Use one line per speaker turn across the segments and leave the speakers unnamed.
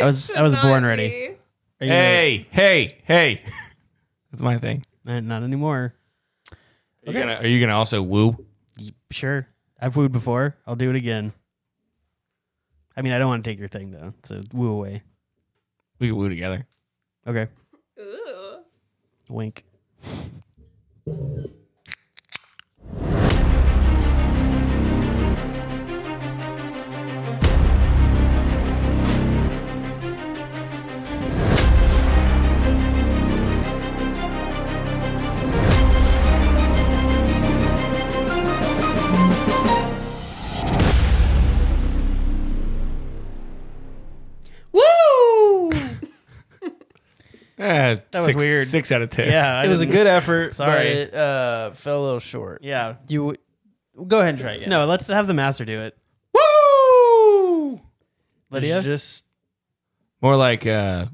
I was I was
Not
born
me.
ready. Are you
Hey, hey, hey. That's my thing.
ready? Uh, Not anymore.
Are you gonna are you gonna also woo?
Y- Sure, I've wooed before. I'll do it again. I mean, I don't want to take your thing though, so woo away.
We can woo together.
Okay,
Ooh.
wink.
Woo!
Eh,
was
six-
weird.
Six out of ten.
Yeah, I
It was a
didn't-
good effort, but
Sorry.
it uh, fell a little short.
Yeah,
You w- go ahead and try again.
no. Let's have the master do it.
Woo!
Lydia,
just
More like uh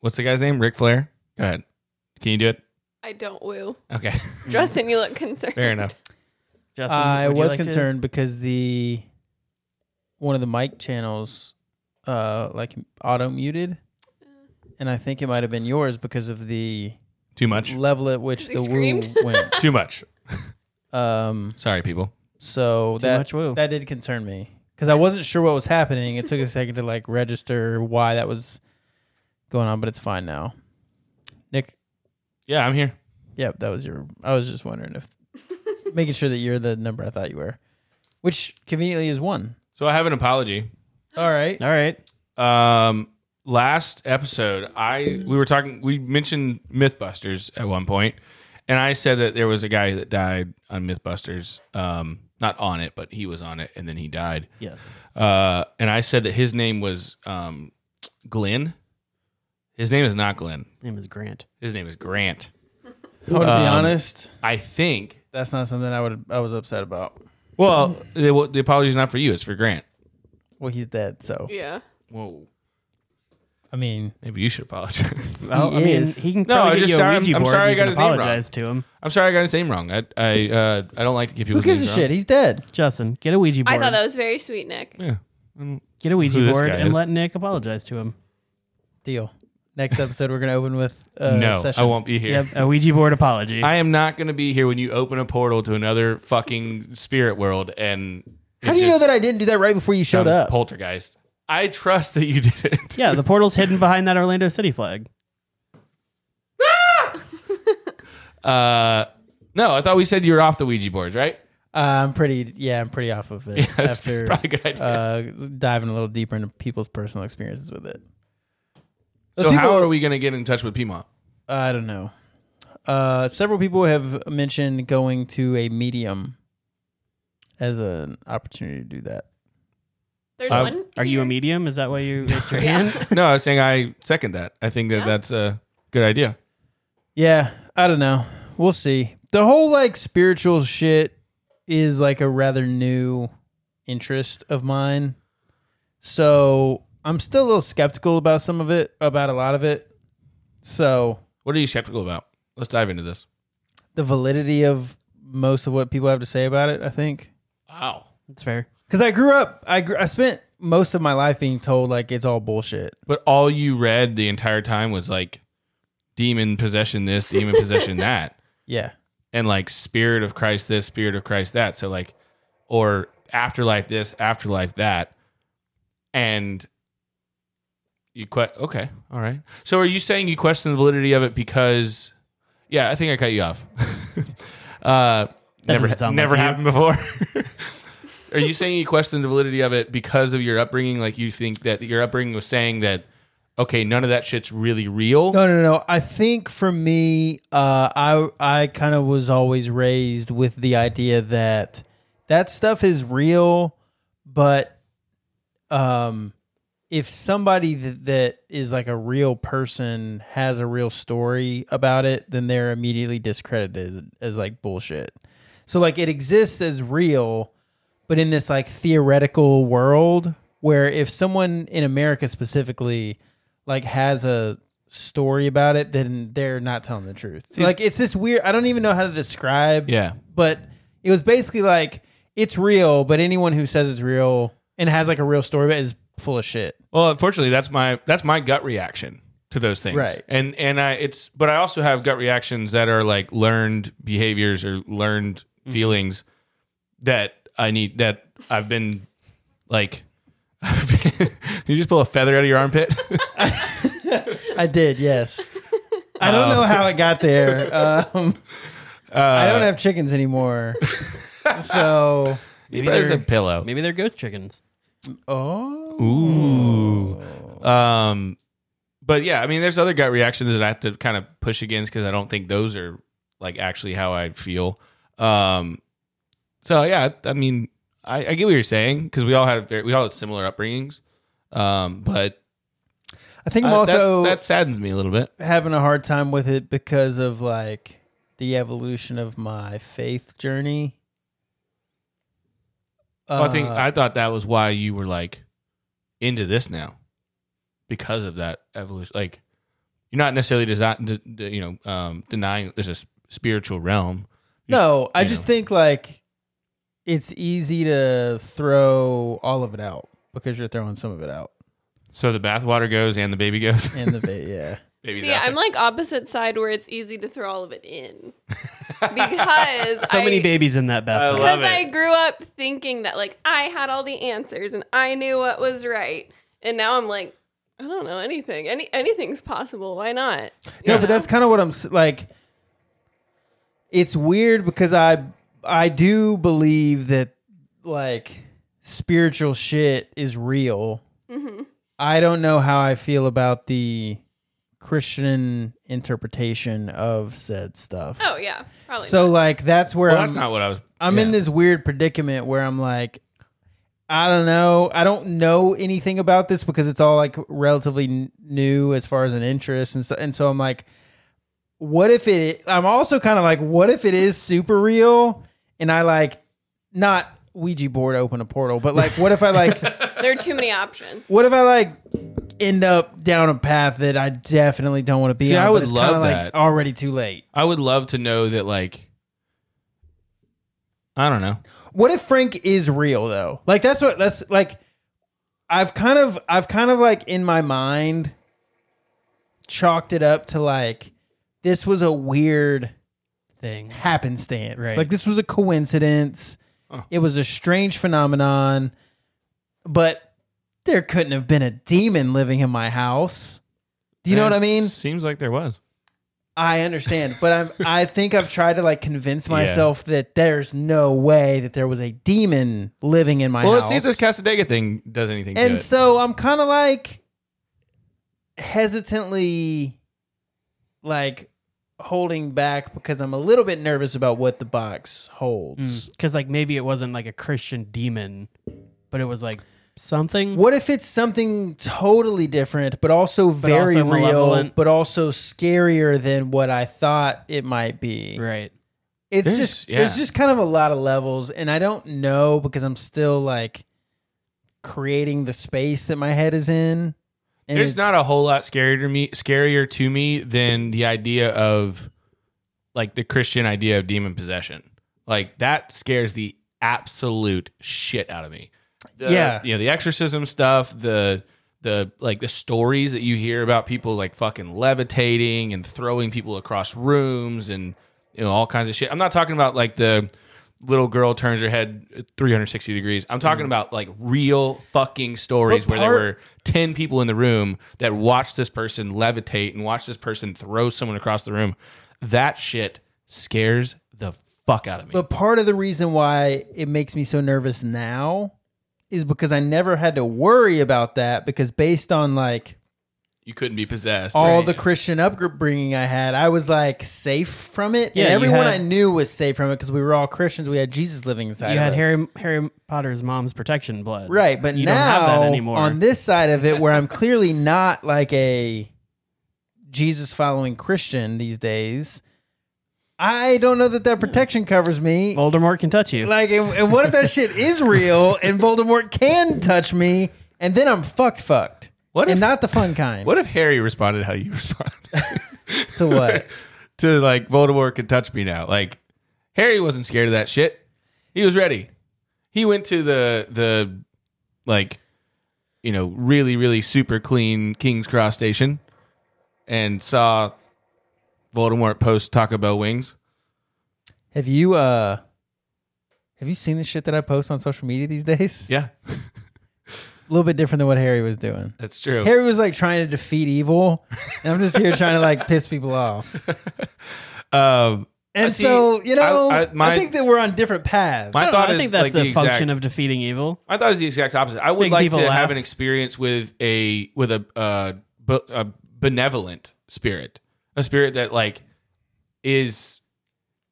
what's the guy's name? Ric Flair? Go ahead. Can you do it?
I don't woo.
Okay.
Justin, you look concerned.
Fair enough.
Justin,
uh, I
would you
was
like to-
concerned because the one of the mic channels uh like auto muted, and I think it might have been yours because of the
Too much.
level at which the
Because he
woo
screamed.
went.
Too much.
Um,
Sorry, people.
so
Too
that
much woo.
that did concern me because I wasn't sure what was happening. It took a second to like register why that was going on, but it's fine now. Nick,
Yeah, I'm here.
Yep, that was your. I was just wondering if making sure that you're the number I thought you were, which conveniently is one.
So I have an apology.
All right.
All right.
Um, last episode, I we were talking. We mentioned MythBusters at one point, and I said that there was a guy that died on MythBusters. Um, not on it, but he was on it, and then he died.
Yes.
Uh, and I said that his name was um, Glenn. His name is not Glenn.
Name is Grant.
His name is Grant.
I want to be
Um,
honest.
I think.
That's not something I would. I was upset about.
Well, the, the apology is not for you; it's for Grant.
Well, he's dead, so
Yeah.
Whoa,
I mean,
maybe you should apologize.
Well, I mean,
is.
he can
No,
probably
I'm
get
just
you a
sorry-
Ouija
I'm- I'm
board.
sorry I
You
got
can
his name wrong.
Apologize to him,
I'm sorry, I got his name wrong. I I uh, I don't like to give people.
who gives a shit? He's dead.
Justin. Get a Ouija board.
I thought that was very sweet, Nick.
Yeah.
get a
who
Ouija
this
board
guy
and
is.
let Nick apologize to him.
Deal. Next episode, we're gonna open with uh,
no,
session.
I won't be here.
Yep, a Ouija board apology.
I am not going to be here when you open a portal to another fucking spirit world. And
How do you know that I didn't do that right before you showed up?
Poltergeist. I trust that you did it.
yeah, the portal's hidden behind that Orlando City flag.
Uh, no, I thought we said you were off the Ouija boards, right?
Uh, I'm pretty. Yeah, I'm pretty off of it
That's
after
probably a good idea.
uh, diving a little deeper into people's personal experiences with it.
so
people-
how are we going to get in touch with Piedmont?
I don't know. Uh, several people have mentioned going to a medium as an opportunity to do that.
There's
So-
one.
Uh, Are you a
here.
medium? Is that why you raised your
Yeah.
hand?
No, I was saying I second that. I think that
Yeah.
that's a good idea.
Yeah, I don't know. We'll see. The whole like spiritual shit is like a rather new interest of mine. So I'm still a little skeptical about some of it, about a lot of it. So
What are you skeptical about? Let's dive into this.
the validity of most of what people have to say about it, I think.
Wow.
That's fair.
Because I grew up, I gr- I spent most of my life being told like it's all bullshit.
But all you read the entire time was like demon possession this, demon possession that.
Yeah,
and like spirit of Christ this, spirit of Christ that. So like, or afterlife this, afterlife that, and you que- okay, all right. So are you saying you question the validity of it because? Yeah, I think I cut you off. uh, never,
doesn't sound
never
like you.
happened before. are you saying you question the validity of it because of your upbringing? Like you think that your upbringing was saying that, okay, none of that shit's really real.
No, no, no. I think for me, uh, I I kind of was always raised with the idea that that stuff is real, but um, if somebody that, that is like a real person has a real story about it, then they're immediately discredited as like bullshit. So like it exists as real, but in this like theoretical world where if someone in America specifically like has a story about it, then they're not telling the truth. So like it's this weird I don't even know how to describe
Yeah.
but it was basically like it's real, but anyone who says it's real and has like a real story about it is full of shit.
Well, unfortunately, that's my that's my gut reaction to those things.
Right.
And and I it's but I also have gut reactions that are like learned behaviors or learned feelings that I need that I've been like you just pull a feather out of your armpit.
I did, yes. I don't know how it got there. Um, I
Uh,
don't have chickens anymore. so,
Maybe
There's a
they're
pillow.
maybe they're ghost chickens.
oh.
Ooh. Um, but yeah, I mean, there's other gut reactions that I have to kind of push against because I don't think those are like actually how I feel. Um, so yeah, I mean, I, I get what you're saying because we all had very, we all had similar upbringings. Um, but
I think I'm
uh, that-
also
that, saddens me a little bit.
having a hard time with it because of like the evolution of my faith journey.
Well, Oh, I think
Uh,
I thought that was why you were like into this now because of that evolution. Like, you're not necessarily desi- de- de- you know um, denying there's a s- spiritual realm.
No, I
you
just
know.
think like it's easy to throw all of it out because you're throwing some of it out.
So the bathwater goes and the baby goes.
And the ba- yeah.
Baby's
See,
out
I'm
there.
like opposite side where it's easy to throw all of it in because
So many
I-
babies in that bathtub.
love
because
it.
I grew up thinking that like I had all the answers and I knew what was right, and now I'm like, I don't know anything. Any anything's possible. Why not? You
No,
know?
but that's kind of what I'm s- like. It's weird because I I do believe that like spiritual shit is real.
Mm-hmm.
I don't know how I feel about the Christian interpretation of said stuff.
oh yeah, probably.
so like that's where
Well,
I'm,
that's not what I was.
I'm in
yeah.
this weird predicament where I'm like, I don't know. I don't know anything about this because it's all like relatively n- new as far as an interest, and so and so I'm like, what if it? I'm also kind of like, what if it is super real? And I like, not Ouija board open a portal, but like, what if I like,
there are too many options.
what if I like end up down a path that I definitely don't want to be
See,
on?
I
but
would
it's kinda,
love
like,
that.
already too late.
I would love to know that, like, I don't know.
What if Frank is real though? Like that's what that's like I've kind of I've kind of like in my mind chalked it up to like this was a weird
thing.
happenstance.
Right.
Like this was a coincidence.
Huh.
It was a strange phenomenon. But there couldn't have been a demon living in my house. Do you know what I
It
mean?
Seems like there was.
I understand, but I'm I think I've tried to like convince myself that there's no way that there was a demon living in my
well, let's
house.
see if this Casadega thing does anything to
and
it.
so I'm kind of like hesitantly like holding back because I'm a little bit nervous about what the box
Mm.
holds.
Because like maybe it wasn't like a Christian demon, but it was like something.
What if it's something totally different but also very
also
real
malevolent.
but also scarier than what I thought it might be?
Right.
it's
There's-
just
yeah.
there's just kind of a lot of levels and i don't know because i'm still like creating the space that my head is in and
There's
it's-
not a whole lot scarier to me, scarier to me than the idea of like the Christian idea of demon possession. Like that scares the absolute shit out of me. The,
Yeah.
you know the exorcism stuff, the the like the stories that you hear about people like fucking levitating and throwing people across rooms and you know all kinds of shit. I'm not talking about like the little girl turns her head 360 degrees. I'm talking about like real fucking stories
But
where there
Mm-hmm. part-
were 10 people in the room that watched this person levitate and watched this person throw someone across the room. That shit scares the fuck out of me.
but part of the reason why it makes me so nervous now is because i never had to worry about that because based on like
you couldn't be possessed.
all
right?
the christian upbringing i had i was like safe from it
Yeah,
and
you
everyone
had-
i knew was safe from it because we were all christians we had jesus living inside
you
of
had
us.
Harry Harry Potter's mom's protection blood.
Right, but
you
now
don't have that anymore.
on this side of it, where I'm clearly not like a Jesus following Christian these days, I don't know that that protection covers me.
Voldemort can touch you.
Like, and, and what if that shit is real and Voldemort can touch me, and then I'm fucked, fucked,
What
and
if-
not the fun kind.
What if Harry responded how you respond
to what?
to like Voldemort can touch me now? Like Harry wasn't scared of that shit. He was ready. He went to the the like you know, really, really super clean King's Cross station and saw Voldemort post Taco Bell wings.
Have you uh have you seen the shit that I post on social media these days?
Yeah,
A little bit different than what Harry was doing.
that's true.
Harry was like trying to defeat evil, and I'm just here trying to like piss people off.
um,
And
I see-
so, you know,
I-
I,
I- my-
think that we're on different paths.
my
I,
thought is
think that's
like
the,
the exact,
function of defeating evil.
I thought it was the exact opposite. I would
Make
like to
people laugh.
have an experience with a with a, uh, be, a benevolent spirit, a spirit that like is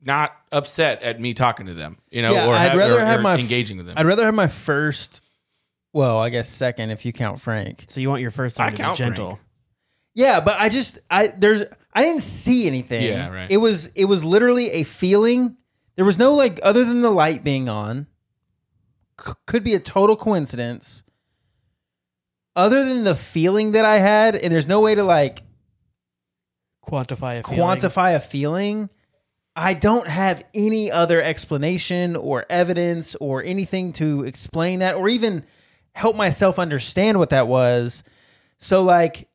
not upset at me talking to them, you know,
Yeah,
or,
I'd
have,
rather
or-
have
or
my f-
engaging with them.
I'd rather have my first, well, I guess second if you count Frank.
So you want your first
I
one to be
count
gentle.
Yeah, but I just I there's I didn't see anything.
Yeah, right.
It was it was literally a feeling. There was no like other than the light being on. C- could be a total coincidence. Other than the feeling that I had, and there's no way to like
Quantify a
quantify a feeling. I don't have any other explanation or evidence or anything to explain that or even help myself understand what that was. So, like,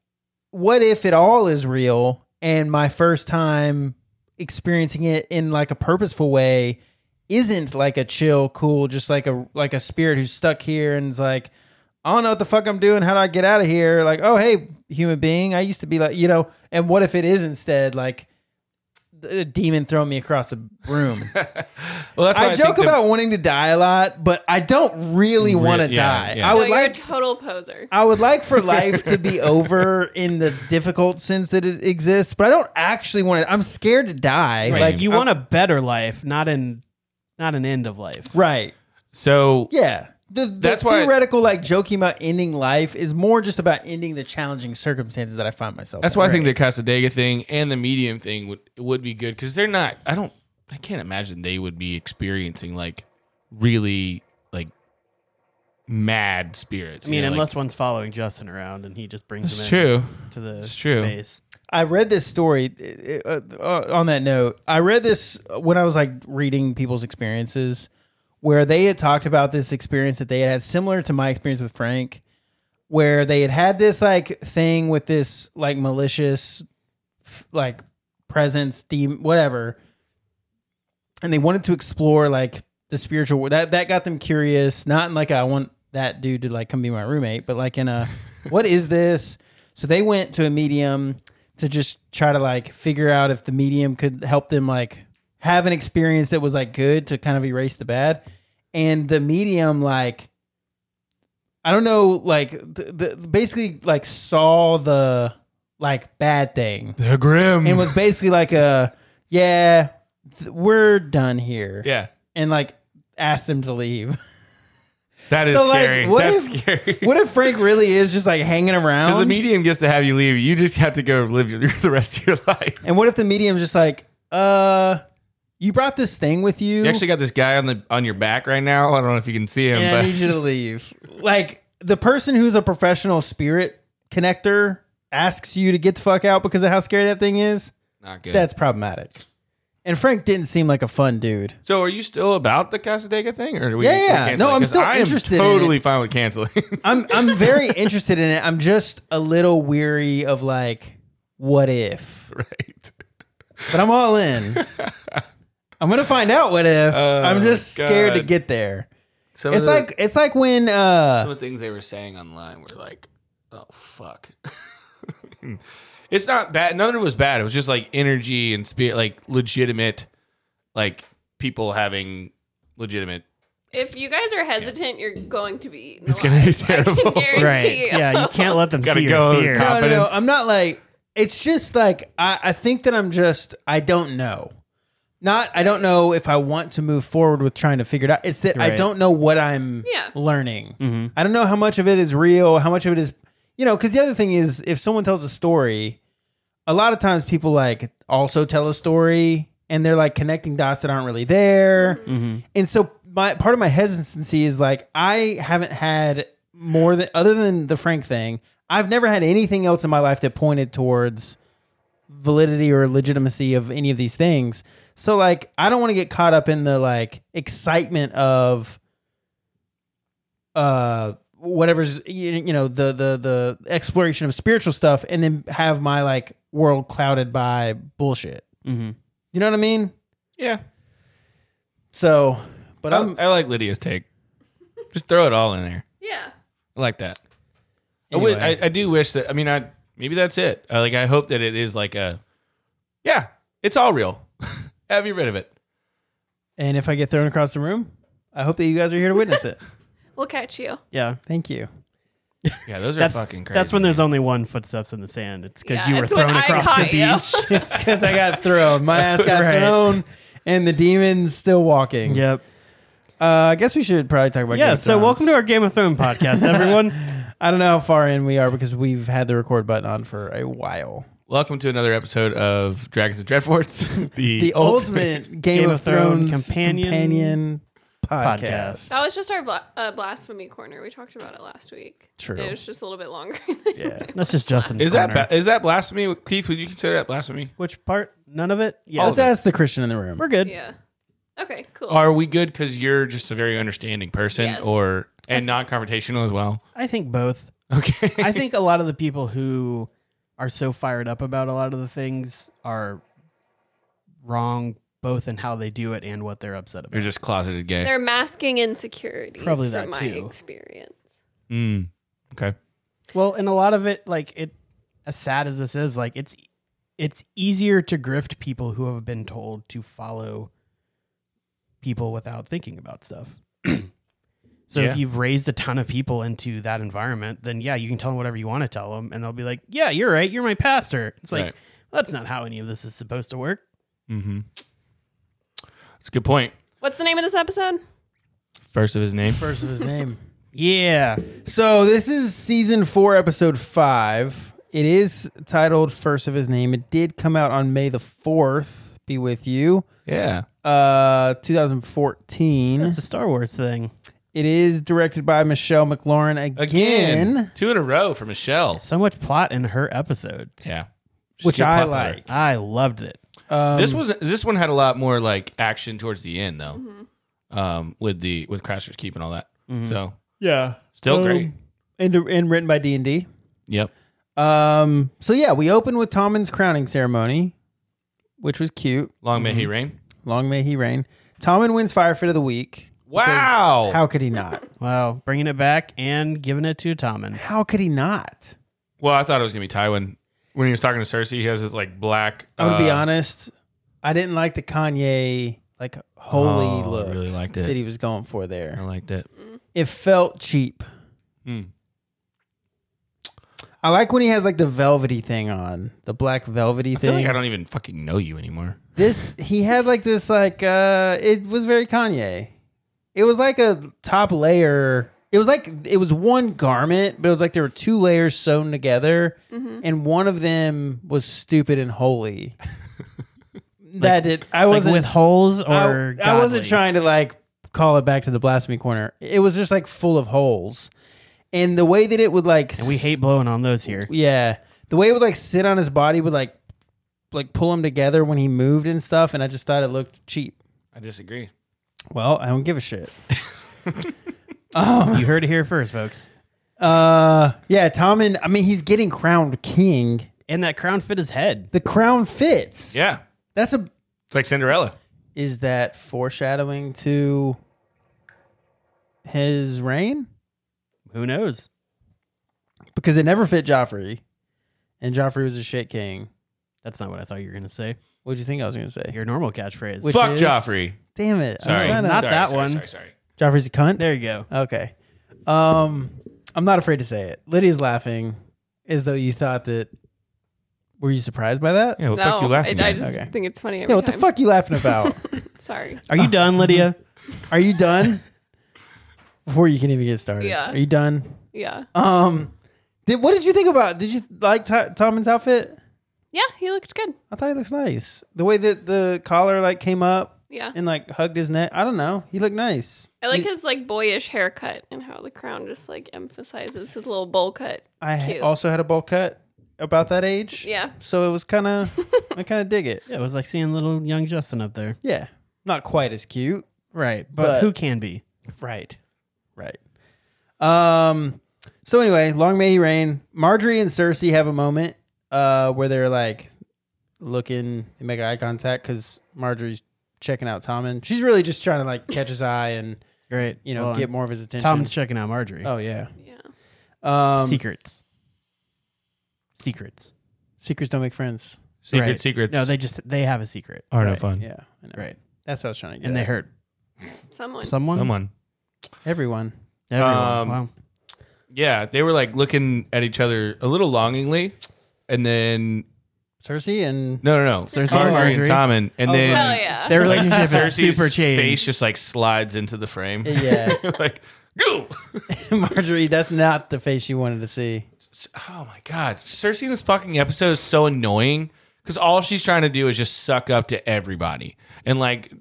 what if it all is real and my first time experiencing it in like a purposeful way isn't like a chill, cool, just like a like a spirit who's stuck here and is like, I don't know what the fuck I'm doing. How do I get out of here? Like, oh hey, human being, I used to be like, you know. And what if it is instead like a demon throwing me across the room?
well, that's why
I joke
think the-
about wanting to die a lot, but I don't really want to
yeah,
die.
yeah.
I
No,
would
you're
like
a total poser.
I would like for life to be over in the difficult sense that it exists, but I don't actually want to. I'm scared to die.
Right.
Like
You
I'm-
want a better life, not an not an end of life.
right?
so
Yeah. The, the
That's why-
theoretical, like joking about ending life, is more just about ending the challenging circumstances that I find myself.
That's
in.
why I think the Casadega thing and the medium thing would would be good because they're not. I don't. I can't imagine they would be experiencing like really like mad spirits.
I mean,
you know, like-
unless one's following Justin around and he just brings
it's
him in
true.
to the
It's true.
space.
I read this story. uh, Uh, on that note, I read this when I was like reading people's experiences, where they had talked about this experience that they had had, similar to my experience with Frank, where they had had this like thing with this like malicious, f- like presence, demon, whatever, and they wanted to explore like the spiritual world. That that got them curious. Not in like a, I want that dude to like come be my roommate, but like in a what is this? So they went to a medium to just try to like figure out if the medium could help them like have an experience that was like good to kind of erase the bad. And the medium like I don't know like the, the basically like saw the like bad thing
They're grim.
and was basically like a yeah th- we're done here
yeah,
and like asked them to leave
that is
So, like,
scary.
what
That's
if-
scary.
what if frank really is just like hanging
Because
around
the medium gets to have you leave. You just have to go live your, the rest of your life.
and what if the medium's just like uh you brought this thing with you,
You actually got this guy on the on your back right now. I don't know if you can see him,
and
but
i need you to leave like the person who's a professional spirit connector asks you to get the fuck out because of how scary that thing is
not good.
that's problematic and frank didn't seem like a fun dude
so, are you still about the Casadega thing, or do we?
Yeah,
we
yeah.
cancel
No,
it?
I'm
'Cause
still
I am
interested in it.
Totally fine with canceling.
I'm I'm very interested in it. I'm just a little weary of like what if.
right.
But I'm all in. I'm gonna find out what if.
Oh,
I'm just scared to
God.
get there.
So
It's like it's like when
some
uh
of the things they were saying online were like, oh fuck. Hmm. it's not bad. None of it was bad. It was just like energy and spirit, like legitimate, like people having legitimate.
If you guys are hesitant, you're going to be eaten.
It's gonna be
alive. I can
terrible.
guarantee
Right.
you.
Yeah, you can't let them
Gotta
see
go
your
with
fear.
the
no, no, no,
confidence.
I'm not like it's just like I, I think that I'm just I don't know. Not I don't know if I want to move forward with trying to figure it out. It's that I
Right.
don't know what I'm
Yeah.
learning.
hmm
I don't know how much of it is real, how much of it is, you know, because the other thing is if someone tells a story, a lot of times people like also tell a story and they're like connecting dots that aren't really there. And so my part of my hesitancy is like I haven't had more than other than the Frank thing, I've never had anything else in my life that pointed towards validity or legitimacy of any of these things. So like I don't want to get caught up in the like excitement of uh whatever's you, you know the the the exploration of spiritual stuff, and then have my like world clouded by bullshit.
Mhm.
You know what I mean?
Yeah.
So, but
But
I'm
Oh.
I, I like Lydia's take. Just throw it all in there.
Yeah.
I like that. I,
Anyway.
would, I, I do wish that. I mean, I maybe that's it. Uh, like, I hope that it is like a, yeah, it's all real. Every bit of it.
and if I get thrown across the room, I hope that you guys are here to witness it.
We'll catch you.
Yeah.
Thank you.
Yeah, those are
That's
fucking crazy.
That's when there's only one footsteps in the sand. It's because
Yeah,
you were
it's when
thrown
I
across
caught
the
you.
beach.
It's because I got thrown. My ass got
Right.
thrown, and the demon's still walking.
Yep.
Uh, I guess we should probably talk about. Game
Yeah.
of
So
Thrones.
welcome to our Game of Thrones podcast, everyone.
I don't know how far in we are because we've had the record button on for a while.
Welcome to another episode of Dragons and Dreadforts. the,
The ultimate Game, of, Thrones companion,
companion
podcast.
podcast.
That was just our bla- uh, blasphemy corner. We talked about it last week.
True.
It was just a little bit longer. than-
Yeah.
That's just Justin's
is that
corner.
ba- is that blasphemy, Keith? Would you consider that blasphemy?
Which part? None of it. Yeah.
Let's ask the Christian in the room.
We're good.
yeah. Okay. Cool.
Are we good because you're just a very understanding person,
Yes.
or and non-confrontational as well?
I think both.
Okay.
I think a lot of the people who are so fired up about a lot of the things are wrong, both in how they do it and what they're upset
You're
about.
just closeted gay.
They're masking insecurities
Probably
from
that
my
too.
experience.
Mm. Okay.
Well, and a lot of it, like it, as sad as this is, like it's it's easier to grift people who have been told to follow people without thinking about stuff. so
Yeah.
if you've raised a ton of people into that environment, then yeah, you can tell them whatever you want to tell them, and they'll be like, "Yeah, you're right. You're my pastor." It's like
Right.
that's not how any of this is supposed to work.
Mm-hmm. That's a good point.
What's the name of this episode?
First of his name.
First of his name.
Yeah.
So this is season four, episode five. It is titled First of His Name. It did come out on May the 4th. Be with you.
Yeah.
Uh 2014.
It's a Star Wars thing.
It is directed by Michelle McLaurin again,
Again. Two in a row for Michelle.
So much plot in her episode.
Yeah.
which
She's
I
popular.
like.
I loved it.
Um,
this was this one had a lot more like action towards the end though.
Mm-hmm.
Um with the with Crasher's Keep and all that.
Mm-hmm.
So
Yeah.
still
Um,
great.
and, and written by D and D.
Yep.
Um, so yeah, we open with Tommen's crowning ceremony, which was cute.
Long may he
Mm-hmm.
reign.
Long may he reign. Tommen wins Firefit of the Week.
Wow.
How could he not?
Wow. Bringing it back and giving it to Tommen.
How could he not?
well, I thought it was gonna be Tywin. When he was talking to Cersei, he has this like black
I'm gonna be
uh,
honest. I didn't like the Kanye like holy
oh,
look
I really liked
that
it.
he was going for
I
there.
liked it.
It felt cheap.
Mm.
I like when he has like the velvety thing on, the black velvety
I feel
thing.
like I don't even fucking know you anymore.
this he had like this like uh it was very Kanye. It was like a top layer. It was like it was one garment, but it was like there were two layers sewn together, and one of them was stupid and holy. that it I
Like
wasn't
with holes or
I, I
godly?
wasn't trying to like call it back to the blasphemy corner. It was just like full of holes, and the way that it would like
And we hate blowing on those here.
yeah. The way it would like sit on his body would like like pull him together when he moved and stuff, and I just thought it looked cheap.
I disagree.
Well, I don't give a shit.
You heard it here first, folks.
Um, Uh yeah, Tommen, I mean he's getting crowned king.
And that crown fit his head.
The crown fits.
Yeah.
That's a
It's like Cinderella.
is that foreshadowing to his reign?
Who knows?
Because it never fit Joffrey. And Joffrey was a shit king.
That's not what I thought you were going to say.
What'd you think I was gonna say?
Your normal catchphrase.
Which
Fuck
is-
Joffrey.
Damn it. I'm
Sorry.
trying to-
Not
Sorry,
that
sorry,
one.
Sorry, sorry.
Joffrey's a cunt.
There you go.
Okay. Um, I'm not afraid to say it. Lydia's laughing as though you thought that. Were you surprised by that?
Yeah, what
no,
fuck you laughing
I, I
at?
just
Okay.
think it's funny. Every
Yeah, what the
time.
fuck you laughing about?
Sorry.
Are you done, Lydia?
Are you done? Before you can even get started.
Yeah.
Are you done?
Yeah.
Um, did, what did you think about? Did you like T- Tommen's outfit?
Yeah, he looked good.
I thought he looks nice. The way that the collar like came up
Yeah.
and like hugged his neck. I don't know. He looked nice.
I like his like boyish haircut and how the crown just like emphasizes his little bowl cut.
I ha-
cute.
also had a bowl cut about that age.
Yeah.
So it was kind of, I kind of dig it.
Yeah, it was like seeing little young Justin up there.
Yeah. Not quite as cute.
Right. But,
But-
who can be?
Right. Right. Um. So anyway, long may he reign. Marjorie and Cersei have a moment uh, where they're like looking, they make eye contact because Marjorie's checking out Tommen. She's really just trying to like catch his eye and
Great.
you know
Hold on.
get more of his attention.
Tom's checking out Marjorie.
oh yeah.
Yeah.
Um,
secrets. Secrets.
secrets don't make friends.
Secret
Right.
secrets.
No, they just they have a secret.
are no
Right,
fun.
Yeah. I know.
Right.
That's what I was trying to get.
And they
at.
hurt
Someone.
someone.
Come on.
everyone.
Everyone.
Um,
wow.
Yeah, they were like looking at each other a little longingly, and then
Cersei and
no, no, no,
Cersei
Marjorie
and
and
Marjorie.
Tommen, and
Oh,
then
Hell yeah.
Their relationship is
Cersei's
super
face
changed.
just like slides into the frame.
yeah,
like go.
Marjorie. That's not the face you wanted to see.
Oh my god, Cersei in this fucking episode is so annoying because all she's trying to do is just suck up to everybody and like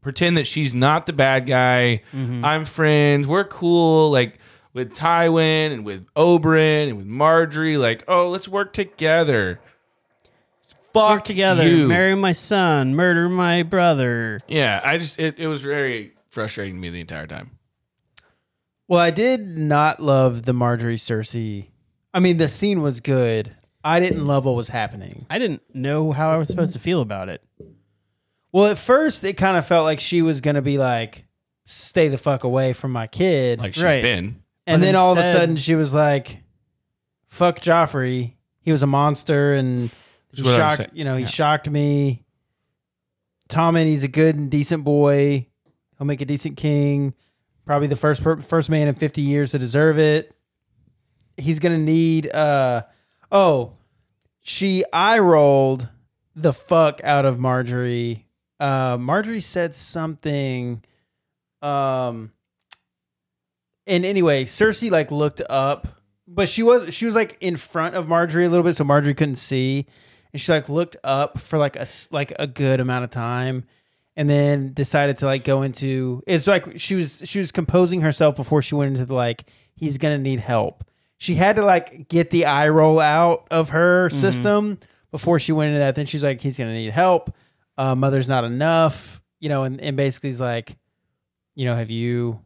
pretend that she's not the bad guy.
Mm-hmm.
I'm friends. We're cool. Like with Tywin and with Oberyn and with Marjorie. Like oh, let's work together. Fuck
Work together.
you.
Marry my son. Murder my brother.
yeah, I just it, it was very frustrating to me the entire time.
Well, I did not love the Marjorie Cersei. I mean, the scene was good. I didn't love what was happening.
I didn't know how I was supposed to feel about it.
Well, at first, it kind of felt like she was going to be like, stay the fuck away from my kid.
Like she's
Right.
been.
but
and then all of a
instead-
sudden, she was like, fuck Joffrey. He was a monster and he
That's what I was saying.
shocked, you know, he
Yeah.
shocked me. Tommen, he's a good and decent boy. He'll make a decent king. Probably the first per- first man in 50 years to deserve it. He's going to need uh oh, she eye rolled the fuck out of Marjorie. Uh Marjorie said something um and anyway, Cersei like looked up, but she was she was like in front of Marjorie a little bit so Marjorie couldn't see and she like looked up for like a s- like a good amount of time and then decided to like go into it's like she was she was composing herself before she went into the like he's gonna need help she had to like get the eye roll out of her system before she went into that then she's like he's gonna need help uh, mother's not enough you know and, and basically is like you know have you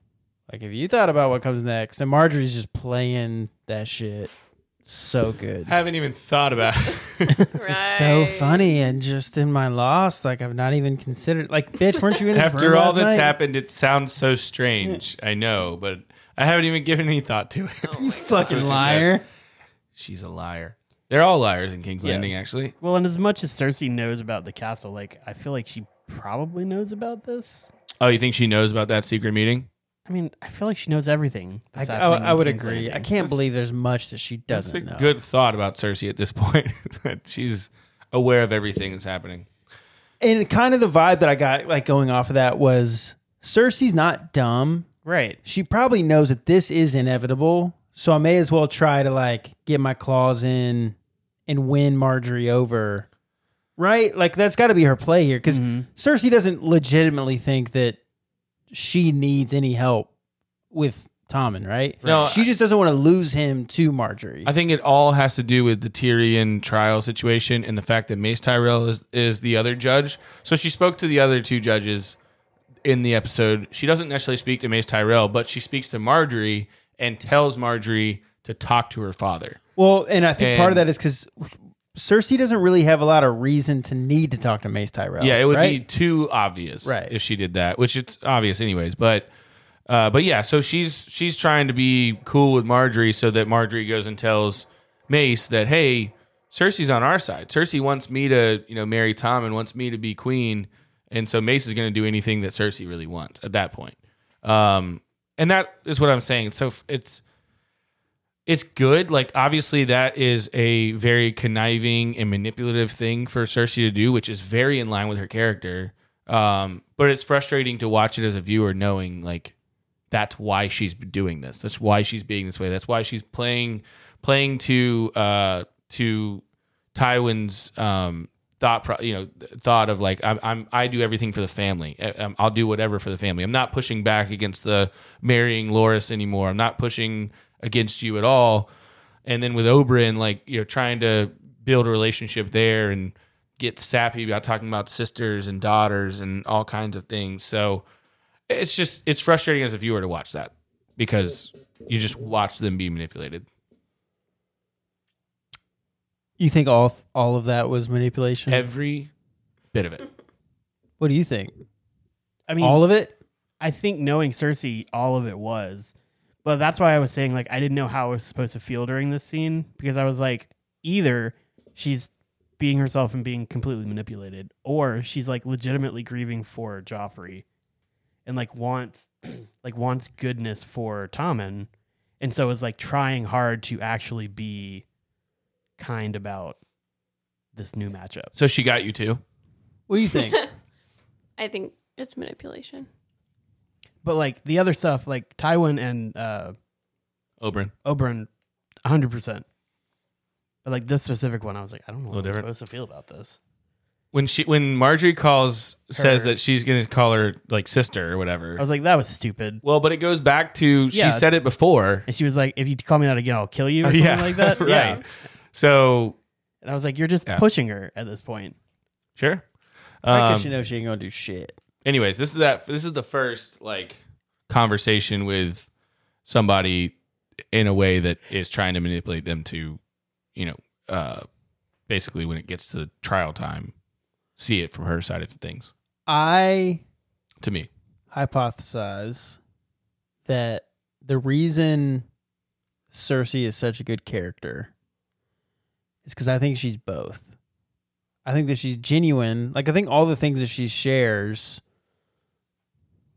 like have you thought about what comes next and marjorie's just playing that shit so good
Haven't even thought about it.
right.
it's so funny and just in my loss, like I've not even considered. Like, bitch, weren't you in his room
After all
last
that's
night?
happened, it sounds so strange. I know, but I haven't even given any thought to it.
You fucking
That's what she
liar!
She's a liar. They're all liars in King's
Yeah.
Landing, actually.
Well, and as much as Cersei knows about the castle, like I feel like she probably knows about this.
Oh, you think she knows about that secret meeting?
I mean, I feel like she knows everything.
I,
that's
I-
happening
I
in
would
King's
agree. I
Landing.
can't believe there's much that she
That's
doesn't
a
know.
good thought about Cersei at this point. that she's aware of everything that's happening.
And kind of the vibe that I got, like going off of that, was Cersei's not dumb.
Right.
She probably knows that this is inevitable, so I may as well try to like get my claws in and win Marjorie over. Right? Like that's got to be her play here because
Mhm.
Cersei doesn't legitimately think that she needs any help with Tommen, right?
No,
she just doesn't want to lose him to Marjorie.
I think it all has to do with the Tyrion trial situation and the fact that Mace Tyrell is, is the other judge. So she spoke to the other two judges in the episode. She doesn't necessarily speak to Mace Tyrell, but she speaks to Marjorie and tells Marjorie to talk to her father.
well, and I think part of
And-
that is because Cersei doesn't really have a lot of reason to need to talk to Mace Tyrell.
Yeah, it would
right?
be too obvious
Right.
if she did that, which it's obvious anyways. But uh, but yeah, so she's she's trying to be cool with Marjorie so that Marjorie goes and tells Mace that hey, Cersei's on our side. Cersei wants me to you know marry Tom and wants me to be queen, and so Mace is going to do anything that Cersei really wants at that point. Um, and that is what I'm saying. So f- it's it's good. Like obviously that is a very conniving and manipulative thing for Cersei to do, which is very in line with her character. Um, but it's frustrating to watch it as a viewer knowing like that's why she's doing this. That's why she's being this way. That's why she's playing playing to uh to Tywin's um thought pro- you know th- thought of like I'm, I'm I do everything for the family. I- I'm- I'll do whatever for the family. I'm not pushing back against the marrying Loris anymore. I'm not pushing against you at all. And then with Oberyn, like you know, trying to build a relationship there and get sappy about talking about sisters and daughters and all kinds of things. So it's just it's frustrating as a viewer to watch that because You just watch them be manipulated.
You think all all of that was manipulation?
Every bit of it.
what do you think?
I mean,
all of it?
I think knowing Cersei, all of it was. But that's why I was saying like I didn't know how I was supposed to feel during this scene because I was like, either she's being herself and being completely manipulated, or she's like legitimately grieving for Joffrey and like wants like wants goodness for Tommen. And so is like trying hard to actually be kind about this new matchup.
So she got you too.
What do you think?
Um,
I think it's manipulation.
But like the other stuff, like Tywin and uh
Oberyn.
Oberon, 100. percent But like this specific one, I was like, I don't know
Little
what I'm
different.
supposed to feel about this.
When she when Marjorie calls says
Her.
that she's gonna call her like sister or whatever.
I was like, that was stupid.
well, but it goes back to
Yeah.
she said it before.
And she was like, if you call me that again, I'll kill you. Or something like that.
right.
Yeah.
So
And I was like, you're just
Yeah.
pushing her at this point.
sure.
Because
Um,
she knows she ain't gonna do shit.
anyways, this is that this is the first like conversation with somebody in a way that is trying to manipulate them to, you know, uh basically when it gets to trial time, see it from her side of things.
I
To me.
hypothesize that the reason Cersei is such a good character is because I think she's both. I think that she's genuine. Like I think all the things that she shares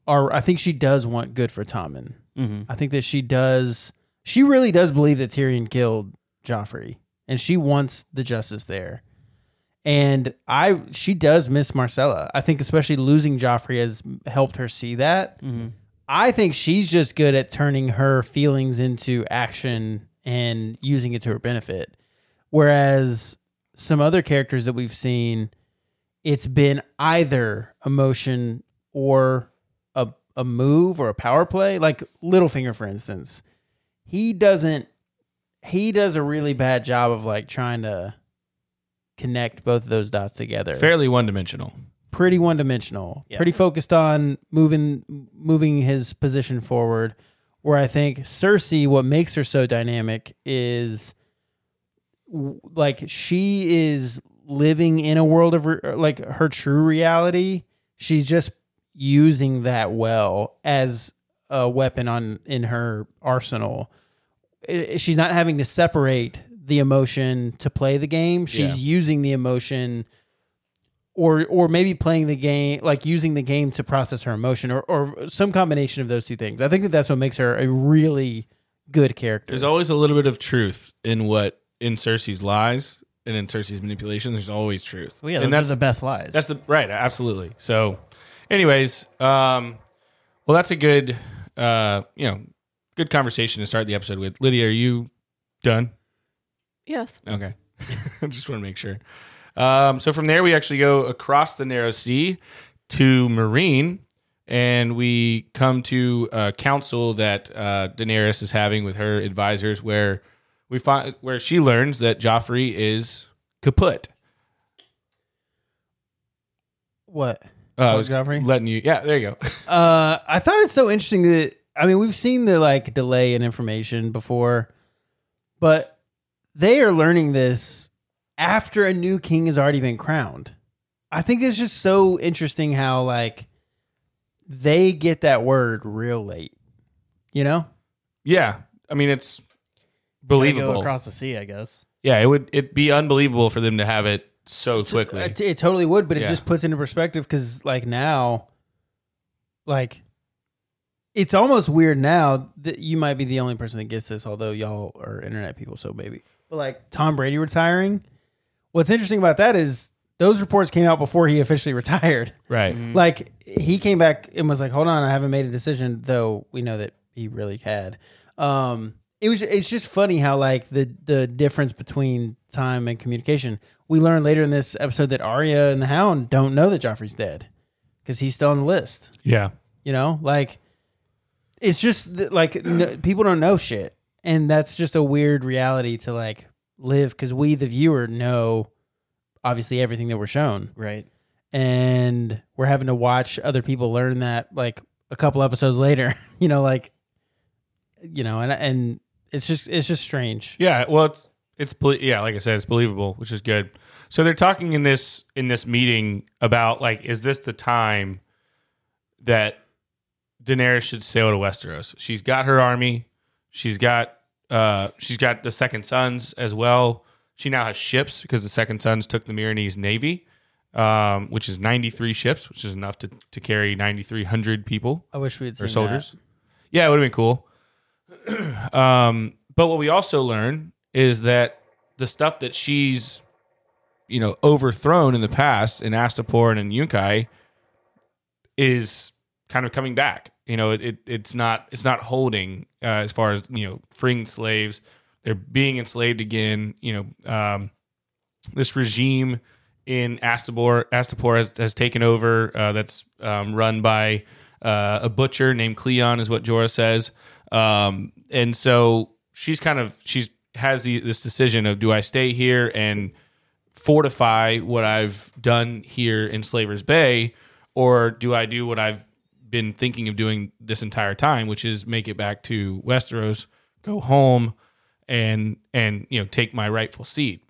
are. I think she does want good for Tommen.
Mm-hmm.
I think that she does. She really does believe that Tyrion killed Joffrey, and she wants the justice there. And I, she does miss Marcella. I think especially losing Joffrey has helped her see that.
Mm-hmm.
I think she's just good at turning her feelings into action and using it to her benefit. Whereas some other characters that we've seen, it's been either emotion or a, a move or a power play. Like Littlefinger, for instance, he doesn't, he does a really bad job of like trying to connect both of those dots together
Fairly one dimensional.
pretty one dimensional,
Yeah.
pretty focused on moving moving his position forward. Where I think Cersei, what makes her so dynamic is w- like she is living in a world of re- like her true reality. She's just using that well as a weapon on in her arsenal. I- She's not having to separate the emotion to play the game. She's using the emotion or or maybe playing the game like using the game to process her emotion or, or some combination of those two things i think that that's what makes her a really good character
There's always a little bit of truth in what in Cersei's lies and in Cersei's manipulation. There's always truth.
Well, yeah,
and
those
that's
are the best lies.
That's the right, absolutely. So, anyways, um, well, that's a good, uh, you know, good conversation to start the episode with. Lydia, are you done?
Yes.
Okay, just want to make sure. Um, so from there, we actually go across the narrow sea to Marine, and we come to a council that uh, Daenerys is having with her advisors, where we find where she learns that Joffrey is kaput. Uh,
what
Uh, I was
Joffrey?
letting you, yeah, there you go.
Uh, I thought it's so interesting that I mean we've seen the like delay in information before, but they are learning this after a new king has already been crowned. I think it's just so interesting how like they get that word real late. You know?
Yeah, I mean it's
Gotta go
believable.
across the sea, I guess.
yeah, it would it be unbelievable for them to have it so
uh,
quickly.
It, it totally would, but it
Yeah.
just puts into perspective because, like now, like it's almost weird now that you might be the only person that gets this, although y'all are internet people, so maybe. But like Tom Brady retiring, what's interesting about that is those reports came out before he officially retired.
right.
Mm-hmm.
Like he came back and was like, "Hold on, I haven't made a decision." Though we know that he really had. Um, it was. It's just funny how like the the difference between time and communication. We learn later in this episode that Arya and the Hound don't know that Joffrey's dead because he's still on the list.
Yeah.
You know, like it's just th- like n- people don't know shit, and that's just a weird reality to like live because we the viewer know obviously everything that we're shown
Right.
and we're having to watch other people learn that like a couple episodes later you know like
you know, and and it's just it's just strange.
Yeah, well, it's it's belie- yeah, like I said, it's believable, which is good. So they're talking in this in this meeting about like, is this the time that Daenerys should sail to Westeros? She's got her army, she's got uh, she's got the Second Sons as well. She now has ships because the Second Sons took the Myronese navy, um, which is ninety three ships, which is enough to to carry ninety three hundred people
I wish we had seen
or
that.
soldiers. Yeah, it would have been cool. um, but what we also learn is that the stuff that she's, you know, overthrown in the past in Astapor and in Yunkai is kind of coming back. You know, it, it it's not it's not holding uh, as far as you know freeing slaves. They're being enslaved again. You know, um, this regime in Astapor Astapor has, has taken over. Uh, that's um, run by uh, a butcher named Cleon, is what Jorah says. Um, and so she's kind of she's has the, this decision of do I stay here and fortify what I've done here in Slaver's Bay, or do I do what I've been thinking of doing this entire time, which is make it back to Westeros, go home, and and you know take my rightful seat.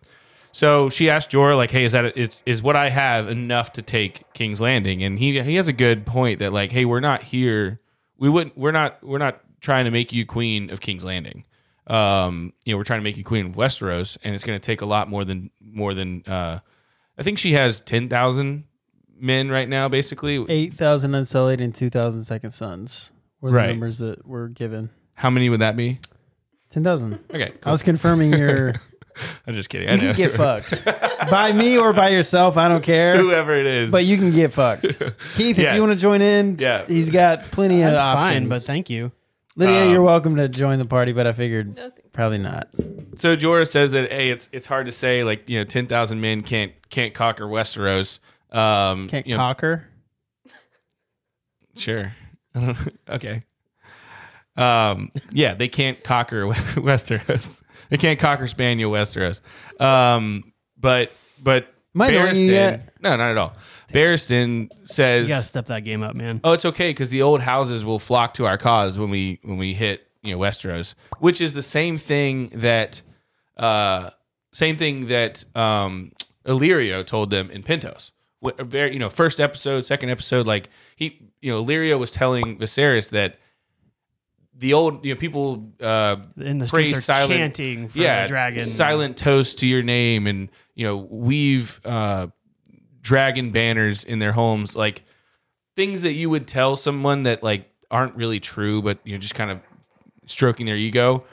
So she asked Jorah, like, "Hey, is that it's is what I have enough to take King's Landing?" And he he has a good point that like, "Hey, we're not here. We wouldn't. We're not. We're not trying to make you queen of King's Landing. Um, you know, we're trying to make you queen of Westeros, and it's going to take a lot more than more than. Uh, I think she has ten thousand men right now, basically.
Eight thousand unsullied and two thousand second sons were the
Right.
numbers that were given.
How many would that be?
Ten thousand.
Okay,
I was confirming your.
I'm just kidding. I
You
know.
can uh, get fucked by me or by yourself. I don't care.
Whoever it is,
But you can get fucked. Keith, if
Yes.
you want to join in,
Yeah.
he's got plenty of
I'm
options.
fine, but thank you.
Lydia,
Um,
you're welcome to join the party, but I figured
Nothing.
probably not.
so Jorah says that hey, it's it's hard to say like you know ten thousand men can't can't conquer Westeros. Um,
Can't
you know,
cocker.
sure. I don't know. okay. Um, yeah, they can't conquer Westeros. They can't conquer Spaniel Westeros. Um, but but
Am I annoying you yet?
no, not at all. Barristan says
You gotta step that game up, man.
Oh, it's okay because the old houses will flock to our cause when we when we hit you know Westeros, which is the same thing that uh same thing that um Illyrio told them in Pentos. Wh- Very you know first episode, second episode, like he you know Illyrio was telling Viserys that the old you know people uh
In the
praise
streets are
silent
chanting for the dragon.
silent toast to your name, and you know weave uh, dragon banners in their homes, like things that you would tell someone that like aren't really true, but you know just kind of stroking their ego.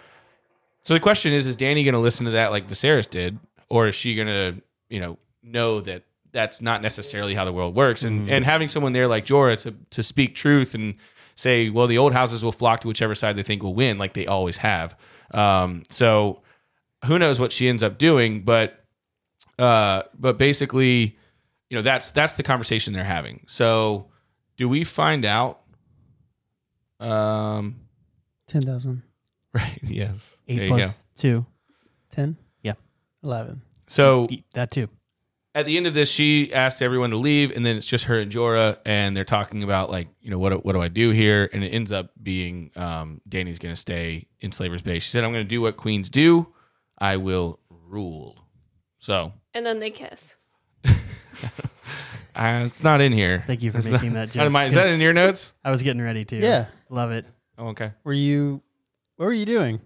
So the question is: Is Danny going to listen to that like Viserys did, or is she going to you know know that that's not necessarily how the world works? And and having someone there like Jorah to to speak truth and say, well, the old houses will flock to whichever side they think will win, like they always have. Um, so who knows what she ends up doing, but uh, but basically, you know, that's that's the conversation they're having. So do we find out? Um,
Ten thousand.
right. Yes.
Eight
There you go.
plus two.
Ten.
Yeah.
Eleven.
So
Eat That too.
at the end of this, she asks everyone to leave, and then it's just her and Jorah, and they're talking about like, you know, what what do I do here? And it ends up being um, Danny's going to stay in Slaver's Bay. She said, "I'm going to do what queens do. I will rule." So
And then they kiss.
uh, it's not in here.
Thank you for
It's
making
not-
that
not in
joke,
my- is that in
'cause-
your notes?
I was getting ready to.
Yeah.
Love it.
Oh, okay.
Were you? What were you doing?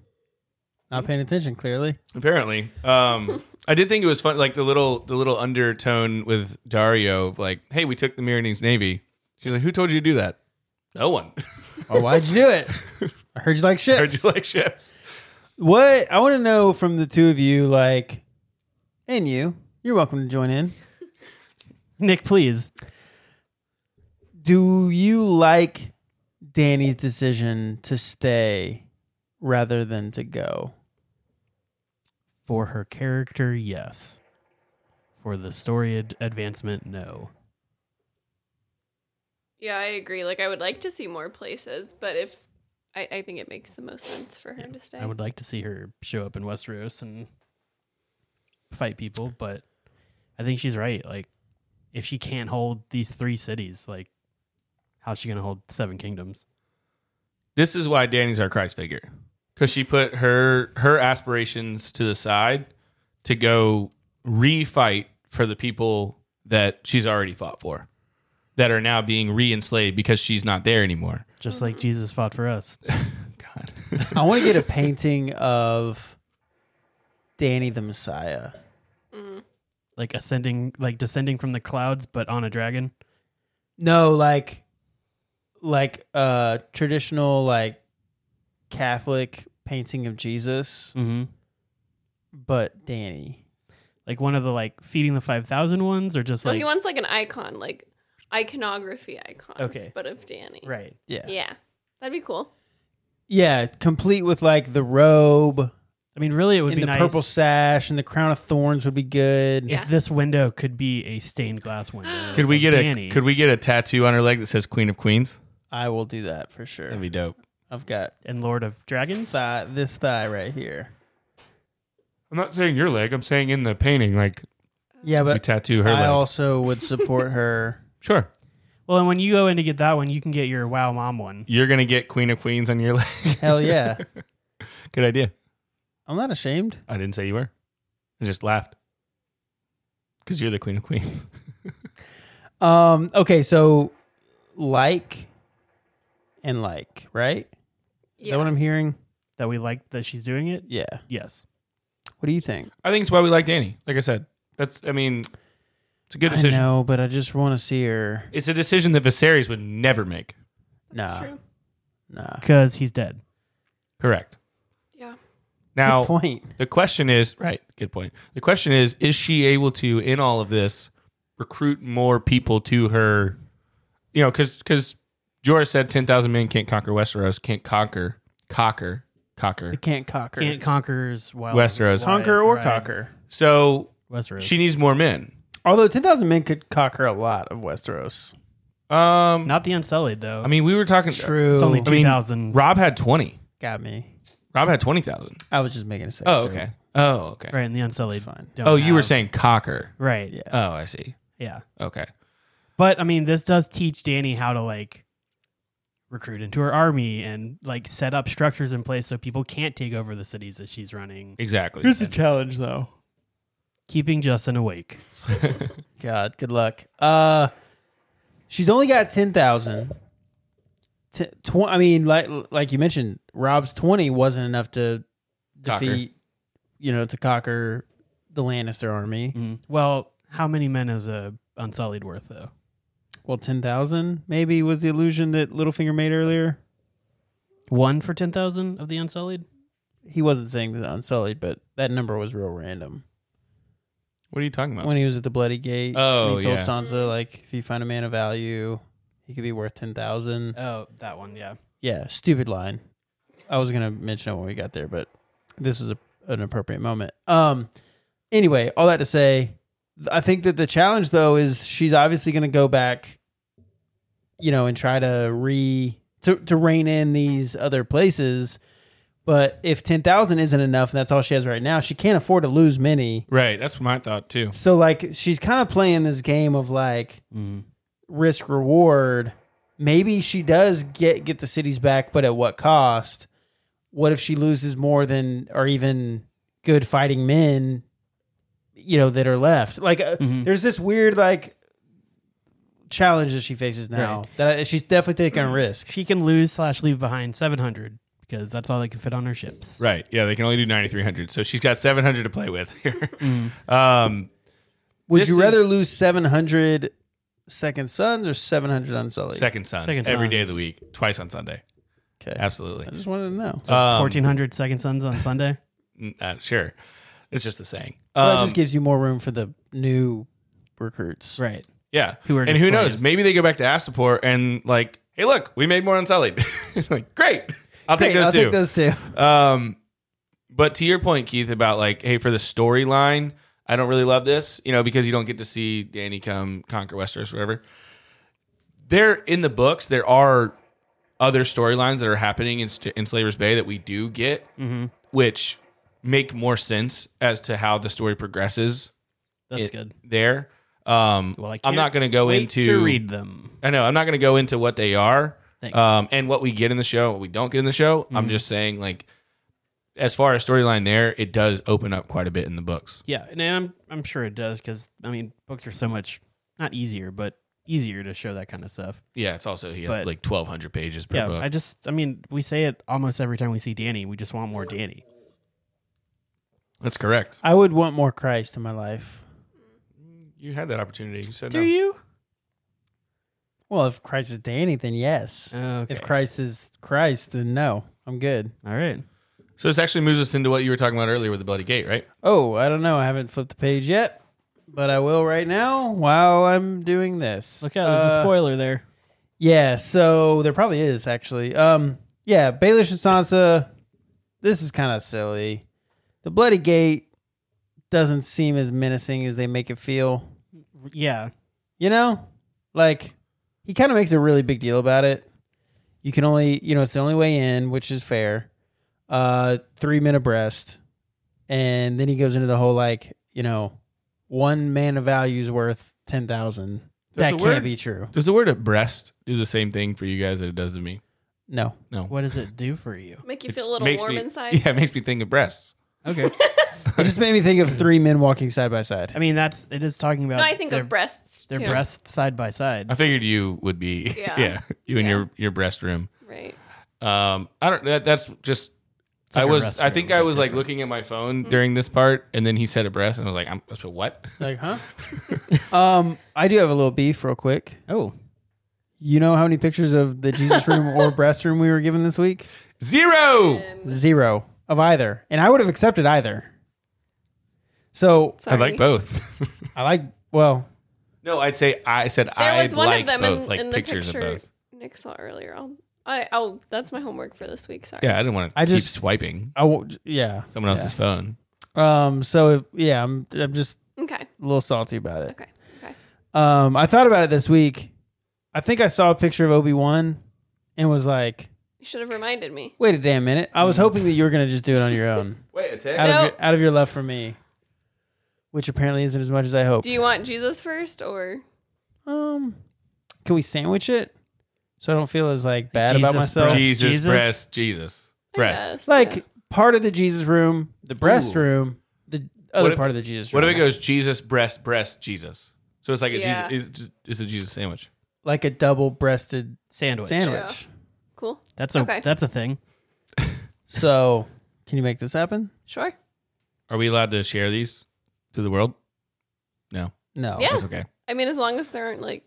Not paying attention. Clearly.
Apparently, um, I did think it was fun, like the little the little undertone with Dario of like, "Hey, we took the Myronese Navy." She's like, "Who told you to do that?" No one.
Oh, why'd you do it? I heard you like
I heard
ships.
you like ships.
what I want to know from the two of you, like, and you, you're welcome to join in.
Nick, please.
Do you like Danny's decision to stay rather than to go?
For her character, yes. For the story ad- advancement, no.
Yeah, I agree. Like, I would like to see more places, but if I, I think it makes the most sense for her to stay.
I would like to see her show up in Westeros and fight people, but I think she's right. Like, if she can't hold these three cities, like, how's she gonna hold Seven Kingdoms?
This is why Danny's our Christ figure because she put her her aspirations to the side to go refight for the people that she's already fought for that are now being re-enslaved because she's not there anymore.
Just like Jesus fought for us.
God.
I want to get a painting of Danny the Messiah.
Like ascending, like descending from the clouds, but on a dragon.
No, like like uh traditional like Catholic painting of Jesus,
Mm-hmm.
but Danny.
Like one of the like feeding the 5,000 ones or just
So
like.
he wants like an icon, like iconography icons,
Okay.
but of Danny.
right.
Yeah. yeah.
Yeah. That'd be cool.
complete with like the robe
I mean, really, it would
and
be
the
nice
purple sash and the crown of thorns would be good.
if
Yeah.
this window could be a stained glass window.
Could we
of
get
Danny.
a could we get a tattoo on her leg that says Queen of Queens?
I will do that for sure.
That'd be dope.
I've got
and Lord of Dragons?
thigh, this thigh right here.
I'm not saying your leg. I'm saying in the painting, like
Yeah,
we
but
tattoo her
I
leg.
also would support her.
sure,
Well, and when you go in to get that one, you can get your Wow Mom one.
you're gonna get Queen of Queens on your leg.
Hell yeah.
Good idea.
I'm not ashamed.
I didn't say you were. I just laughed because you're the Queen of Queens.
Um. Okay. So, like, and like, right? Is
Yeah.
that what I'm hearing?
That we like that she's doing it?
Yeah.
Yes.
What do you think?
I think it's why we like Danny. Like I said, that's. I mean, it's a good
I
decision.
know, but I just want to see her.
It's a decision that Viserys would never make.
Nah.
True.
Nah.
Because he's dead.
Correct.
Yeah.
Now,
Good point.
The question is, right, good point. The question is, is she able to, in all of this, recruit more people to her? You know, because because Jorah said ten thousand men can't conquer Westeros, can't conquer cocker cocker.
It can't cocker.
Can't conquer's wild.
Westeros.
conquer or
right.
cocker.
So
Westeros.
she needs more men.
Although ten thousand men could cocker a lot of Westeros.
Um,
Not the Unsullied, though.
I mean, we were talking.
True.
it's only
I mean,
2,000.
Rob had twenty.
Got me.
Rob had twenty thousand.
I was just making a sex.
Oh,
joke.
okay. Oh, okay.
right, and the Unsullied.
It's fine.
don't
Oh, you were
have-
saying cocker.
Right.
Yeah.
Yeah.
Oh, I see. Okay.
But, I mean, this does teach Danny how to, like, recruit into her army and, like, set up structures in place so people can't take over the cities that she's running.
Exactly.
the challenge, though.
Keeping Justin awake.
God, good luck. Uh, she's only got ten thousand. Tw- I mean, like like you mentioned, Rob's twenty wasn't enough to
Cocker.
defeat, you know, to conquer the Lannister army.
Mm-hmm.
Well, how many men is a Unsullied worth, though?
Well, ten thousand maybe was the illusion that Littlefinger made earlier.
One for 10,000 of the Unsullied?
He wasn't saying the Unsullied, but that number was real random.
What are you talking about?
When he was at the Bloody Gate,
Oh,
and he told
yeah.
Sansa like, if you find a man of value, he could be worth ten thousand.
Oh, that one, yeah.
Yeah, stupid line. I was gonna mention it when we got there, but this is a, an appropriate moment. Um. Anyway, all that to say, th- I think that the challenge though is she's obviously gonna go back, you know, and try to re to to rein in these other places. But if ten thousand isn't enough, and that's all she has right now, she can't afford to lose many.
right. That's my thought too.
So like, she's kind of playing this game of like,
Mm-hmm.
Mm.
risk reward, maybe she does get get the cities back, but at what cost? What if she loses more than or even good fighting men, you know, that are left? Like uh,
Mm-hmm.
Mhm.
there's this weird like challenge that she faces now
Right.
that I, she's definitely taking
Mm-hmm.
a risk.
She can lose slash leave behind 700 because that's all they can fit on her ships.
Right. Yeah, they can only do 9,300. So she's got 700 to play with here.
Mm.
um,
Would
This
you rather
is-
lose 700 second sons or 700 unsullied?
second sons every
Second
day of the
sons.
week, twice on Sunday.
Okay.
Absolutely.
I just wanted to know.
Um,
1400 second sons on Sunday.
n- uh, sure. It's just the saying.
Well, that
Um,
just gives you more room for the new recruits.
right.
yeah.
Who are
and
just
who knows?
slaves.
Maybe they go back to Astapor and like, hey, look, we made more Unsullied. like, great. I'll take
Great,
those
I'll
two.
take those two.
Um, but to your point, Keith, about like, hey, for the storyline, I don't really love this, you know, because you don't get to see Danny come conquer Westeros, whatever. There in the books, there are other storylines that are happening in, St- in Slaver's Bay that we do get,
Mm-hmm.
which make more sense as to how the story progresses.
That's
it-
good.
There, um,
Well, I
I'm
can't
not going to go
Wait
into
to read them.
I know I'm not going to go into what they are
Thanks. Mm-hmm.
Um, and what we get in the show, what we don't get in the show, I'm just saying, like, as far as storyline there, it does open up quite a bit in the books.
yeah, and I'm I'm sure it does because I mean books are so much not easier, but easier to show that kind of stuff.
Yeah, it's also he has
But-
like 1,200 pages per
yeah,
book.
I just I mean we say it almost every time we see Danny. We just want more Danny.
That's correct.
I would want more Christ in my life.
You had that opportunity. You said
Do
no.
you?
Well, if Christ is Danny, then yes.
Okay.
If Christ is Christ, then no. I'm good.
All right.
So this actually moves us into what you were talking about earlier with the bloody gate, right?
Oh, I don't know. I haven't flipped the page yet, but I will right now while I'm doing this.
Look out! There's a
Uh,
spoiler there.
Yeah, so there probably is actually. Um, yeah, Baelish and Sansa. This is kind of silly. The Bloody Gate doesn't seem as menacing as they make it feel.
Yeah.
You know, like he kind of makes a really big deal about it. You can only, you know, it's the only way in, which is fair. Uh, three men abreast, and then he goes into the whole like, you know, one man of value's worth ten thousand.
That's the
That can't
word?
be true.
Does the word abreast do the same thing for you guys that it does to me?
No.
No.
What does it do for you?
Make you
It
feel
just
a little
makes
warm
me-
inside.
Yeah, it makes me think of breasts.
Okay.
It just made me think of three men walking side by side.
I mean that's it is talking about.
No, I think
their,
of breasts
their
too.
breasts side by
I
side.
figured you would be, yeah,
Yeah.
you and
Yeah.
your your breast room.
Right.
Um, I don't. That, that's just.
It's like
I
a
was.
rest
I
room,
think
but
I was like
different.
looking at my phone
Mm-hmm.
during this part, and then he said abreast, and I was like, "I'm I said, what?"
Like, huh? um, I do have a little beef, real quick.
Oh,
You know how many pictures of the Jesus room or breast room we were given this week?
Zero.
Zero of either, and I would have accepted either. So
I
Sorry.
like both.
I like. Well,
no, I'd say I said
There
I
was one
like
of them
both,
in,
like
in the
pictures
picture
of both.
Nick saw earlier. I'll, I, I'll. That's my homework for this week. Sorry.
Yeah, I didn't want to
I
keep
just-
swiping
I won't. Yeah.
someone else's phone.
Um. So if, yeah, I'm. I'm just
Okay.
a little salty about it.
Okay. Okay.
Um. I thought about it this week. I think I saw a picture of Obi Wan, and was like,
You should have reminded me.
"Wait a damn minute!" I was hoping that you were gonna just do it on your own.
Wait a tick.
out,
Mm. Nope.
of your, out of your love for me, which apparently isn't as much as I hoped.
Do you want Jesus first or
um, can we sandwich it so I don't feel as like bad about
Jesus
myself?
breast.
Jesus,
Jesus?
breast, Jesus, breast.
Yes,
Like
yeah.
part of the Jesus room, the breast
Ooh.
room, the other
if-
part of the Jesus
What
room.
if it goes Jesus, breast, breast, Jesus? So it's like a
Yeah.
Jesus. It's, it's a Jesus sandwich.
Like a double-breasted
sandwich.
sandwich.
cool?
That's a
Okay.
that's a thing.
So, can you make this happen?
Sure.
Are we allowed to share these to the world? No,
No.
Yeah.
that's okay.
I mean, as long as there aren't like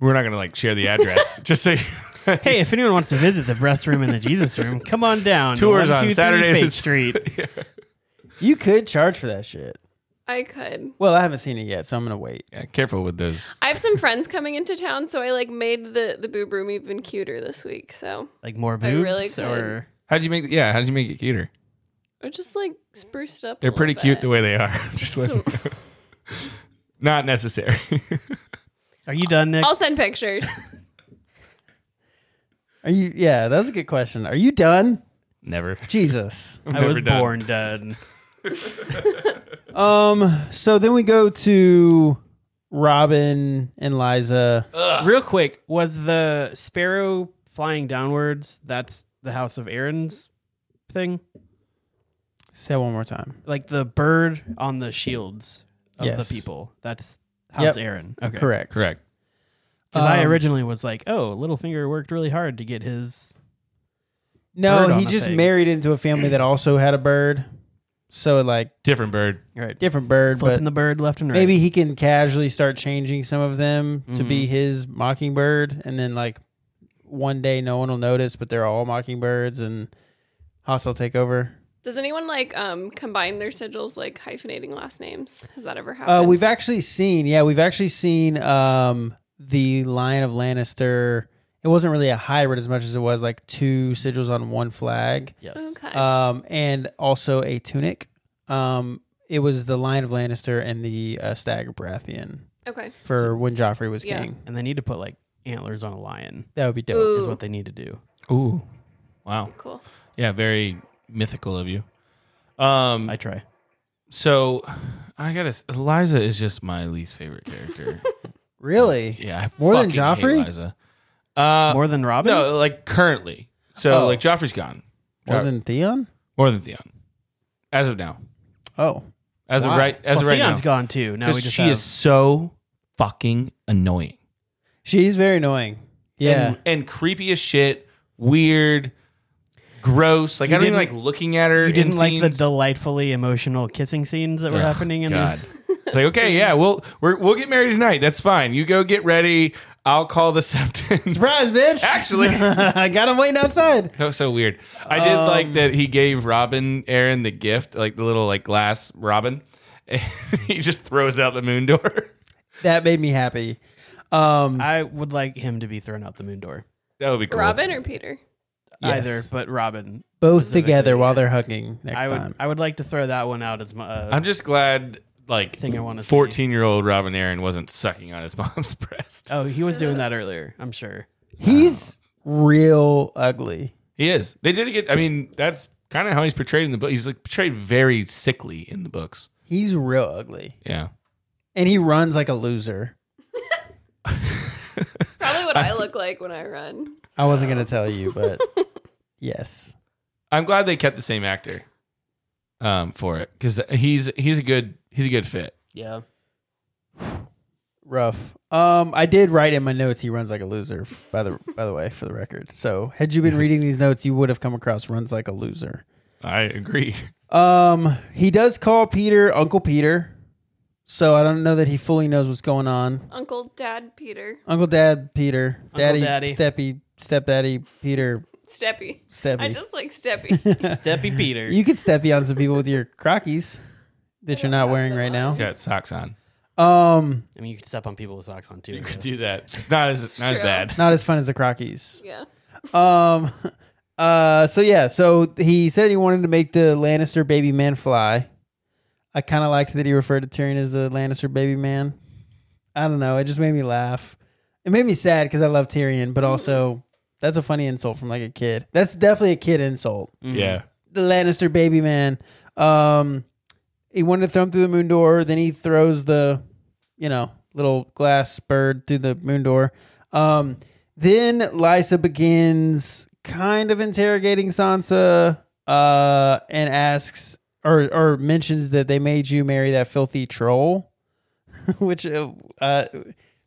We're not gonna like share the address. just so you
Hey, if anyone wants to visit the breast room and the Jesus room, come on down. to
Tours on
123
Saturdays
Fake
and-
Street.
You could charge for that shit.
I could.
Well, I haven't seen it yet, so I'm gonna wait.
yeah, careful with those.
I have some friends coming into town, so I like made the the boob room even cuter this week. So
Like more
I
boobs
really could.
or
How'd you make? Yeah, how'd you make it cuter?
I just like spruced up. a
They're
little
pretty cute
bit.
the way they are. just
So-
listen. not necessary.
are you done, Nick?
I'll send pictures.
Are you? Yeah, that was a good question. Are you done,
Never.
Jesus?
I'm
I
never
was
done.
born done.
Um. So then we go to Robin and Liza.
Real quick, was the sparrow flying downwards? That's the House of Aaron's thing.
Say it one more time.
Like the bird on the shields of
Yes.
the people. That's House
Yep.
Aaron. Okay.
Correct.
Correct.
Because I
Um,
originally was like, oh, Littlefinger worked really hard to get his. bird
No,
on
he
the
just
thing.
married into a family that also had a bird. So like
Different bird.
Right.
different bird,
Flipping
but
the bird left and right.
maybe he can casually start changing some of them to be
Mhm.
his mockingbird, and then like one day no one will notice, but they're all mockingbirds, and hostile takeover.
Does anyone like um combine their sigils like hyphenating last names? Has that ever
Uh,
happened?
we've actually seen, yeah, we've actually seen um, the line of Lannister. It wasn't really a hybrid as much as it was like two sigils on one flag,
Yes.
okay.
um, and also a tunic. Um, it was the line of Lannister and the uh, stag of Baratheon
okay.
for when Joffrey was
Yeah.
king.
And they need to put like antlers on a lion,
That would be dope.
is
Ooh,
what they need to do.
Ooh. Wow.
cool.
Yeah, very mythical of you. Um.
I try.
so I gotta. s- Eliza is just my least favorite character.
Really?
Yeah, I
More than
fucking hate
Joffrey?
Liza. Uh,
More than Robin?
no, like currently. So
Oh.
like Joffrey's gone.
More
More than
than Theon?
more than Theon, as of now,
Oh.
as
Why?
of right, as
well,
of right
Theon's
now,
gone too. Now we just
she
have-
is so fucking annoying.
She's very annoying. Yeah.
and, and creepy as shit, weird, gross. Like
You
I don't even like
didn't-
looking at her.
You didn't
in
like the
scenes.
delightfully emotional kissing scenes that were
Ugh,
happening in
God.
this.
It's like okay, yeah, we'll we're, we'll get married tonight. That's fine. You go get ready. I'll call the septon.
Surprise, bitch.
Actually-
I got him waiting outside.
That was so weird. I did
Um,
like that he gave Robin Aaron the gift, like the little like glass Robin. And he just throws out the moon door.
That made me happy. Um,
I would like him to be thrown out the moon door.
That would be cool.
Robin or Peter?
yes.
Either, but Robin.
both
specifically.
together while they're hugging next
I would
time.
I would like to throw that one out as my uh,
I'm just glad like
Thing I wanna see.
14 year old Robin Aaron wasn't sucking on his mom's breast.
Oh, he was doing that earlier, I'm sure.
He's real ugly.
He is. They did get. I mean, that's kind of how he's portrayed in the book. He's like portrayed very sickly in the books.
He's real ugly,
Yeah.
and he runs like a loser.
Probably what I look like when I run.
I wasn't gonna tell you, but yes,
I'm glad they kept the same actor um, for it because he's he's a good he's a good fit.
Yeah.
rough. Um, I did write in my notes he runs like a loser. f- By the by the way, for the record, so had you been reading these notes, you would have come across runs like a loser.
I agree.
Um, he does call Peter Uncle Peter, so I don't know that he fully knows what's going on.
Uncle, Dad, Peter,
Uncle Dad Peter, Daddy,
Daddy.
Steppy, Stepdaddy Peter,
Steppy.
Steppy.
I just like Steppy.
Steppy Peter.
You could step on some people with your crockies that you're not wearing right now.
Got socks on.
Um,
I mean, you could step on people with socks on too.
You
I
could
guess.
do that. It's not as not as
true.
bad.
not as fun as the crockies.
yeah.
Um, uh, so yeah, so he said he wanted to make the Lannister baby man fly. I kind of liked that he referred to Tyrion as the Lannister baby man. I don't know. It just made me laugh. It made me sad because I love Tyrion, but also that's a funny insult from like a kid. That's definitely a kid insult.
Yeah.
the Lannister baby man. Um, he wanted to throw him through the moon door. Then he throws the, you know, little glass bird through the moon door. Um, then Lysa begins kind of interrogating Sansa uh, and asks or or mentions that they made you marry that filthy troll, which uh, uh,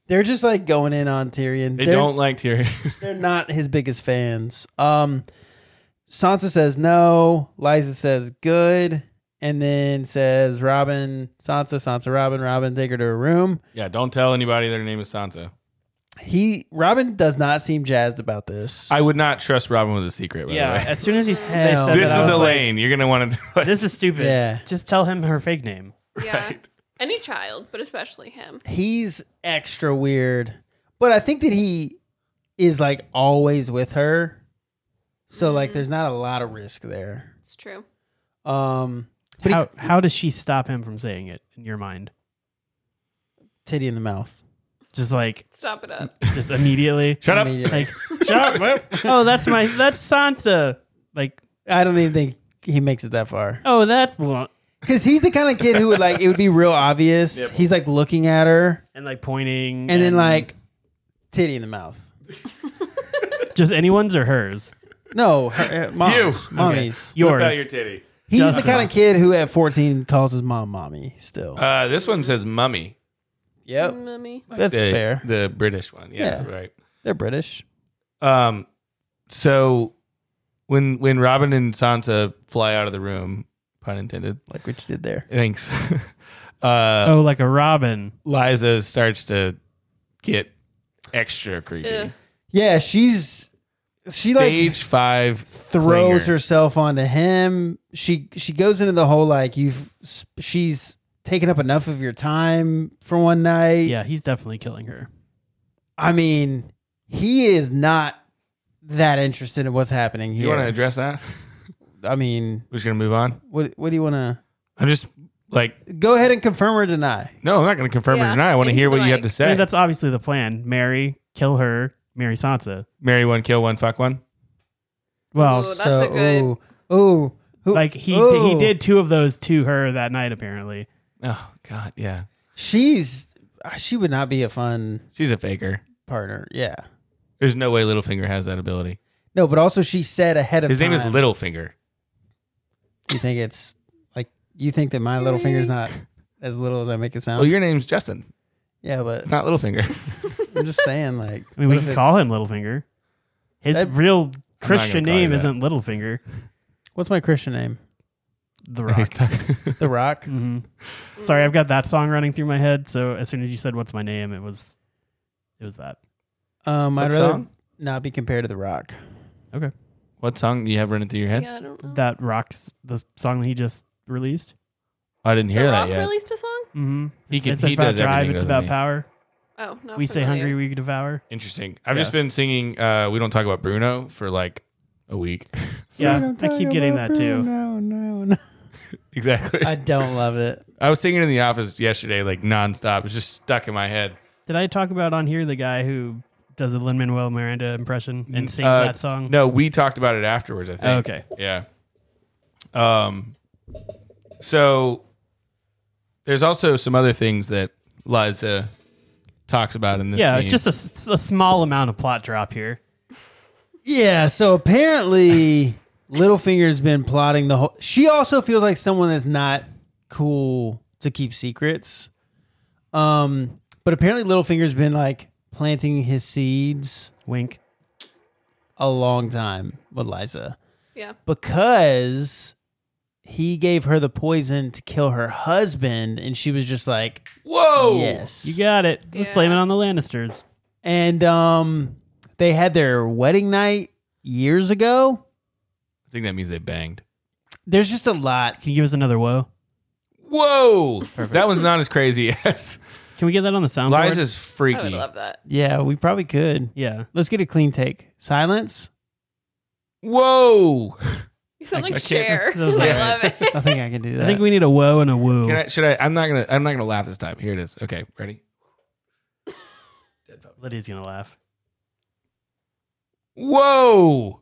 they're just like going in on Tyrion.
They
They're-
don't like Tyrion.
they're not his biggest fans. Um, Sansa says no. Liza says good, and then says Robin, Sansa, Sansa, Robin, Robin, take her to her room.
yeah. Don't tell anybody their name is Sansa.
He Robin does not seem jazzed about this.
I would not trust Robin with a secret. By
Yeah.
The way.
As soon as he s- they
Hell.
said
This
that,
I
is
I was
Elaine. You're gonna want to.
like, this is stupid.
Yeah.
Just tell him her fake name.
Yeah. Any child, but especially him.
He's extra weird, but I think that he is like always with her, so like there's not a lot of risk there.
It's true.
Um, but
How how does she stop him from saying it in your mind?
he, titty in the mouth.
Just like
Stop it up.
just immediately.
Shut up.
Immediately.
Like shut up. Oh, that's my that's Sansa. Like
I don't even think he makes it that far.
oh, that's blunt.
Because he's the kind of kid who would like it would be real obvious. He's like looking at her
And like pointing.
and, then like titty in the mouth.
just anyone's or hers.
No, her, uh, moms,
You.
mommies.
What
Yours.
about your titty?
He's
Just
the kind of
moms.
kid who at fourteen calls his mom mommy. Still,
Uh, this one says mummy.
yep,
Mummy.
that's
the,
fair.
The British one. Yeah,
Yeah.
right.
They're British.
Um, so when when Robin and Sansa fly out of the room, pun intended.
Like what you did there.
Thanks. uh,
oh, like a robin.
Liza starts to get extra creepy.
Ugh.
Yeah, she's she like
Stage five
throws
clinger.
herself onto him. She she goes into the whole like you've she's taken up enough of your time for one night.
Yeah, he's definitely killing her.
I mean, he is not that interested in what's happening
You want to
here.
address that?
I mean,
We're just gonna move on.
what what do you want to
I'm just like,
go ahead and confirm or deny?
no, I'm not gonna confirm or
Yeah,
deny. I want to
into
hear
the
what you have
mic.
to
I
say.
mean, that's obviously the plan. Marry, kill her, marry Sansa.
Marry one, kill one, fuck one.
Well,
Ooh, Oh, that's a good-
Oh, ooh, ooh,
Oh.
who-
like he he
ooh.
did two of those to her that night apparently.
Oh God, yeah.
She's she would not be a fun
She's a faker.
partner. Yeah,
There's no way Littlefinger has that ability.
No, but also she said ahead of
His
time.
name is Littlefinger.
You think it's like you think that my little finger's not as little as I make it sound?
Well, your name's Justin,
yeah, but
not Littlefinger.
I'm just saying like
I mean,
what
we
if
can
it's-
call him Littlefinger. His
That-
real
gonna
Christian
call you
name
that.
isn't Littlefinger.
What's my Christian name?
The
He's
Rock.
talking-
The Rock.
hmm Sorry, I've got that song running through my head. So as soon as you said "What's my name," it was, it was that.
Um, I'd
What
rather
song?
not be compared to The Rock.
what song do you have running through your head?
Yeah, I don't know.
That rocks the song that he just released.
I didn't
the
hear that
Rock
yet.
released a song?
Mm-hmm.
He can-
it's
he
about
does
drive.
everything,
It's
doesn't
about
he?
power.
Oh, not
we say
familiar.
hungry, we devour.
Interesting. I've
Yeah.
just been singing uh, "We Don't Talk About Bruno" for like a week.
Yeah, I keep getting that too.
No, no, no.
exactly.
I don't love it.
I was singing in the office yesterday, like nonstop. It's just stuck in my head.
Did I talk about on here the guy who does a Lin Manuel Miranda impression and sings
Uh,
that song?
No, we talked about it afterwards. I think.
Oh, okay.
Yeah. Um. So there's also some other things that Liza talks about in this.
Yeah,
scene.
just a s- a, small amount of plot drop here.
Yeah, so apparently Littlefinger's been plotting the whole she also feels like someone that's not cool to keep secrets. Um but apparently Littlefinger's been like planting his seeds
Wink.
a long time with Liza
Yeah.
because he gave her the poison to kill her husband and she was just like
whoa.
yes.
You got it. Let's
Yeah.
blame it on the Lannisters.
and um they had their wedding night years ago.
I think that means they banged.
There's just a lot.
Can you give us another woe?
Whoa. That one's not as crazy as
Can we get that on the soundboard?
Liza's
I
freaky.
would love that.
Yeah, we probably could.
Yeah.
Let's get a clean take. Silence.
Whoa.
You sound
I-
like
I can't-
Cher.
that was
I
like-
love it.
I think I can do that.
I think we need a woe and a woo.
Can I, should I? I'm not gonna. I'm not gonna laugh this time. Here it is. Okay, ready. Dead puppy.
Lydia's gonna laugh.
Whoa!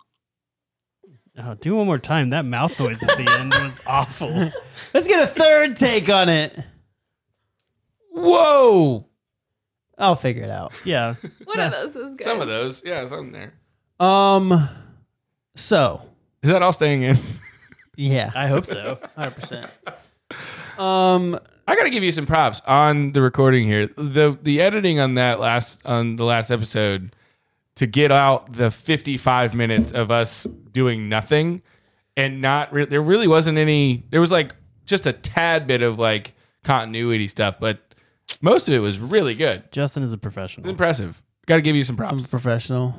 Oh, do one more time. That mouth noise at the end was awful.
Let's get a third take on it.
Whoa!
I'll figure it out.
Yeah.
One of those was good.
Some of those, yeah, some there.
Um. So
Is that all staying in?
yeah,
I hope so.
hundred percent. Um.
I gotta give you some props on the recording here. the The editing on that last on the last episode to get out the 55 minutes of us doing nothing and not re- there really wasn't any. There was like just a tad bit of like continuity stuff, but most of it was really good.
Justin is a
It's
professional.
impressive. Got to give you some props.
I'm a professional.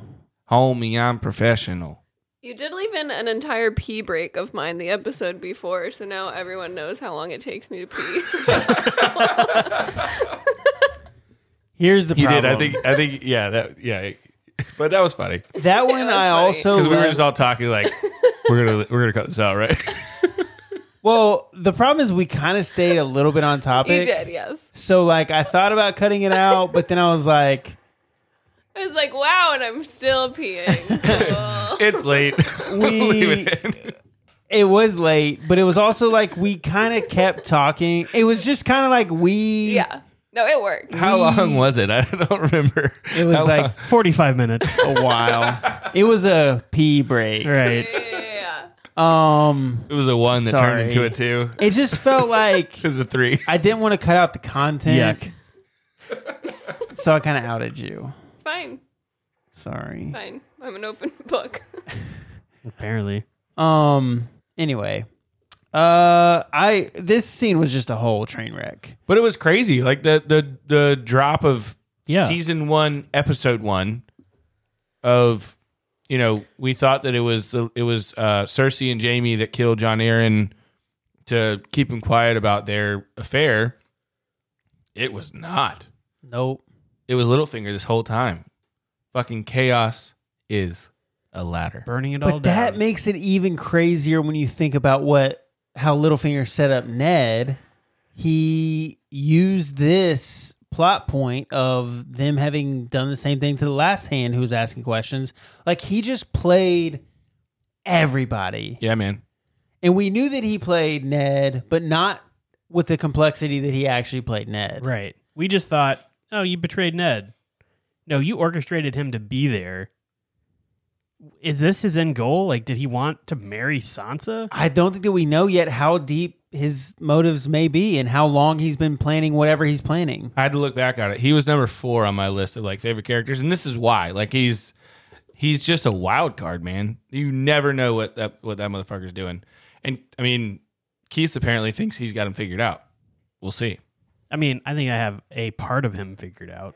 Homie, I'm professional.
You did leave in an entire pee break of mine the episode before, so now everyone knows how long it takes me to pee. So
Here's the
You
problem.
did. I think. I think. Yeah. That. Yeah. But that was funny
that one.
was
I
funny.
also
because we were
left-
just all talking like we're gonna we're gonna cut this out, right?
well, the problem is we kind of stayed a little bit on topic.
you did, yes.
So like, I thought about cutting it out, but then I was like,
I was like, wow, and I'm still peeing. Cool.
It's late. We'll leave it in.
it was late, but it was also like we kind of kept talking. It was just kind of like we.
yeah. No, it worked.
How long was it? I don't remember.
It was like
45 minutes.
a while. it was a pee break.
All right.
Yeah.
Um,
it was a one that
Sorry.
turned into a two.
it just felt like
It was a three.
I didn't want to cut out the content,
Yuck.
so I kind of outed you.
It's fine.
Sorry.
Fine. I'm an open book.
Apparently.
Um. Anyway, uh, I this scene was just a whole train wreck.
But it was crazy. Like the the the drop of
Yeah.
season one, episode one of you know, we thought that it was it was uh, Cersei and Jamie that killed John Aaron to keep him quiet about their affair. It was not.
Nope.
It was Littlefinger this whole time. Fucking chaos is a ladder.
Burning it all
But that
down.
makes it even crazier when you think about what how Littlefinger set up Ned. He used this plot point of them having done the same thing to the last hand who was asking questions. Like he just played everybody.
Yeah, man.
And we knew that he played Ned, but not with the complexity that he actually played Ned.
Right. We just thought, oh, you betrayed Ned. No, you orchestrated him to be there. Is this his end goal? Like, did he want to marry Sansa?
I don't think that we know yet how deep his motives may be and how long he's been planning whatever he's planning.
I had to look back on it. He was number four on my list of like favorite characters, and this is why. Like he's he's just a wild card, man. You never know what that what that motherfucker's doing. And I mean, Keith apparently thinks he's got him figured out. We'll see.
I mean, I think I have a part of him figured out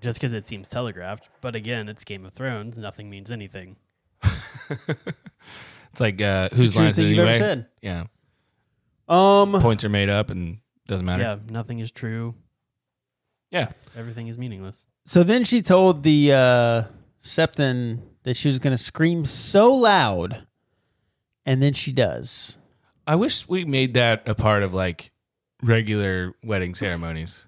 just because it seems telegraphed. But again, it's Game of Thrones. Nothing means anything.
It's like uh,
the
whose
truest
lines
thing
it
you've ever
anyway?
said.
Yeah,
Um,
points are made up and doesn't matter.
Yeah, nothing is true.
yeah.
Everything is meaningless.
so then she told the uh, Septon that she was going to scream so loud, and then she does.
I wish we made that a part of like regular wedding ceremonies.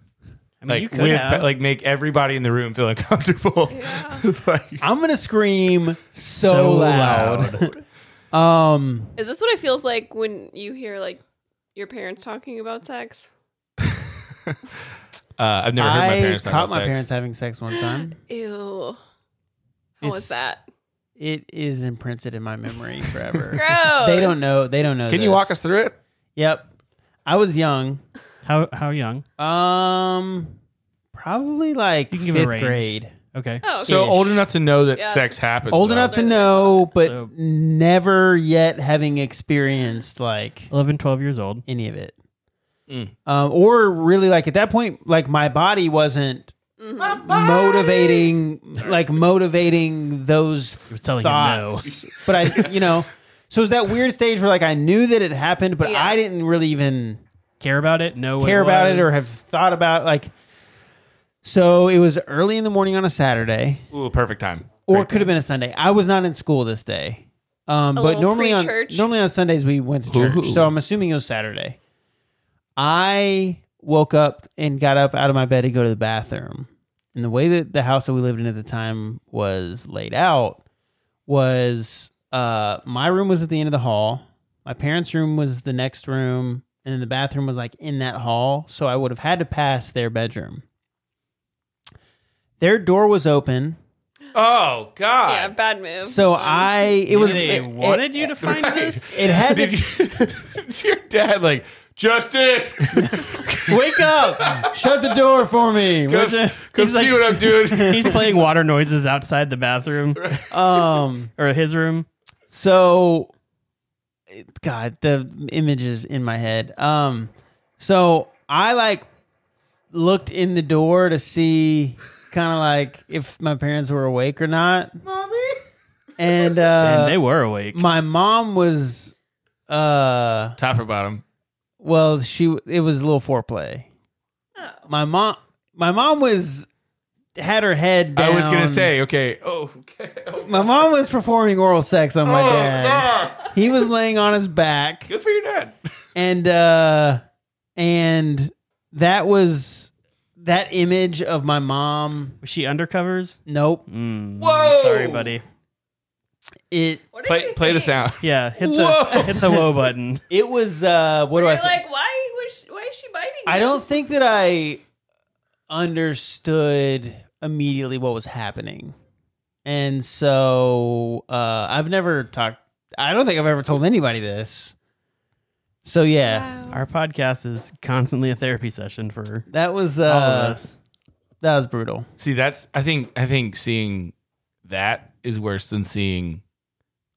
I mean,
Like,
you could
with-
have.
like make everybody in the room feel uncomfortable.
Yeah.
like,
I'm going to scream so,
So
loud. um,
Is this what it feels like when you hear like your parents talking about sex?
uh, I've never heard my
I
parents talk
caught
about
my
sex.
parents having sex one time.
Ew. How
It's-
was that?
It is imprinted in my memory forever.
Gross.
They don't know. They don't know.
Can you walk
this.
us through it?
Yep. I was young.
how how young?
Um, probably like
You can give it a
fifth
range.
grade.
Okay.
Oh, okay.
So old enough to know that
Yeah,
sex
it's-
happens.
Old
though.
enough to
older.
know, but
So-
never yet having experienced like
11, 12 years old.
any of it.
Mm.
Um, or really like at that point, like my body wasn't motivating, like motivating those
was telling him no.
thoughts. but I, you know, so it was that weird stage where like I knew that it happened, but
Yeah.
I didn't really even
Care about it? No.
care about it or have thought about like. So it was early in the morning on a Saturday,
Ooh, perfect time.
or
Great
it could have
time.
been a Sunday. I was not in school this day, um,
A
but
little
normally on
pre-church.
normally on Sundays we went to church.
Ooh.
So I'm assuming it was Saturday. I woke up and got up out of my bed to go to the bathroom, and the way that the house that we lived in at the time was laid out was uh, my room was at the end of the hall, my parents' room was the next room, and then the bathroom was like in that hall. So I would have had to pass their bedroom. Their door was open.
Oh God.
Yeah, bad move. Um,
So I, it was.
they
it,
wanted
it,
you to find this.
It had
Did
to
you? Is your dad like Justin?
wake up. Shut the door for me.
Come,
Would ya?
come
He's
see
like-
what I'm doing.
He's playing water noises outside the bathroom
Um.
or his room.
So, it- God, the images in my head. Um. So I like looked in the door to see kind of like if my parents were awake or not. Mommy. And uh,
and they were awake.
my mom was. Uh.
Top or bottom?
Well, she. It was a little foreplay.
Oh.
my mom my mom was had her head down.
I was gonna say. Okay. Oh. Okay. Oh,
my mom was performing oral sex on my
oh,
dad.
God.
He was laying on his back
Good for your dad.
and uh and that was that image of my mom.
Was she undercovers?
Nope.
Mm,
Whoa!
Sorry, buddy.
It
What did
Play
you
play the
think?
sound.
Yeah, hit the
Whoa!
hit the whoa button.
it was uh what do
You're
I think?
like, why was she, why is she biting?
I
you?
don't think that I understood immediately what was happening. And so uh, I've never talked, I don't think I've ever told anybody this. So yeah,
Wow.
Our podcast is constantly a therapy session for
that was,
all of
uh,
us.
that was brutal.
See, that's I think I think seeing that is worse than seeing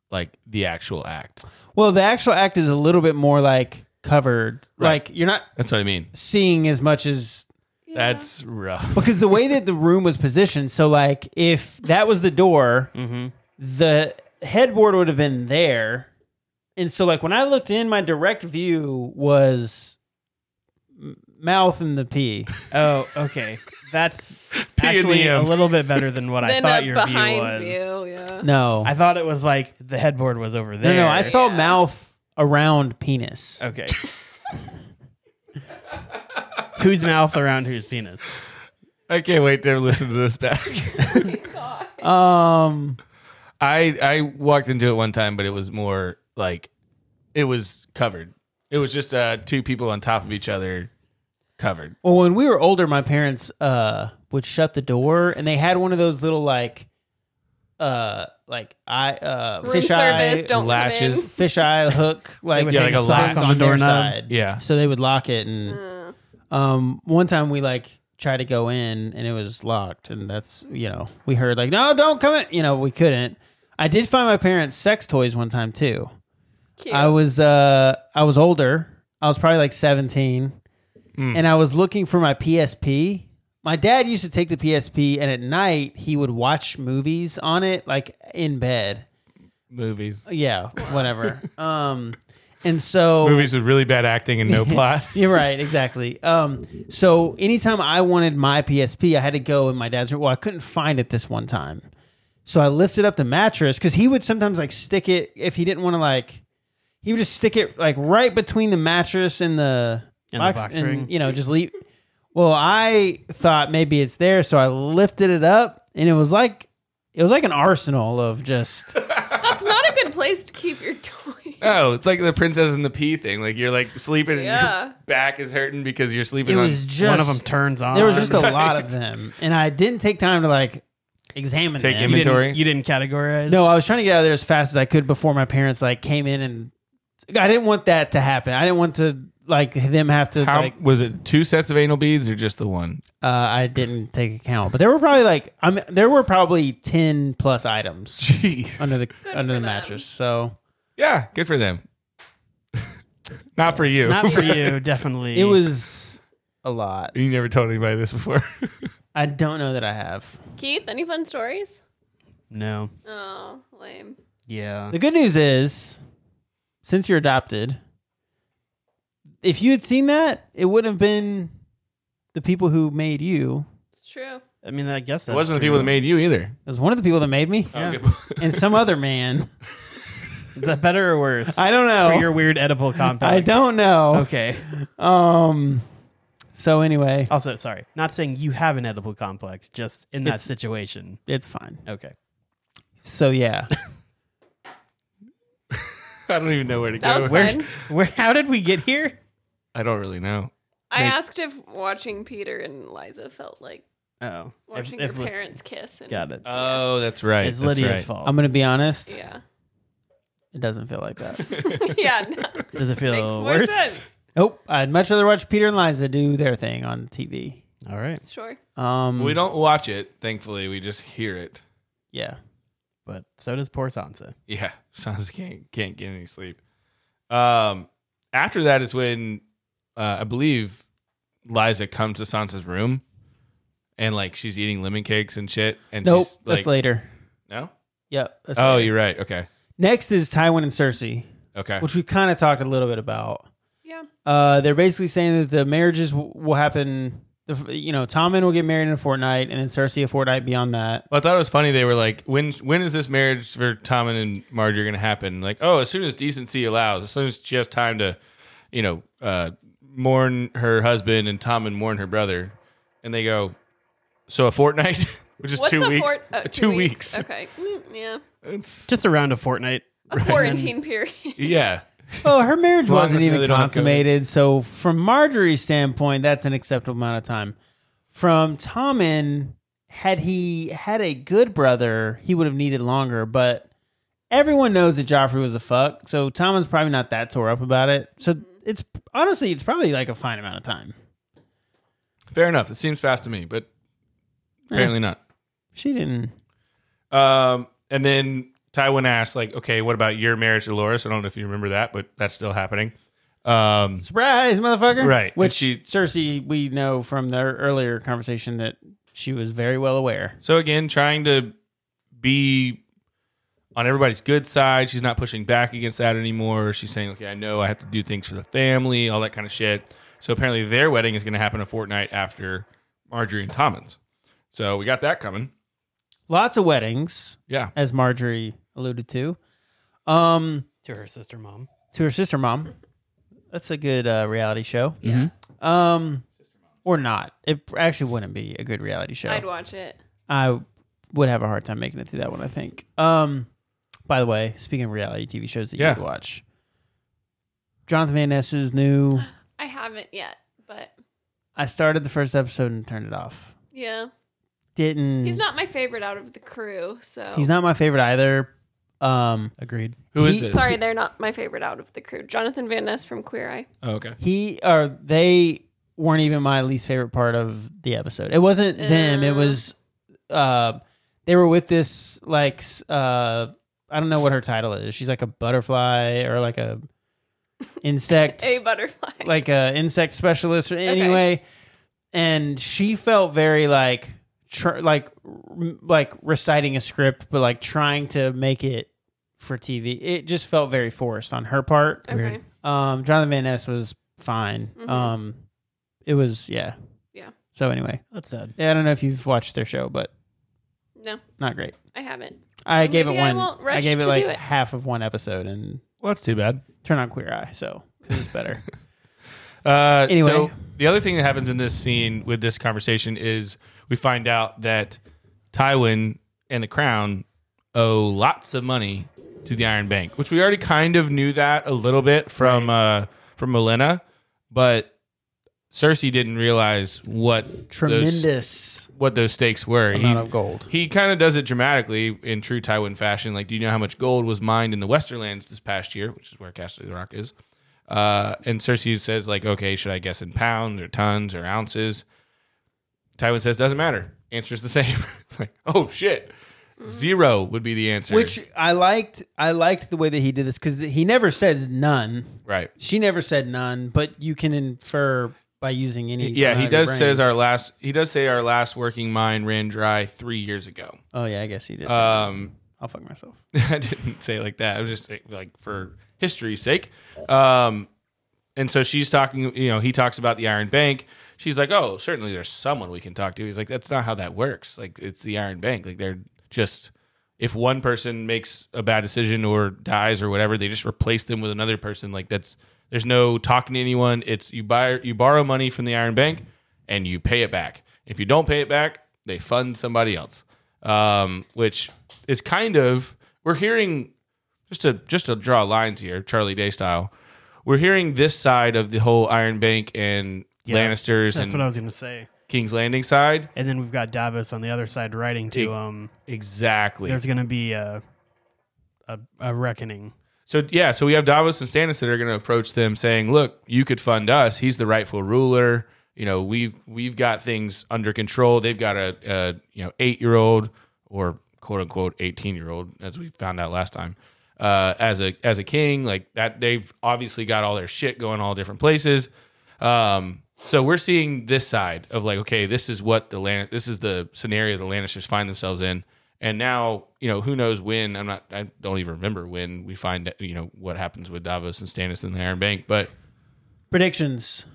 like the actual act.
Well, the actual act is a little bit more like covered.
Right.
Like you're not
That's what I mean.
seeing as much as
Yeah.
That's rough.
because the way that the room was positioned. So like if that was the door,
Mm-hmm.
the headboard would have been there. And so, like, when I looked in, my direct view was m- mouth and the pee.
Oh, okay. That's
P in the
actually a
M.
little bit better than what I
then
thought
a
your view was.
behind view. Yeah.
No.
I thought it was like the headboard was over
no,
there.
no. I saw
Yeah.
mouth around penis.
Okay. whose mouth around whose penis?
I can't wait to listen to this back.
God.
Um,
I I walked into it one time, but it was more like it was covered. It was just uh, two people on top of each other covered.
Well, when we were older, my parents uh would shut the door, and they had one of those little like, uh, like I uh
Room
fish
service,
eye
don't
latches.
come
fish eye hook like
would
Yeah, hang like a a sock
lock
lock on
on,
on the
their
their doorknob.
side.
side.
Yeah.
So they would lock it,
in.
and
Uh,
um, one time we like tried to go in, and it was locked, and that's you know we heard like no, don't come in, you know we couldn't. I did find my parents' sex toys one time too.
cute.
I was uh I was older. I was probably like 17
Mm.
and I was looking for my PSP. My dad used to take the PSP and at night he would watch movies on it like in bed.
Movies.
Yeah, whatever. um and so
Movies with really bad acting and no plot.
You're right, exactly. Um so anytime I wanted my PSP, I had to go in my dad's room. Well, I couldn't find it this one time. So I lifted up the mattress cuz he would sometimes like stick it if he didn't want to like he would just stick it like right between the mattress and the
And the box spring.
you know, just leave. Well, I thought maybe it's there, so I lifted it up, and it was like it was like an arsenal of just
That's not a good place to keep your toy.
Oh, it's like the princess and the pea thing. Like you're like sleeping and
Yeah.
your back is hurting because you're sleeping
it
on
was just
One of them turns on.
Uh,
there was just a lot of them, and I didn't take time to like examine
Take
them.
you
inventory.
didn't, you didn't categorize.
No, I was trying to get out of there as fast as I could before my parents like came in, and I didn't want that to happen. I didn't want to like them have to
How
like
was it? Two sets of anal beads or just the one?
uh, I didn't take account, but there were probably like I mean there were probably ten plus items
Jeez.
under the under
for
the
them.
mattress. So
Yeah, good for them. Not for you.
not for you. Definitely.
it was a lot.
you never told anybody this before.
I don't know that I have.
Keith, any fun stories?
no.
Oh, lame.
Yeah.
The good news is, since you're adopted, if you had seen that, it would have been the people who made you.
It's true.
I mean, I guess
it
that's
wasn't the
true.
people that made you either.
It was one of the people that made me,
Oh.
Yeah.
and some other man.
Is that better or worse?
I don't
for
know.
your weird edible complex.
I don't know.
Okay.
Um. So anyway,
Also, sorry. Not saying you have an edible complex, just in that
It's-
situation.
it's fine.
Okay.
So yeah,
I don't even know where to
That
go.
was
Where,
fun.
where? How did we get here?
I don't really know.
I
Like-
asked if watching Peter and Liza felt like
Oh,
watching
if- if
your
lis-
parents kiss. And,
Got it.
Oh, that's right.
it's
that's
Lydia's
right.
fault.
I'm gonna be honest.
Yeah.
It doesn't feel like that.
yeah. No,
Does it feel
makes more
worse?
sense.
nope. I'd much rather watch Peter and Liza do their thing on TV.
All right,
Sure.
Um.
We don't watch it, thankfully. We just hear it.
Yeah.
but so does poor Sansa.
Yeah, sounds can't can't get any sleep. Um, after that is when uh, I believe Liza comes to Sansa's room, and like she's eating lemon cakes and shit. And
Nope.
she's
That's
like,
later.
no.
Yep. that's
Oh,
later.
you're right. Okay,
Next is Tywin and Cersei,
okay.
which we kind of talked a little bit about.
Yeah.
Uh, they're basically saying that the marriages w- will happen. The, f- you know, Tommen will get married in a fortnight, and then Cersei a fortnight beyond that.
Well, I thought it was funny. They were like, "When when is this marriage for Tommen and Marjorie going to happen?" Like, "Oh, as soon as decency allows, as soon as she has time to, you know, uh, mourn her husband and Tommen mourn her brother." And they go, "So a fortnight, which is
What's
two
a
weeks,
fort? uh,
Uh, two, weeks."
Okay. Mm, yeah.
It's-
Just around a fortnight.
A quarantine period.
yeah,
Well, Oh, her marriage
Well,
wasn't
that's
even
really don't have
consummated, so from Marjorie's standpoint, that's an acceptable amount of time. From Tommen, had he had a good brother, he would have needed longer, but everyone knows that Joffrey was a fuck, so Tommen's probably not that tore up about it. So it's honestly, it's probably like a fine amount of time.
fair enough. It seems fast to me, but apparently not.
She didn't.
Um, and then Tywin asked, like, "Okay, what about your marriage to Loras?" I don't know if you remember that, but that's still happening. Um,
Surprise, motherfucker.
Right, and
Which
she-
Cersei, we know from the earlier conversation that she was very well aware.
So again, trying to be on everybody's good side. She's not pushing back against that anymore. She's saying, "Okay, I know I have to do things for the family, all that kind of shit." So apparently, their wedding is going to happen a fortnight after Marjorie and Tommen's. So we got that coming.
Lots of weddings.
Yeah,
as Marjorie alluded to, um,
To her sister, mom.
to her sister mom. That's a good uh, reality show.
Yeah.
Mm-hmm.
Um, or not. It actually wouldn't be a good reality show.
I'd watch it.
I would have a hard time making it through that one, I think. Um, by the way, speaking of reality TV shows that
Yeah.
you could watch, Jonathan Van Ness's new
I haven't yet, but
I started the first episode and turned it off.
Yeah.
Didn't
He's not my favorite out of the crew, so
Mm. He's not my favorite either. Um,
Agreed.
Who is
He-
this?
sorry, they're not my favorite out of the crew. Jonathan Van Ness from Queer Eye.
Oh, okay.
he or they weren't even my least favorite part of the episode. It wasn't them. It
Uh.
was uh, they were with this like s- uh, I don't know what her title is. She's like a butterfly or like a insect,
A butterfly.
like a insect specialist. or- Anyway, and she felt very like tr- like r- like reciting a script, but like trying to make it for TV. It just felt very forced on her part.
okay.
Weird.
Um, Jonathan Van Ness was fine.
Mhm.
Um, it was yeah,
Yeah.
So anyway,
That's sad.
yeah, I don't know if you've watched their show, but
No,
not great.
I haven't.
I
Well,
gave it
maybe I
one.
won't rush
gave it
to
like
do it.
half of one episode and
Well, that's too bad.
turn on Queer Eye, so 'cause it's better.
Uh,
Anyway.
So the other thing that happens in this scene with this conversation is we find out that Tywin and the crown owe lots of money to the Iron Bank, which we already kind of knew that a little bit from uh, from Melina, but Cersei didn't realize what those-
Tremendous
what those stakes were.
amount
He,
of gold.
he kind of does it dramatically in true Tywin fashion. Like, do you know how much gold was mined in the Westerlands this past year, which is where Castle of the Rock is? Uh, and Cersei says, like, okay, should I guess in pounds or tons or ounces? Tywin says, doesn't matter. Answer's the same. like, oh shit, zero would be the answer.
Which I liked. I liked the way that he did this because he never says none.
right?
She never said none, but you can infer by using any.
Yeah, he
amount of your
does
brain.
says our last. He does say our last working mine ran dry three years ago.
oh yeah, I guess he did. say that.
Um,
I'll fuck myself.
I didn't say it like that. I was just like- like for history's sake. Um, and so she's talking, you know, he talks about the Iron Bank. She's like, oh, certainly there's someone we can talk to. He's like, that's not how that works. Like, it's the Iron Bank. Like, they're just, if one person makes a bad decision or dies or whatever, they just replace them with another person. Like, that's, there's no talking to anyone. It's you buy, you borrow money from the Iron Bank and you pay it back. If you don't pay it back, they fund somebody else. Um, which is kind of, we're hearing just to just to draw lines here, Charlie Day style. We're hearing this side of the whole Iron Bank and
Yeah,
Lannisters
That's
and
what I was going to say.
King's Landing side.
And then we've got Davos on the other side writing
It-
to um
Exactly.
there's going to be a, a a reckoning.
so yeah, so we have Davos and Stannis that are going to approach them saying, "Look, you could fund us. He's the rightful ruler. You know, we've we've got things under control. They've got a, a you know eight year old or quote unquote eighteen year old, as we found out last time, uh, as a as a king like that. They've obviously got all their shit going all different places. Um, so we're seeing this side of like, okay, this is what the Lan- this is the scenario the Lannisters find themselves in, and now you know who knows when. I'm not, I don't even remember when we find you know what happens with Davos and Stannis and the Iron Bank, but
Predictions.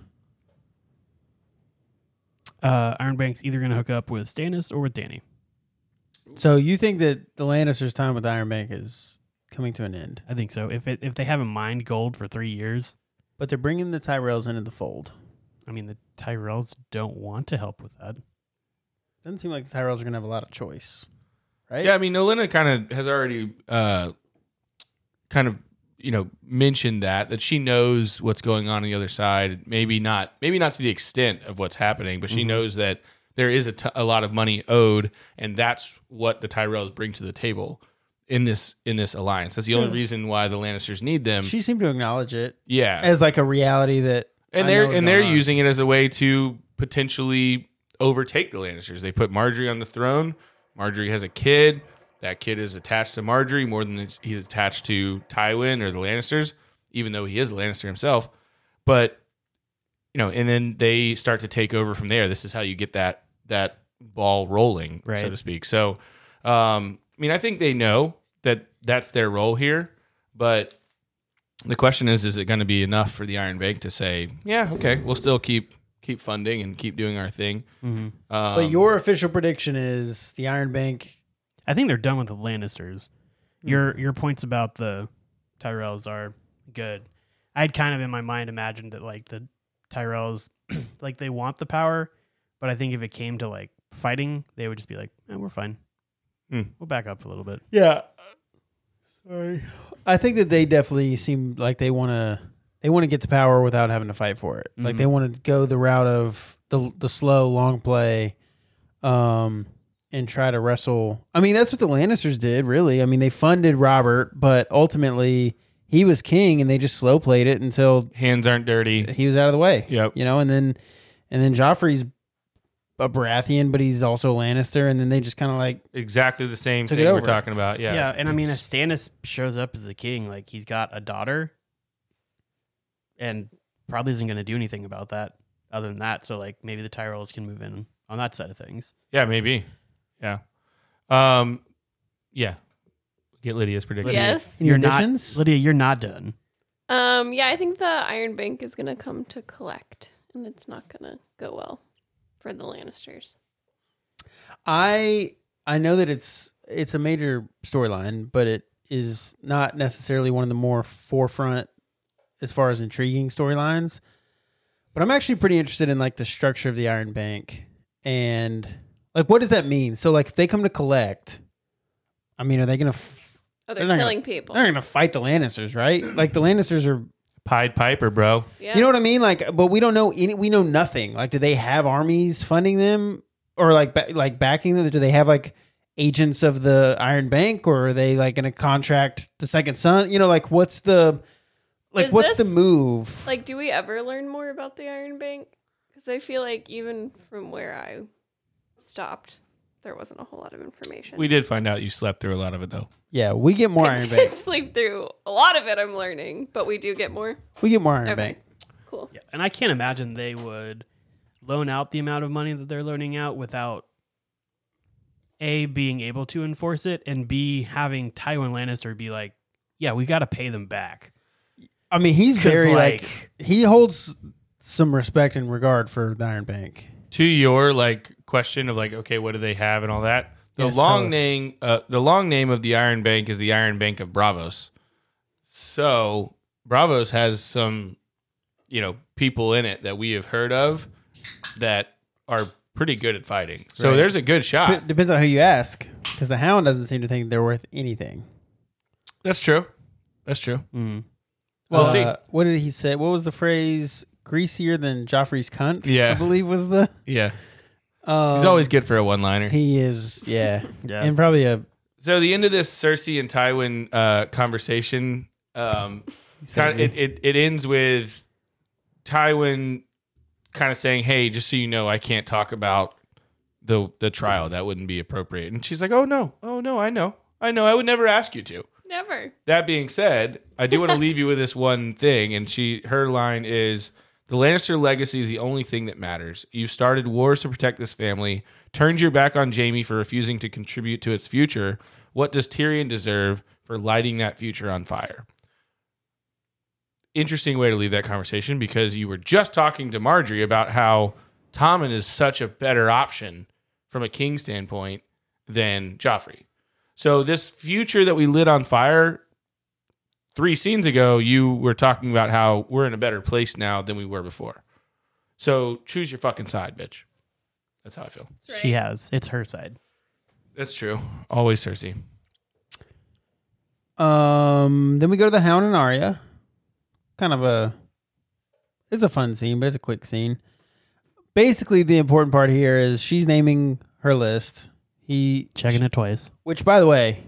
Uh Iron Bank's either going to hook up with Stannis or with Danny.
So you think that the Lannisters' time with Iron Bank is coming to an end,
I think so. If it, if they haven't mined gold for 3 years,
but they're bringing the Tyrells into the fold.
I mean the Tyrells don't want to help with that.
Doesn't seem like the Tyrells are gonna have a lot of choice, right?
yeah, I mean, Olena kind of has already uh, kind of you know mentioned that that she knows what's going on on the other side. Maybe not, maybe not to the extent of what's happening, but she
Mm-hmm.
knows that there is a, t- a lot of money owed, and that's what the Tyrells bring to the table in this in this alliance. That's the only reason why the Lannisters need them.
She seemed to acknowledge it
yeah,
as like a reality that
and
I know
they're
what's
and they're
going on.
using it as a way to potentially overtake the Lannisters. They put Marjorie on the throne. Marjorie has a kid. That kid is attached to Marjorie more than it's- he's attached to Tywin or the Lannisters, even though he is a Lannister himself. But you know, and then they start to take over from there. This is how you get that that ball rolling, so
Right.
to speak. So, um, I mean, I think they know that that's their role here, but the question is, is it going to be enough for the Iron Bank to say, yeah, okay, we'll still keep keep funding and keep doing our thing?
Mhm.
Um,
But your official prediction is the Iron Bank.
I think they're done with the Lannisters. Your your points about the Tyrells are good. I had kind of in my mind imagined that like the Tyrells, like they want the power, but I think if it came to like fighting, they would just be like, eh, "We're fine.
Hmm.
We'll back up a little bit."
Yeah. Sorry. I think that they definitely seem like they want to. They want to get the power without having to fight for it. Like
Mhm.
they want to go the route of the the slow long play, um, and try to wrestle. I mean, that's what the Lannisters did, really. I mean, they funded Robert, but ultimately he was king, and they just slow played it until
Hands aren't dirty.
he was out of the way.
Yep.
You know, and then and then Joffrey's a Baratheon, but he's also a Lannister, and then they just kind of like
Exactly the same
Took it
thing we're
over.
talking about.
Yeah.
Yeah.
and I mean, if Stannis shows up as the king, like he's got a daughter, and probably isn't going to do anything about that other than that. So like maybe the Tyrells can move in on that side of things.
Yeah, maybe. Yeah. Um yeah. Get Lydia's prediction.
Yes.
Any
you're not
additions?
Lydia. You're not done.
Um. Yeah, I think the Iron Bank is gonna come to collect, and it's not gonna go well for the Lannisters.
I I know that it's it's a major storyline, but it is not necessarily one of the more forefront as far as intriguing storylines. But I'm actually pretty interested in like the structure of the Iron Bank and like what does that mean? So like if they come to collect, I mean, are they gonna f-
Oh, they're,
They're not gonna-
killing people.
they're gonna fight the Lannisters, right? Like the Lannisters are
Pied Piper, bro.
Yeah.
you know what I mean? Like, but we don't know any. We know nothing. Like, do they have armies funding them, or like ba- like backing them? Do they have like agents of the Iron Bank, or are they like going to contract the Second Son? You know, like what's the like
Is
what's
this-
the move?
Like, do we ever learn more about the Iron Bank? Because I feel like even from where I stopped, there wasn't a whole lot of information.
We did find out you slept through a lot of it though.
yeah, we get more
I
Iron
did
Bank.
sleep through a lot of it. I'm learning, but we do get more.
We get more Iron
Okay.
Bank.
Cool.
Yeah, and I can't imagine they would loan out the amount of money that they're loaning out without a being able to enforce it and b having Tywin Lannister be like, yeah, we got to pay them back.
I mean, he's
'Cause,
very like,
like-
he holds some respect and regard for the Iron Bank.
To your like question of like, okay, what do they have and all that? The
Yes, tell
long
us.
name uh, the long name of the Iron Bank is the Iron Bank of Bravos. So Bravos has some, you know, people in it that we have heard of that are pretty good at fighting. So
Right.
there's a good
Ah.
shot.
Dep- depends on who you ask, because the Hound doesn't seem to think they're worth anything.
That's true. That's true.
Mm.
We'll
Uh,
see.
What did he say? What was the phrase? Greasier than Joffrey's cunt.
Yeah.
I believe was the.
Yeah.
Um,
He's always good for a one liner.
He is. Yeah.
Yeah,
and probably a.
So the end of this Cersei and Tywin uh, conversation, um, kind of, it, it, it ends with Tywin kind of saying, "Hey, just so you know, I can't talk about the the trial. That wouldn't be appropriate." And she's like, "Oh no, oh no, I know, I know. I would never ask you to."
Never.
That being said, I do want to leave you with this one thing, and she her line is the Lannister legacy is the only thing that matters. You started wars to protect this family, turned your back on Jamie for refusing to contribute to its future. What does Tyrion deserve for lighting that future on fire? Interesting way to leave that conversation because you were just talking to Marjorie about how Tommen is such a better option from a king standpoint than Joffrey. So this future that we lit on fire three scenes ago, you were talking about how we're in a better place now than we were before. So choose your fucking side, bitch. That's how I feel.
That's right.
she has. It's her side.
That's true. Always Cersei.
Um. Then we go to the Hound and Arya. Kind of a. It's a fun scene, but it's a quick scene. Basically, the important part here is she's naming her list. He,
Checking it twice.
which by the way,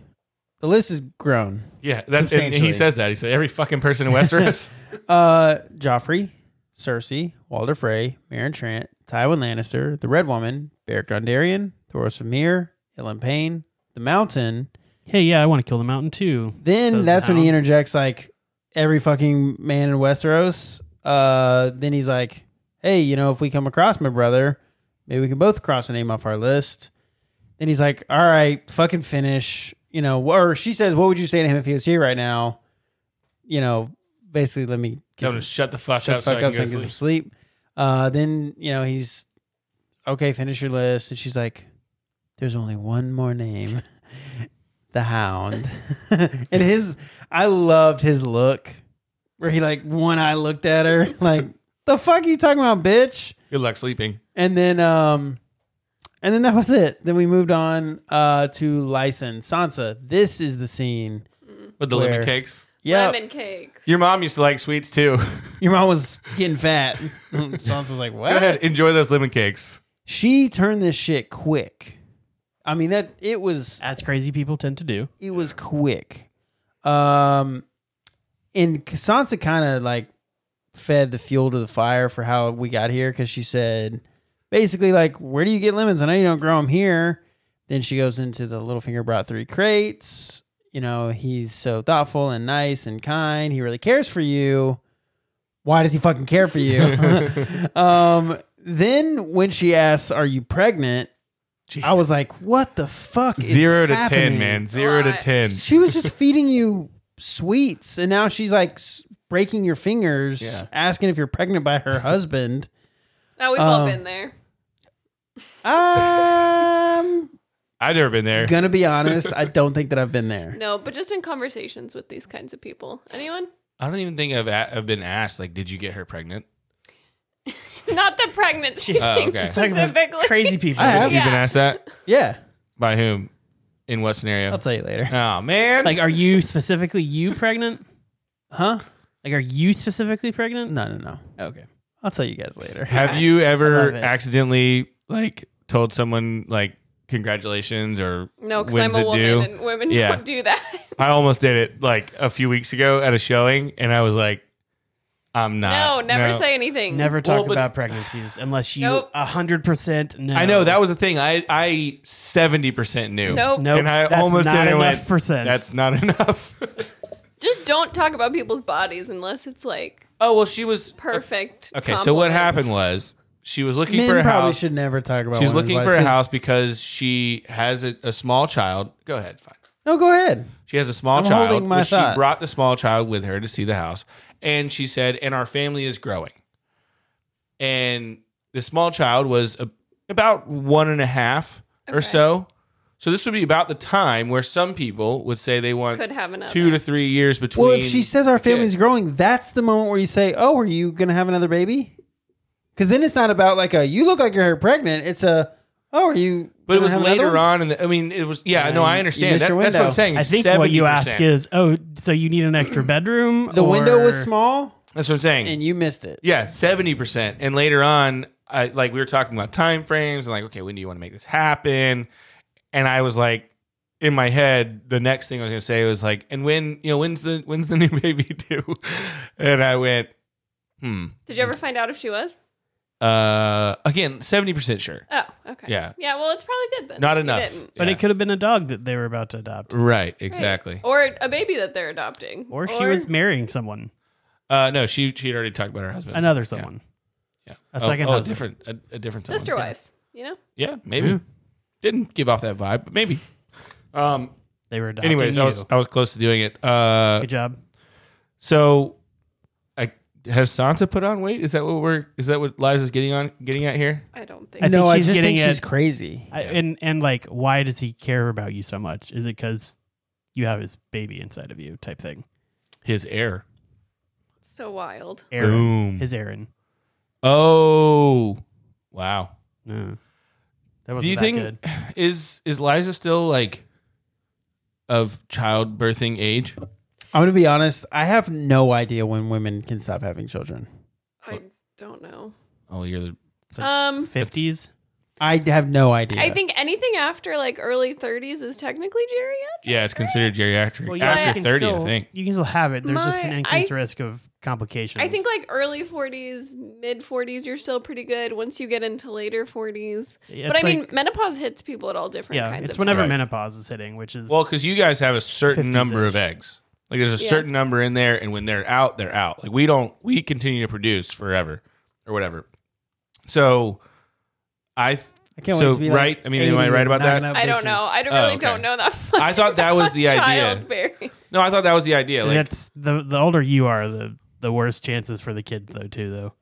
the list is grown.
Yeah, that, and he
Substantially.
says that. He said every fucking person in Westeros.
Uh, Joffrey, Cersei, Walder Frey, Meryn Trant, Tywin Lannister, the Red Woman, Beric Dondarrion, Thoros of Myr, Ellen Payne, the Mountain.
Hey, yeah, I want to kill the mountain too.
Then
Says the
that's when he
Hound.
interjects like every fucking man in Westeros. Uh, then he's like, "Hey, you know, if we come across my brother, maybe we can both cross a name off our list." Then he's like, "All right, fucking finish." You know, or she says, "What would you say to him if he was here right now?" You know, basically, let me
Tell
get
him
some
to shut the fuck
shut
up.
the fuck
so
up
I
so
can
I can
go
get
to
some
sleep.
sleep. Uh, then you know he's okay. Finish your list, and she's like, "There's only one more name, the Hound." and his, I loved his look, where he like one eye looked at her like, "The fuck you talking about, bitch?"
Good luck sleeping.
And then, um, and then that was it. Then we moved on uh to Lyson Sansa. This is the scene
With the
Where-
lemon cakes.
Yeah.
lemon cakes.
Your mom used to like sweets too.
Your mom was getting fat.
Sans was like,
Go
what?
ahead, enjoy those lemon cakes.
she turned this shit quick. I mean that it was
As crazy people tend to do.
it was quick. Um and Sansa kind of like fed the fuel to the fire for how we got here cuz she said basically like where do you get lemons? I know you don't grow them here. Then she goes into the Littlefinger brought three crates. You know, he's so thoughtful and nice and kind. He really cares for you. Why does he fucking care for you? um then when she asks, "Are you pregnant?" I was like, "What the fuck?" is
Zero to
happening?"
ten, man. Zero to
What?
ten.
She was just feeding you sweets, and now she's like s- breaking your fingers,
Yeah.
asking if you're pregnant by her husband.
Now Oh, we've all
Um,
been there.
I'm
I've never been there.
gonna be honest. I don't think that I've been there.
No, but just in conversations with these kinds of people. Anyone?
I don't even think I've, a- I've been asked like, did you get her pregnant?
Not the pregnancy
Oh,
thing
okay.
Talking about
specifically.
Crazy people.
I
Have
have.
you been
Yeah.
asked that?
Yeah,
By whom? In what scenario?
I'll tell you later.
Oh man!
Like, are you specifically you pregnant?
Huh?
Like, are you specifically pregnant?
No, no, no.
Okay.
I'll tell you guys later.
have you
love
ever
it.
accidentally like told someone like congratulations or
No, because
when's
I'm a
it
woman
due?
and women
Yeah.
don't do that.
I almost did it like a few weeks ago at a showing, and I was like, I'm
no,
not.
never say anything.
Never talk
Well, but-
about pregnancies unless you
Nope.
a hundred percent know.
I know that was the thing. I I seventy percent knew.
Nope.
Nope,
and I
that's
almost
not
did it. I
enough
went,
percent.
That's not enough.
Just don't talk about people's bodies unless it's like
oh well, she was
perfect.
okay. So what
compliments.
happened was she was looking
Men
for a
probably
house.
should never talk about.
She's
women's
looking
bodies
for a
'cause-
house because she has a, a small child. Go ahead, fine.
No, go ahead.
She has a small
I'm
child.
holding my
which she
thought.
brought the small child with her to see the house. And she said, and our family is growing. And the small child was a, about one and a half or
Okay.
so. So this would be about the time where some people would say they want
Could have another.
two to three years between.
Well, if she says our family's growing, that's the moment where you say, "Oh, are you gonna have another baby?" Because then it's not about like a "you look like you're pregnant." It's a "oh, are you?"
but it
gonna
was
have
later
another one?"
on. And I mean, it was yeah. no, I understand.
missed
That,
your
that's what I'm
window.
saying.
I think what you ask
70%.
is, oh, so you need an extra bedroom?
The window was
or-
small,
that's what I'm saying.
and you missed it.
Yeah, seventy percent. And later on, I, like we were talking about time frames and like, okay, when do you want to make this happen? And I was like, in my head, the next thing I was gonna say was like, and when you know when's the when's the new baby due? And I went, hmm.
Did you ever find out if she was?
Uh, again, seventy percent sure.
Oh, okay.
Yeah.
Yeah. Well, it's probably good then.
Not
You
enough.
didn't.
But
Yeah.
it could have been a dog that they were about to adopt,
right exactly.
Or a baby that they're adopting.
or she was marrying someone,
Uh, no, she she had already talked about her husband.
another someone.
Yeah,
A second
Oh,
husband.
different, a, a different someone.
sister
Yeah.
wives. You know.
Yeah, maybe. Didn't give off that vibe, but maybe. Um.
They were adopting.
Anyways, I
you.
was I was close to doing it. Uh,
good job.
So, I has Sansa put on weight? Is that what we're? Is that what Liza's getting on? Getting at here?
I don't think.
I
no,
think
I
she's
just
getting
think
it-
she's crazy.
I, and and like, why does he care about you so much? Is it because you have his baby inside of you, type thing?
His heir.
it's so wild.
Aaron,
Boom.
his Aaron.
Oh, wow.
No. That wasn't
Do you
that
think
good.
is is Liza still like of childbirthing age?
I'm gonna be honest. I have no idea when women can stop having children.
I don't know.
Oh, you're the
But-
Um.
50s?
I have no idea.
I think anything after like early 30s is technically geriatric.
yeah. It's considered geriatric
Well, yeah, you
after
can
thirty.
still,
I think.
you can still have it. There's just an
My-
increased
I-
risk of complications.
I think like early 40s, mid 40s, you're still pretty good. Once you get into later 40s, but I
It's
mean,
like-
menopause hits people at all different
yeah,
kinds
it's
of
whenever
times.
times.
menopause is hitting, which is
Well, because you guys have a certain
50s
number of
ish.
eggs. Like there's a
Yeah.
certain number in there, and when they're out, they're out. Like we don't, we continue to produce forever or whatever. So I, th-
I can't
so,
wait to be like
right. I mean, am I
80
right about
knocking
that?
up
I don't
bitches.
know. I don't
Oh,
really
okay.
don't know that much.
I thought that was the
about
idea.
childbearing.
No, I thought that was the idea. Like,
that's the the older you are, the the worse chances for the kid though too though.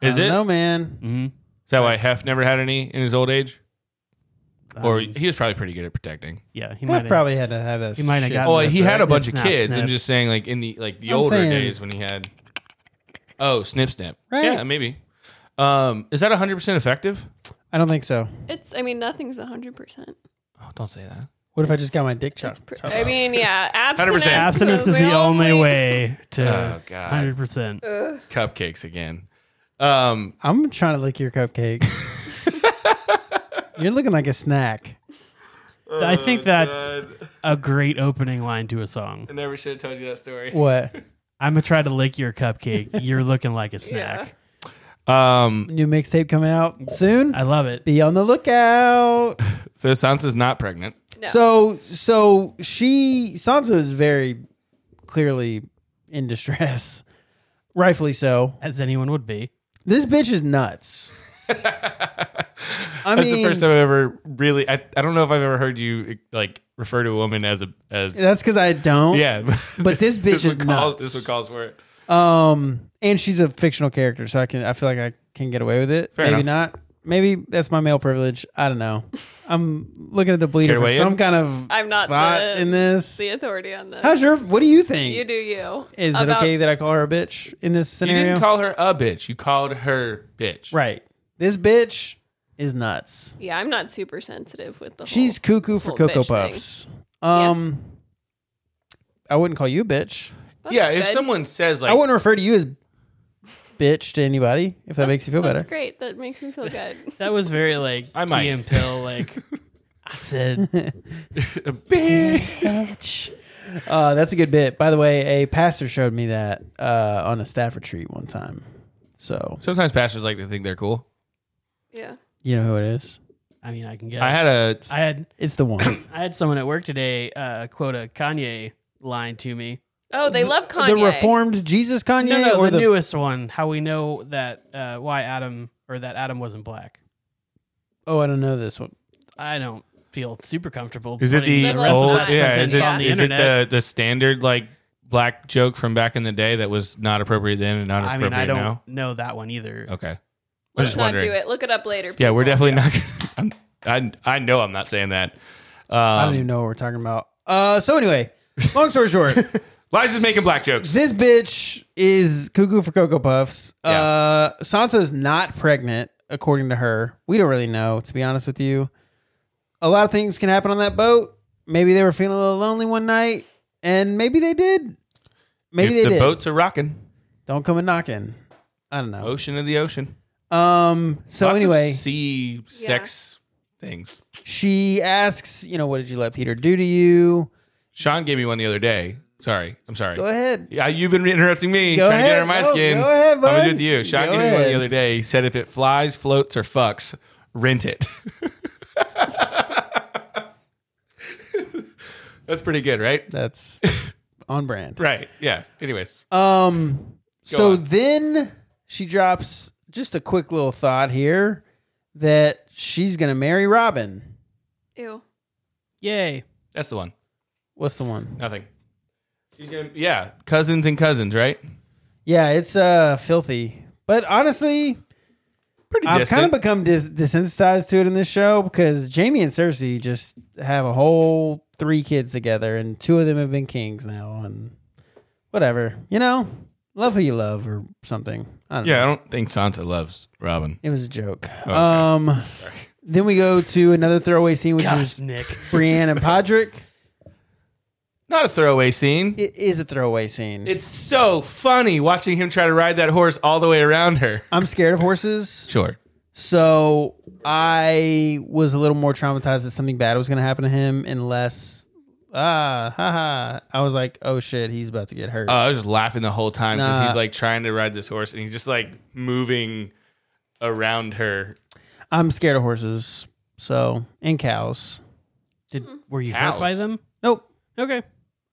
I
Is
don't
it?
No, man. Mm,
Mm-hmm.
is that why Hef never had any in his old age? or he was probably pretty good at protecting.
Um, yeah, he
He
might
probably had to have a.
He might have
shit
gotten
Oh,
snip,
he had a
snip,
bunch of
snap,
kids. I'm
snip.
just saying, like in the like the
I'm
older
saying-
days when he had. Oh, snip snap.
Right.
Yeah, maybe. Um, is that 100 percent effective?
I don't think so.
It's. I mean, nothing's hundred percent.
Oh, don't say that.
What if I just got my dick chopped?
Pr- I mean, yeah, abstinence.
100%.
Abstinence
was
is the only way to
Oh, God.
hundred percent.
Ugh.
Cupcakes again. Um,
I'm trying to lick your cupcake. You're looking like a snack.
I
oh,
think that's a great opening line to a song.
I never should have told you that story.
What?
I'm gonna try to lick your cupcake. You're looking like a snack.
Um,
New mixtape coming out soon.
I love it.
Be on the lookout.
so Sansa's not pregnant.
No.
So so she Sansa is very clearly in distress. Rightfully so.
As anyone would be.
This bitch is nuts. I
that's
mean,
the first time I've ever really. I, I don't know if I've ever heard you like refer to a woman as a as
that's because I don't.
yeah.
But this bitch is
would cause,
nuts.
This would cause for it.
Um, and she's a fictional character, so I can I feel like I can get away with it.
Fair
Maybe
enough.
not. Maybe that's my male privilege. I don't know. I'm looking at the bleeder
Care
for
to weigh
some
in?
kind of
I'm not
thought
the-
in this.
the authority on this.
How's your? What do you think?
you do you.
Is it
About-
okay that I call her a bitch in this
You
scenario?
didn't call her a bitch. You called her bitch.
right. This bitch is nuts.
Yeah, I'm not super sensitive with the.
She's
whole-
cuckoo for
whole
cocoa
Oh, bitch thing.
puffs. Um, I wouldn't call you a bitch.
That's
yeah. If
good.
someone says like
I wouldn't refer to you as bitch to anybody if that makes you feel
That's
better.
great. That makes me feel good.
That was very like
I might.
Key and pill. Like I said,
a bitch,
Uh, that's a good bit. By the way, a pastor showed me that uh, on a staff retreat one time. So
sometimes pastors like to think they're cool.
Yeah.
you know who it is.
I mean, I can guess.
I had a
I had
It's the one.
I had someone at work today uh, quote a Kanye line to me.
Oh, they love Kanye.
the reformed Jesus Kanye
No, no,
or
the
the,
newest one. How we know that uh, why Adam or that Adam wasn't black.
Oh, I don't know this one.
I don't feel super comfortable.
is it
putting
the
That was
of
old
that
yeah
sentence
is it,
on the
is it
internet?
the the standard like black joke from back in the day that was not appropriate then and not
I
appropriate
mean, I don't
now?
know that one either.
Okay, I was
Let's
just
not
wondering.
do it. Look it up later.
Yeah,
Oh,
we're
people.
definitely not. Gonna, I'm, I I know I'm not saying that. Um,
I don't even know what we're talking about. Uh, so anyway, long story short,
Liza's making black jokes.
this bitch is cuckoo for cocoa puffs. Uh, Sansa is not pregnant, according to her. We don't really know, to be honest with you. A lot of things can happen on that boat. Maybe they were feeling a little lonely one night, and maybe they did. Maybe
if
they
the
did.
boats are rocking,
Don't come and knocking. I don't know.
ocean of the ocean.
Um. So
Lots of
anyway,
sea sex things.
she asks, you know, what did you let Peter do to you?
Sean gave me one the other day. Sorry, I'm sorry.
Go ahead.
Yeah, you've been interrupting me,
Go
trying to get
ahead.
under my
Go-
skin.
go ahead,
I'm gonna
bud.
do it to you. Sean
Go
gave me one the
ahead.
other day. He said if it flies, floats, or fucks, rent it. That's pretty good, right?
That's on brand.
Right. Yeah. Anyways,
Um. so
on.
then she drops just a quick little thought here that she's gonna marry Robin.
Ew.
Yay!
that's the one.
What's the one?
Nothing. She's gonna, yeah, cousins and cousins, right?
Yeah, it's uh filthy. But honestly,
Pretty
I've kind of
distant.
become dis- desensitized to it in this show because Jamie and Cersei just have a whole three kids together, and two of them have been kings now, and whatever. You know, love who you love or something. I don't know.
yeah, I don't think Sansa loves Robin.
It was a joke.
Okay.
Um, then we go to another throwaway scene, which
Gosh,
is
Nick.
Brienne and Podrick.
Not a throwaway scene.
It is a throwaway scene.
It's so funny watching him try to ride that horse all the way around her.
I'm scared of horses,
Sure.
so I was a little more traumatized that something bad was going to happen to him, unless ah haha. I was like, oh shit, he's about to get hurt.
Oh, I was just laughing the whole time because
Nah.
he's like trying to ride this horse and he's just like moving around her.
I'm scared of horses, so and cows.
Did were you hurt by
Cows.
them?
Nope,
Okay,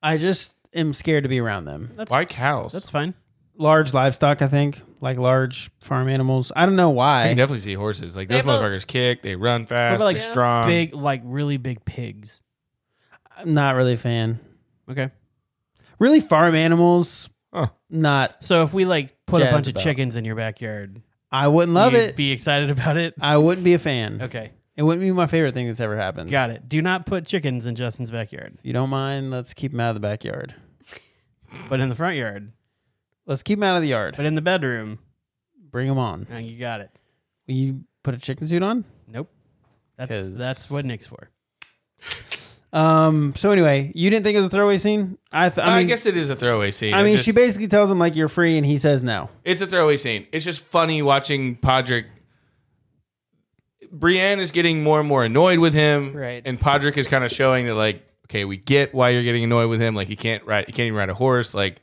I just am scared to be around them.
that's
Why cows?
that's fine.
Large livestock, I think, like large farm animals. I don't know why.
I can definitely see horses. Like
They
those
have a-
motherfuckers kick, they run fast,
about, like,
they're
Yeah.
strong.
big, like really big pigs.
I'm not really a fan.
Okay,
Really, farm animals.
Huh.
Not.
so if we like put a
Jazz
bunch of
about.
chickens in your backyard,
I wouldn't love
you'd
it.
Be excited about it.
I wouldn't be a fan.
Okay,
It wouldn't be my favorite thing that's ever
Mm.
happened.
got it. Do not put chickens in Justin's backyard,
If you don't mind, let's keep them out of the backyard.
but in the front yard,
Let's keep them out of the yard.
but in the bedroom.
Bring them on.
Now you got it.
Will you put a chicken suit on?
Nope. That's
'Cause-
that's what Nick's for.
Um. So anyway, you didn't think it was a throwaway scene? I. Th- I
I,
mean,
guess it is a throwaway scene.
I
It
mean,
just-
she basically tells him like you're free, and he says no.
It's a throwaway scene. It's just funny watching Podrick. Brienne is getting more and more annoyed with him,
Right.
And Podrick is kind of showing that, like, okay, we get why you're getting annoyed with him. Like, he can't ride, he can't even ride a horse. Like,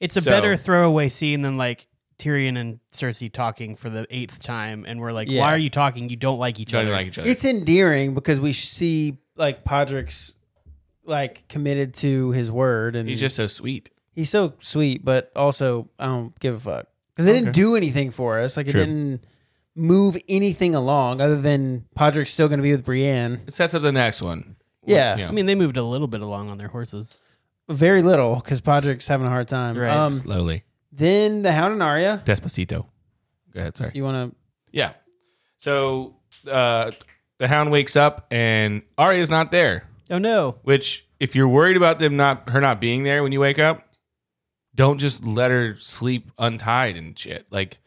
It's a
So-
better throwaway scene than like Tyrion and Cersei talking for the eighth time, and we're like,
Yeah.
"Why are you talking? You don't like each
don't
other."
like each other.
It's endearing because we see like Podrick's like committed to his word, and
He's just so sweet.
he's so sweet, but also I don't give a fuck because they didn't
Okay.
do anything for us. Like
True.
it didn't move anything along other than Podrick's still going to be with Brienne.
It sets up the next one.
Yeah,
Yeah.
I mean, they moved a little bit along on their horses.
very little because Podrick's having a hard time.
Right.
Um,
Slowly.
then the Hound and Arya.
Despacito. Go ahead. Sorry.
You want to?
Yeah. So uh, the hound wakes up and Arya's not there.
Oh no!
Which, if you're worried about them not her not being there when you wake up, don't just let her sleep untied and shit. Like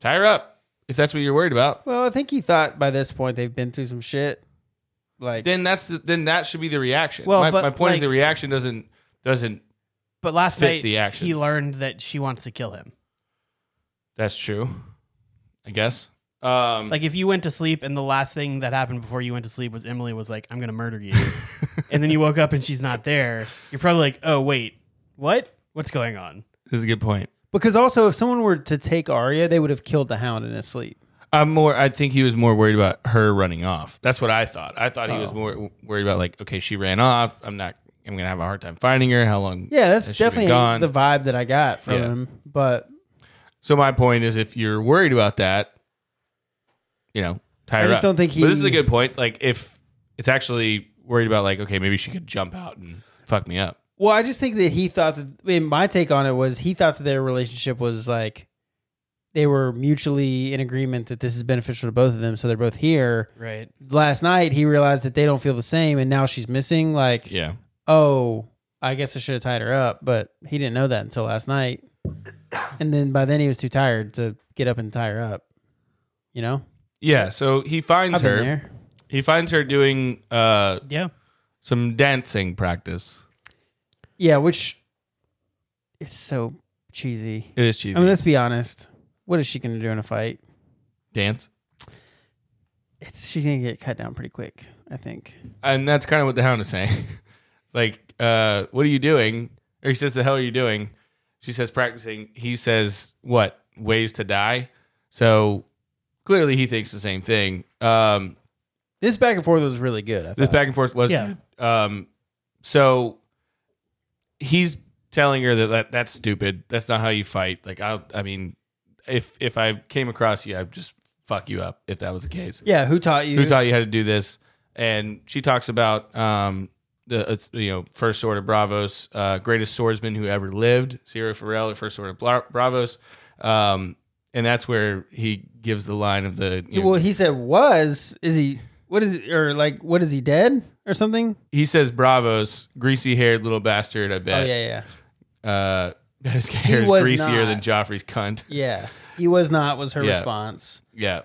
tie her up if that's what you're worried about.
Well, I think he thought by this point they've been through some shit. Like
Then that's the, then that should be the reaction.
Well,
my,
but,
my point
like-
is the reaction doesn't doesn't.
But last
Fit
night
the actions.
he learned that she wants to kill him.
That's true. I guess. Um,
Like if you went to sleep and the last thing that happened before you went to sleep was Emily was like, "I'm gonna murder you," and then you woke up and she's not there, you're probably like, "Oh wait, what? What's going on?"
this is a good point.
Because also, if someone were to take Arya, they would have killed the Hound in his sleep.
I'm more. I think he was more worried about her running off. That's what I thought. I thought he was more worried about like, okay, she ran off. I'm not. I'm gonna have a hard time finding her. How long?
Yeah, that's
has she been
definitely
gone?
the vibe that I got from
Yeah.
him. But
So my point is, if you're worried about that, you know, tie
I
her
just
up.
don't think
But this is
he-
a good point. Like, if it's actually worried about, like, okay, maybe she could jump out and fuck me up.
well, I just think that he thought that. I mean, my take on it was he thought that their relationship was like they were mutually in agreement that this is beneficial to both of them, so they're both here.
Right.
Last night, he realized that they don't feel the same, and now she's missing. Like,
Yeah.
oh, I guess I should have tied her up, but he didn't know that until last night. And then by then, he was too tired to get up and tie her up. You know,
Yeah. So he finds
I've been
her.
there.
He finds her doing uh
Yeah.
some dancing practice.
Yeah, which it's so cheesy.
It is cheesy.
I mean, let's be honest. What is she gonna do in a fight?
Dance.
It's she's gonna get cut down pretty quick, I think.
and that's kind of what the hound is saying. like, uh, what are you doing? Or he says, "The hell are you doing?" She says, "Practicing." He says, "What ways to die?" So clearly, he thinks the same thing. Um,
This back and forth was really good. I
this
thought.
back and forth was
Yeah.
good. Um, so he's telling her that, that that's stupid. That's not how you fight. Like, I, I mean, if if I came across you, I'd just fuck you up if that was the case
yeah, who taught you?
who taught you how to do this and she talks about um the uh, you know first sword of bravos uh greatest swordsman who ever lived Ciro Farrell the first sword of Bla- bravos um and that's where he gives the line of the you know,
well, he said was. Is he? What is? Or like, what is he dead or something?
he says bravos greasy haired little bastard i
Oh
bet
yeah, yeah,
uh that his hair
He
is
was
greasier
not.
than Joffrey's cunt
yeah. He was not. Was her
Yeah.
response?
yeah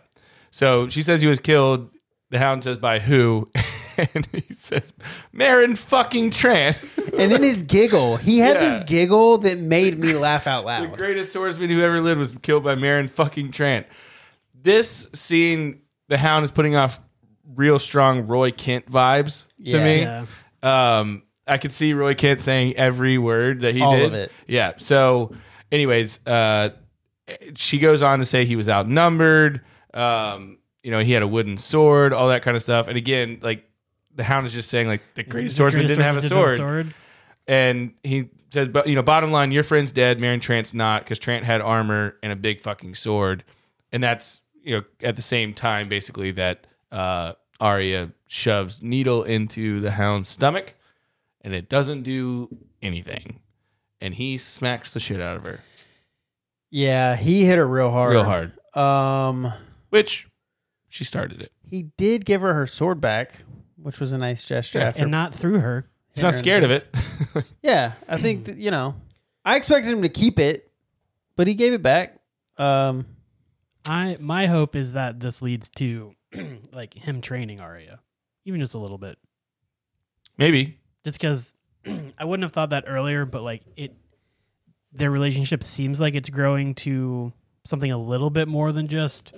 so she says he was killed the hound says by who and he says Marin fucking Tran
And then his giggle. He had
Yeah.
this giggle that made me laugh out
The
loud.
greatest swordsman who ever lived was killed by Marin fucking Trant. This scene, the Hound is putting off real strong Roy Kent vibes to
Yeah.
me.
Yeah.
Um, I could see Roy Kent saying every word that he
All
did.
of it.
Yeah. So, anyways, uh, she goes on to say he was outnumbered. Um, you know, he had a wooden sword, all that kind of stuff. And again, like the Hound is just saying, like the greatest swordsman
Greatest
didn't have a
swordsman didn't
sword and he says, but you know, bottom line, your friend's dead. Marion Trant's not because Trant had armor and a big fucking sword, and that's you know at the same time basically that uh, Arya shoves needle into the Hound's stomach, and it doesn't do anything, and he smacks the shit out of her
Yeah, he hit her real hard.
real hard,
Um,
which she started it.
he did give her her sword back, which was a nice gesture. after
and not through her.
She's not
Aaron
scared of it.
Yeah, I think that, you know, I expected him to keep it, but he gave it back. Um,
I my hope is that this leads to like him training Arya, even just a little bit.
Maybe.
just because I wouldn't have thought that earlier, but like it, their relationship seems like it's growing to something a little bit more than just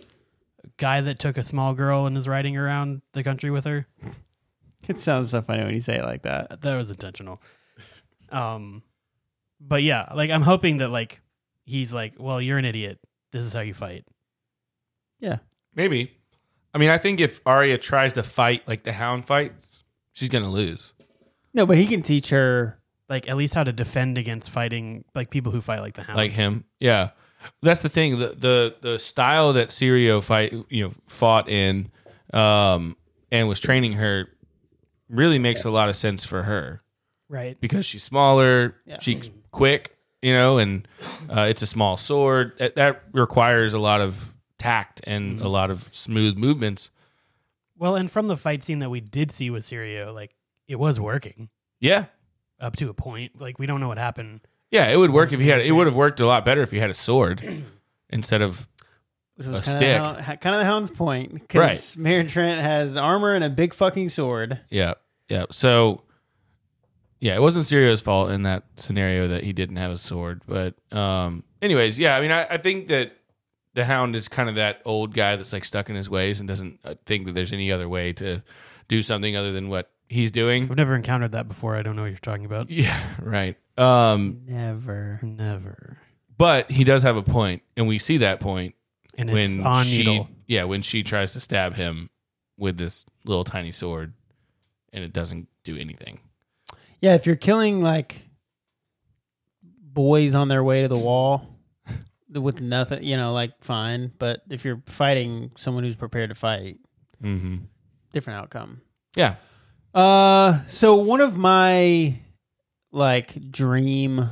a guy that took a small girl and is riding around the country with her.
It sounds so funny when you say it like that.
That was intentional. Um, but yeah, like I'm hoping that like he's like, well, you're an idiot. This is how you fight.
Maybe. I mean, I think if Arya tries to fight like the Hound fights, she's gonna lose.
No, but he can teach her.
Like at least how to defend against fighting like people who fight like the hound.
Like him, yeah. That's the thing. The the the style that Sirio fight, you know, fought in, um, and was training her, really makes a lot of sense for her.
right?
because she's smaller, she's quick, you know, and uh, it's a small sword. That, that requires a lot of tact and
Mm-hmm.
a lot of smooth movements.
Well, and from the fight scene that we did see with Sirio, like it was working.
Yeah,
up to a point. Like we don't know what happened.
yeah, it would work if
That's
he had. It
amazing.
would have worked a lot better if he had a sword instead of
Which
A
was kind
stick.
of kind of the hound's point, because Mary Trent has armor and a big fucking sword.
yeah, yeah. So yeah, it wasn't Sirio's fault in that scenario that he didn't have a sword. But um, anyways, yeah, I mean, I, I think that. The hound is kind of that old guy that's like stuck in his ways and doesn't uh, think that there's any other way to do something other than what he's doing.
I've never encountered that before. I don't know what you're talking about.
Yeah, right. Um,
Never.
Never.
but he does have a point, and we see that point
And it's
when
on
she,
needle.
yeah, when she tries to stab him with this little tiny sword, and it doesn't do anything.
Yeah, if you're killing like boys on their way to the wall with nothing, you know, like fine. But if you're fighting someone who's prepared to fight,
Mm-hmm.
different outcome.
Yeah.
Uh, so one of my like dream,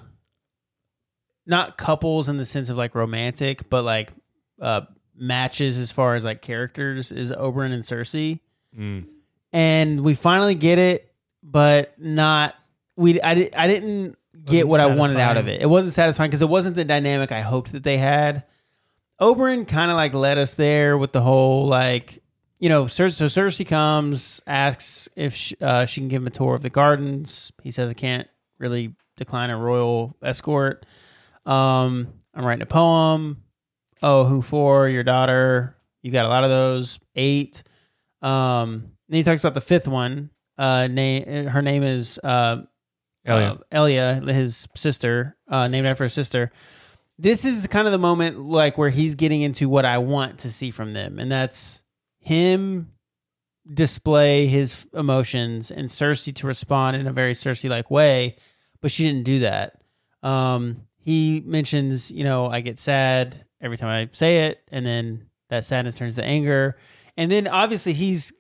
not couples in the sense of like romantic, but like uh matches as far as like characters is Oberon and Cersei,
Mm.
and we finally get it, but not we. I di- I didn't get
Wasn't
what I wanted out of
satisfying.
it. It wasn't satisfying because it wasn't the dynamic I hoped that they had. Oberon kind of like led us there with the whole like you know, Cer- so Cersei comes, asks if she, uh, she can give him a tour of the gardens. He says, I can't really decline a royal escort. Um, I'm writing a poem. Oh, who for? Your daughter. You got a lot of those. Eight. Um, then he talks about the fifth one. Uh, name, her name is uh,
Elia.
uh, Elia, his sister, uh, named after her sister. This is kind of the moment like where he's getting into what I want to see from them, and that's him display his f- emotions and Cersei to respond in a very Cersei like way, but she didn't do that. Um, he mentions, you know, I get sad every time I say it, and then that sadness turns to anger, and then obviously he's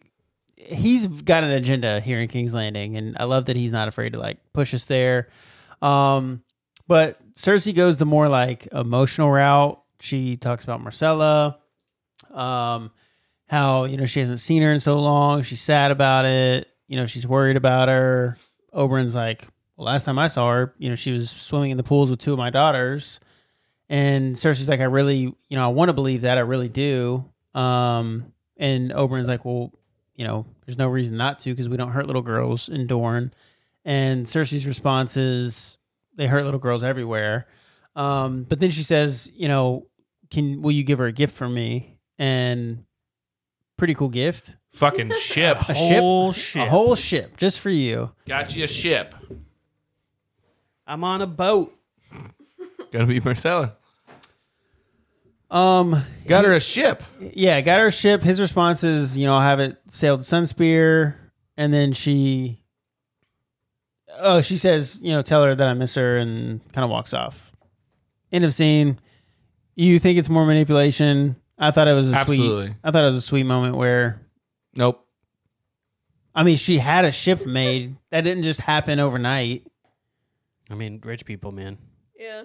he's got an agenda here in King's Landing, and I love that he's not afraid to like push us there. Um, but Cersei goes the more like emotional route. She talks about Marcella, um, how you know she hasn't seen her in so long. She's sad about it. You know she's worried about her. Oberon's like, well, last time I saw her, you know she was swimming in the pools with two of my daughters. And Cersei's like, I really, you know, I want to believe that. I really do. Um, and Oberon's like, well, you know, there's no reason not to because we don't hurt little girls in Dorne. And Cersei's response is, they hurt little girls everywhere. Um, but then she says, you know, can will you give her a gift for me? And pretty cool gift,
Fucking ship.
a
Whole
ship,
ship.
a whole ship just for you.
Got you a ship.
I'm on a boat.
Gonna be Marcella.
Um,
Got her a ship.
yeah, got her ship. His response is, you know, I'll have it sailed to Sunspear, and then she, oh, she says, you know, tell her that I miss her, and kind of walks off. End of scene. You think it's more manipulation? I thought it was a
Absolutely.
sweet. I thought it was a sweet moment where,
Nope.
I mean, she had a ship made that didn't just happen overnight.
I mean, rich people, man.
Yeah.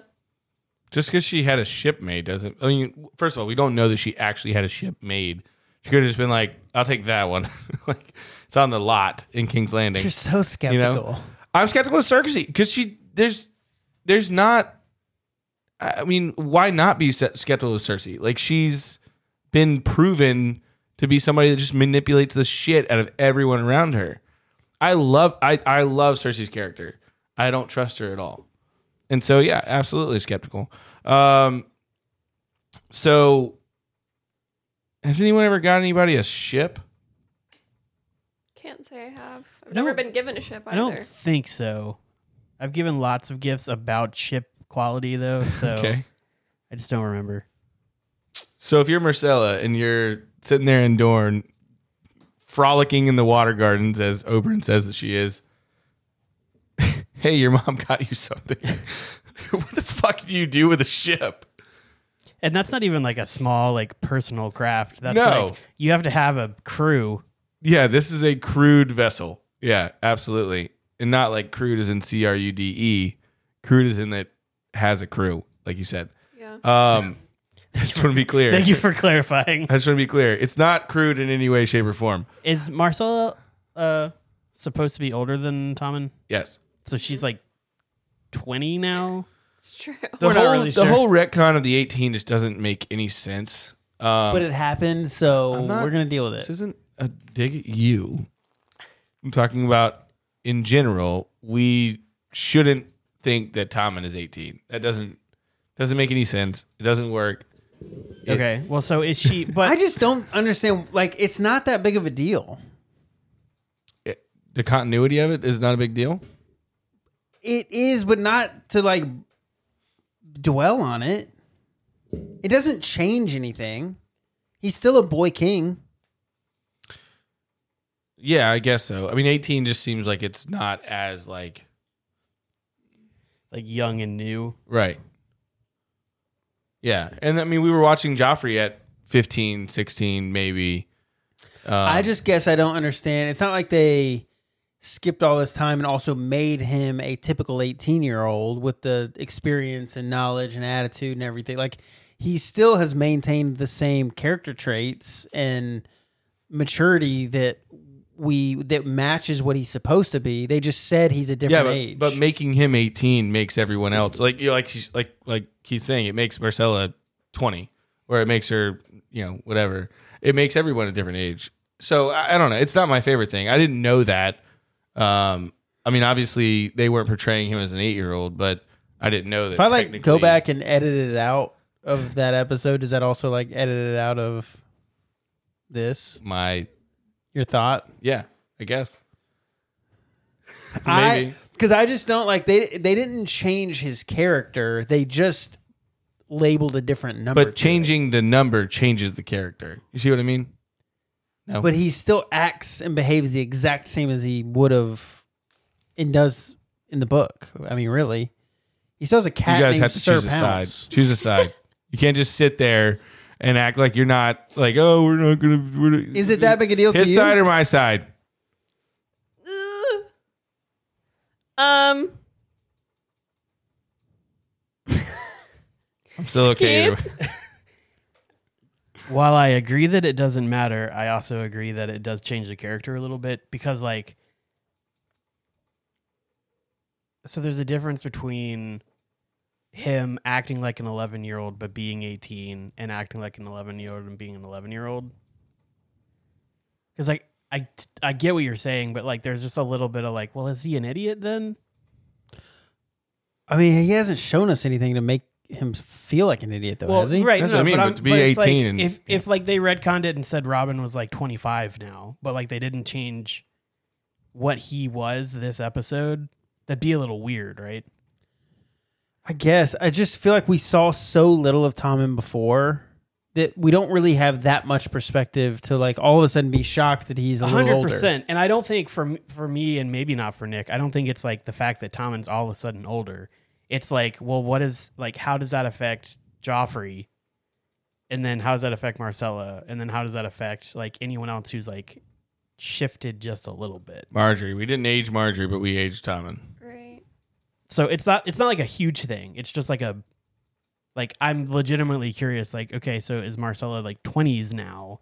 Just because she had a ship made doesn't. I mean, first of all, we don't know that she actually had a ship made. She could have just been like, "I'll take that one." like it's on the lot in King's Landing.
You're so skeptical.
I'm skeptical of Cersei because she there's there's not. I I mean, why not be se- skeptical of Cersei? Like she's been proven to be somebody that just manipulates the shit out of everyone around her. I love I I love Cersei's character. I don't trust her at all. And so yeah, absolutely skeptical. Um so has anyone ever got anybody a ship?
Can't say I have. I've
I don't-
never been given a ship
I don't
either.
think so. I've given lots of gifts about ship quality though, so
Okay.
I just don't remember.
So if you're Marcella and you're sitting there in Dorne frolicking in the water gardens as Oberyn says that she is, hey, your mom got you something. what the fuck do you do with a ship?
And that's not even like a small like personal craft. That's
No.
like you have to have a crew.
Yeah, this is a crude vessel. Yeah, absolutely. And not like crude is in C R U D E. Crude is in that has a crew, like you said.
Yeah.
Um I just want to be clear.
Thank you for clarifying.
I just want to be clear. It's not crude in any way, shape, or form.
Is Marcella uh supposed to be older than Tommen?
Yes.
So she's like 20 now.
It's true.
the
We're not
whole
really
the
sure.
whole retcon of the 18 just doesn't make any sense. Um,
but it happened, so
I'm not-
we're gonna deal with
this
it.
isn't a dig at you. I'm talking about in general. We shouldn't think that Tommen is 18. That doesn't doesn't make any sense. It doesn't work.
Okay. Well, so is she but
I just don't understand. Like, it's not that big of a deal.
It- the continuity of it is not a big deal.
It is, but not to like dwell on it. It doesn't change anything. He's still a boy king.
Yeah, I guess so. I mean, 18 just seems like it's not as like
like young and new?
Right. Yeah. And I mean, we were watching Joffrey at 15, 16, maybe. Um,
I just guess I don't understand. It's not like they skipped all this time and also made him a typical 18 year old with the experience and knowledge and attitude and everything. Like, he still has maintained the same character traits and maturity that we that matches what he's supposed to be. They just said he's a
yeah,
different
but,
age.
but making him 18 makes everyone else like you know, like she's like like he's saying it makes Marcella 20 or it makes her, you know, whatever. It makes everyone a different age. So I, I don't know. It's not my favorite thing. I didn't know that. Um, I mean, obviously they weren't portraying him as an eight year old, but I didn't know that.
if I like go
technically-
back and edit it out of that episode, does that also like edit it out of this?
my
Your thought?
yeah, I guess maybe.
I because I just don't like they they didn't change his character. They just labeled a different number.
But
to
changing the number changes the character. You see what I mean?
it. But he still acts and behaves the exact same as he would have and does in the book. I mean, really. He still has a cat.
you guys
named
have to
Sir
choose a side.
Pounce.
Choose a side. you can't just sit there and act like you're not like, oh, we're not gonna. We're not.
Is it that big a deal to
his
you?
side or my side?
Ugh. um.
I'm still okay.
Keith?
either way.
While I agree that it doesn't matter, I also agree that it does change the character a little bit because like so there's a difference between him acting like an 11 year old but being 18 and acting like an 11 year old and being an 11 year old because like I, I get what you're saying but like there's just a little bit of like well is he an idiot then
I mean, he hasn't shown us anything to make him feel like an idiot, though, has he?
right.
That's
no,
what I mean,
But,
but
I'm-
to be
but it's like
18 and-
if if like they retconned it and said Robin was like 25 now, but like they didn't change what he was this episode, that'd be a little weird, right?
I guess I just feel like we saw so little of Tommen before that we don't really have that much perspective to like all of a sudden be shocked that he's a little
hundred
older.
percent. And I don't think for m- for me and maybe not for Nick, I don't think it's like the fact that Tommen's all of a sudden older. It's like, well, what is like? How does that affect Joffrey? And then how does that affect Marcella? And then how does that affect like anyone else who's like shifted just a little bit?
Marjorie, we didn't age Marjorie, but we aged Tommen.
Right.
so it's not it's not like a huge thing it's just like a like i'm legitimately curious like okay so is marcella like 20s now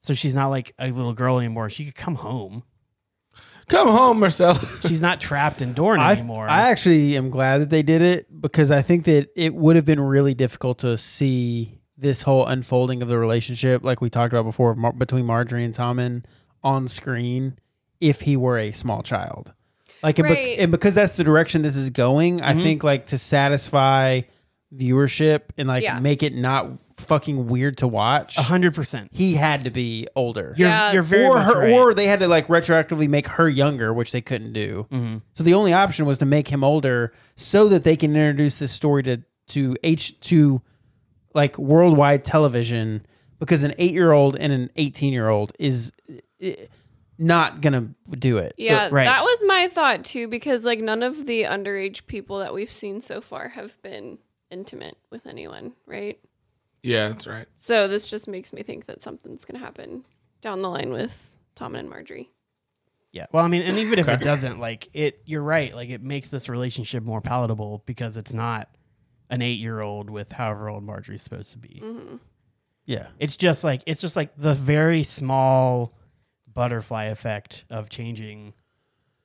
so she's not like a little girl anymore she could come home
Come home, Marcella.
she's not trapped in Dorne
I,
anymore
I actually am glad that they did it because I think that it would have been really difficult to see this whole unfolding of the relationship, like we talked about before, mar- between Marjorie and Tommen on screen if he were a small child. Like, and,
Right.
bec- and because that's the direction this is going, I
Mm-hmm.
Mhm.
think like to satisfy viewership and like
Yeah.
make it not fucking weird to watch,
A hundred percent.
he had to be older.
You're
Yeah.
you're very
or
much
her,
right.
or they had to like retroactively make her younger, which they couldn't do.
Mm-hmm.
So the only option was to make him older so that they can introduce this story to to H to like worldwide television because an 8-year-old and an 18-year-old is eh, not going to do it.
Yeah,
right.
that was my thought too, because like none of the underage people that we've seen so far have been intimate with anyone, right?
Yeah, that's right.
So this just makes me think that something's gonna happen down the line with Tom and Marjorie.
Yeah. Well, I mean, and even if it doesn't, like it, you're right. Like it makes this relationship more palatable because it's not an eight year old with however old Marjorie's supposed to be.
Yeah.
It's just like it's just like the very small butterfly effect of changing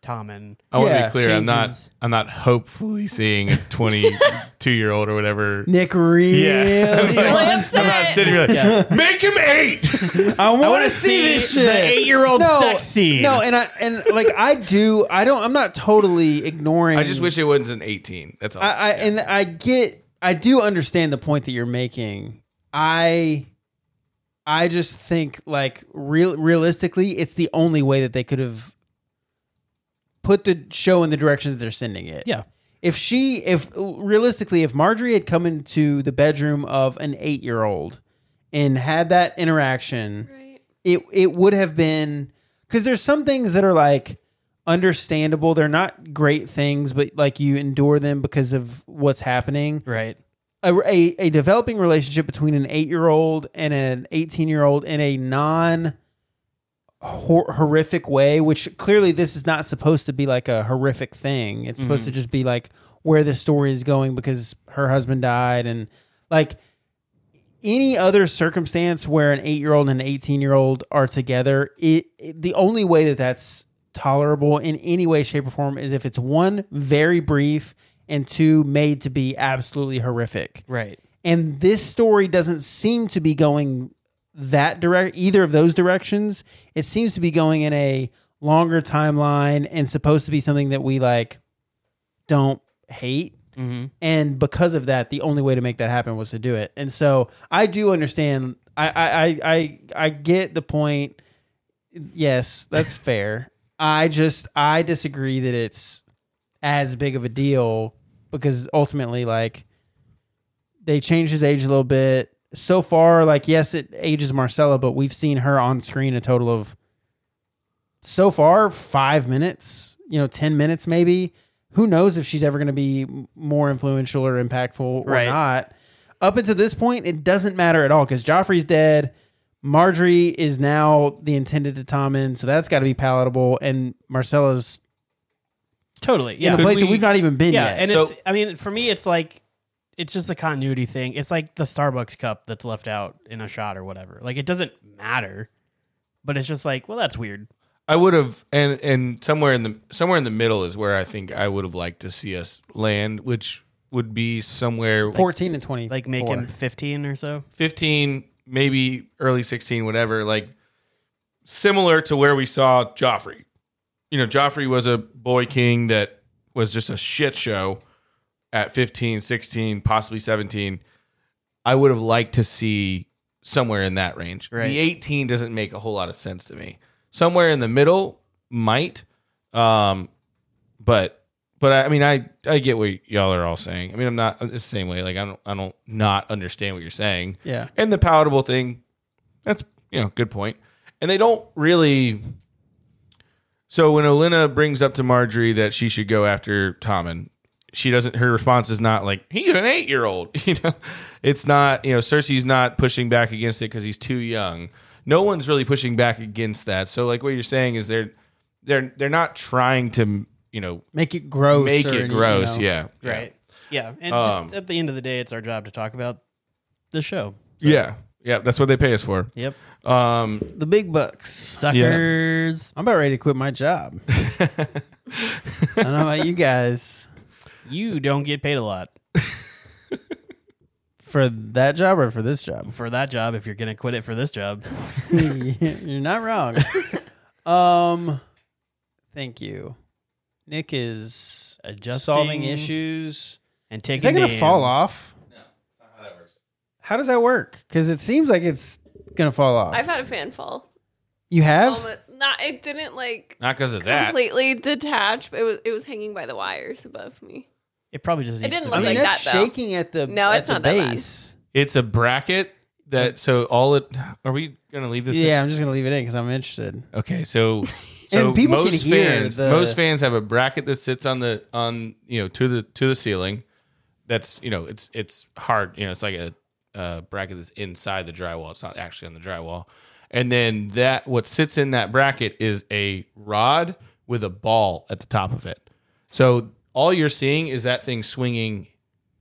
Tom and
I want to
Yeah,
be clear. I'm not.
changes.
I'm not hopefully seeing a 22 year old or whatever.
Nick really
wants
I'm not
it.
sitting here like, make him eight.
I want
wanna
to see this shit.
the eight year old sex scene.
No, and I and like I do I don't I'm not totally ignoring
I just wish it wasn't an 18. That's all.
I, I
Yeah.
and I get I do understand the point that you're making. I I just think like real realistically, it's the only way that they could have put the show in the direction that they're sending it.
yeah,
If she if realistically, if Marjorie had come into the bedroom of an eight year old and had that interaction,
Right.
it it would have been because there's some things that are like understandable. They're not great things, but like you endure them because of what's happening.
right.
A, a, a developing relationship between an eight year old and an 18 year old in a non hor- horrific way, which clearly this is not supposed to be like a horrific thing. It's supposed to just be like where the story is going because her husband died and like any other circumstance where an eight year old and an 18 year old are together, it, it- the only way that that's tolerable in any way, shape, or form is if it's one, very brief, and two, made to be absolutely horrific.
Right.
And this story doesn't seem to be going that direct, either of those directions. It seems to be going in a longer timeline and supposed to be something that we like don't hate.
Mm-hmm.
And because of that, the only way to make that happen was to do it. And so I do understand. I I I I, I get the point. Yes, that's fair. I just I disagree that it's as big of a deal because ultimately, like, they changed his age a little bit. So far, like, yes, it ages Marcella, but we've seen her on screen a total of so far five minutes, you know, 10 minutes maybe. Who knows if she's ever going to be m- more influential or impactful or
Right.
not. Up until this point, it doesn't matter at all because Joffrey's dead. Marjorie is now the intended to Tommen, so that's got to be palatable. And Marcella's
Totally.
in
Yeah.
a place
we-
that we've not even been
yeah,
yet.
and
So-
it's. I mean, for me, it's like it's just a continuity thing. It's like the Starbucks cup that's left out in a shot or whatever. Like it doesn't matter, but it's just like, well, that's weird.
I would have, and and somewhere in the somewhere in the middle is where I think I would have liked to see us land, which would be somewhere
14 and 20.
Like make him fifteen or so.
15, maybe early 16, whatever, like similar to where we saw Joffrey. You know, Joffrey was a boy king that was just a shit show at 15, 16, possibly 17. I would have liked to see somewhere in that range.
Right.
The 18 doesn't make a whole lot of sense to me. Somewhere in the middle might. Um, but but I, I mean I I get what y'all are all saying. I mean I'm not it's the same way. Like I don't I don't not understand what you're saying.
Yeah.
And the palatable thing, that's you know good point. And they don't really. So when Olena brings up to Marjorie that she should go after Tommen, she doesn't. Her response is not like he's an eight year old. You know, it's not. You know, Cersei's not pushing back against it because he's too young. No one's really pushing back against that. So like what you're saying is they're they're they're not trying to you know
Make it gross.
make
or
it
any- you
gross.
know.
Yeah.
Right. Yeah. And
Um,
just at the end of the day, it's our job to talk about the show.
Yeah. yeah. Yeah. That's what they pay us for.
Yep.
Um,
The big bucks.
Suckers.
I'm about ready to quit my job. I don't know about you guys
You don't get paid a lot
for that job or for this job.
for that job if you're gonna quit it for this job.
You're not wrong. Um, Thank you. Nick is
Adjusting
solving issues.
and taking.
Is that going to fall off?
How that works.
How does that work? Because it seems like it's going to fall off.
I've had a fan fall.
you have?
Oh, but not it didn't like
Not because of that.
completely detach, but it was it was hanging by the wires above me.
It probably just.
It
needs
didn't
to
look
be-
I mean,
like
that's
that, though.
shaking at the
No,
at
it's
the
not that bad.
base.
It's a bracket that. So all it. Are we gonna leave this? in?
Yeah, I'm just going to leave it in because I'm interested.
Okay. So. So
And people
most
can hear
fans,
the-
most fans have a bracket that sits on the on you know to the to the ceiling. That's you know it's it's hard you know it's like a, uh bracket that's inside the drywall. It's not actually on the drywall. And then that what sits in that bracket is a rod with a ball at the top of it. So all you're seeing is that thing swinging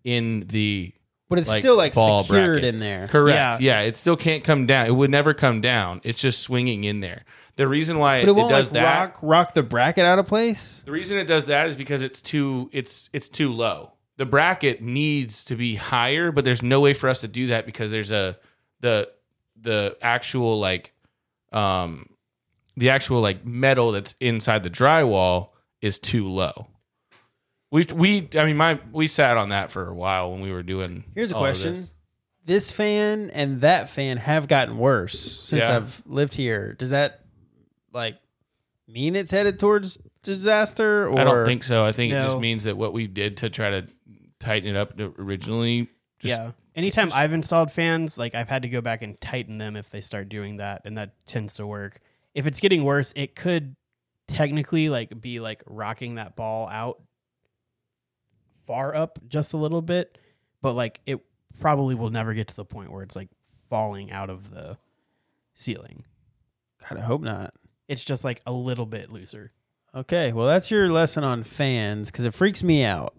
in the
But it's
Like
still like
ball
secured
bracket.
in there.
Correct. Yeah. it still can't come down. It would never come down. It's just swinging in there. The reason why it,
But it won't
does
like
that
rock rock the bracket out of place.
the reason it does that is because it's too it's it's too low. The bracket needs to be higher, but there's no way for us to do that because there's a the the actual like um the actual like metal that's inside the drywall is too low. We we I mean my we sat on that for a while when we were doing
Here's a
all of
question.
this.
Oh, This. fan and that fan have gotten worse since
Yeah.
I've lived here. Does that like mean it's headed towards disaster or
I don't think so. I think it just
No.
means that what we did to try to tighten it up originally. Just,
yeah. Anytime I've installed fans, like I've had to go back and tighten them if they start doing that, and that tends to work. If it's getting worse, it could technically like be like rocking that ball out far up just a little bit, but like it probably will never get to the point where it's like falling out of the ceiling.
God, I hope not.
It's just like a little bit looser.
Okay, well that's your lesson on fans cuz it freaks me out.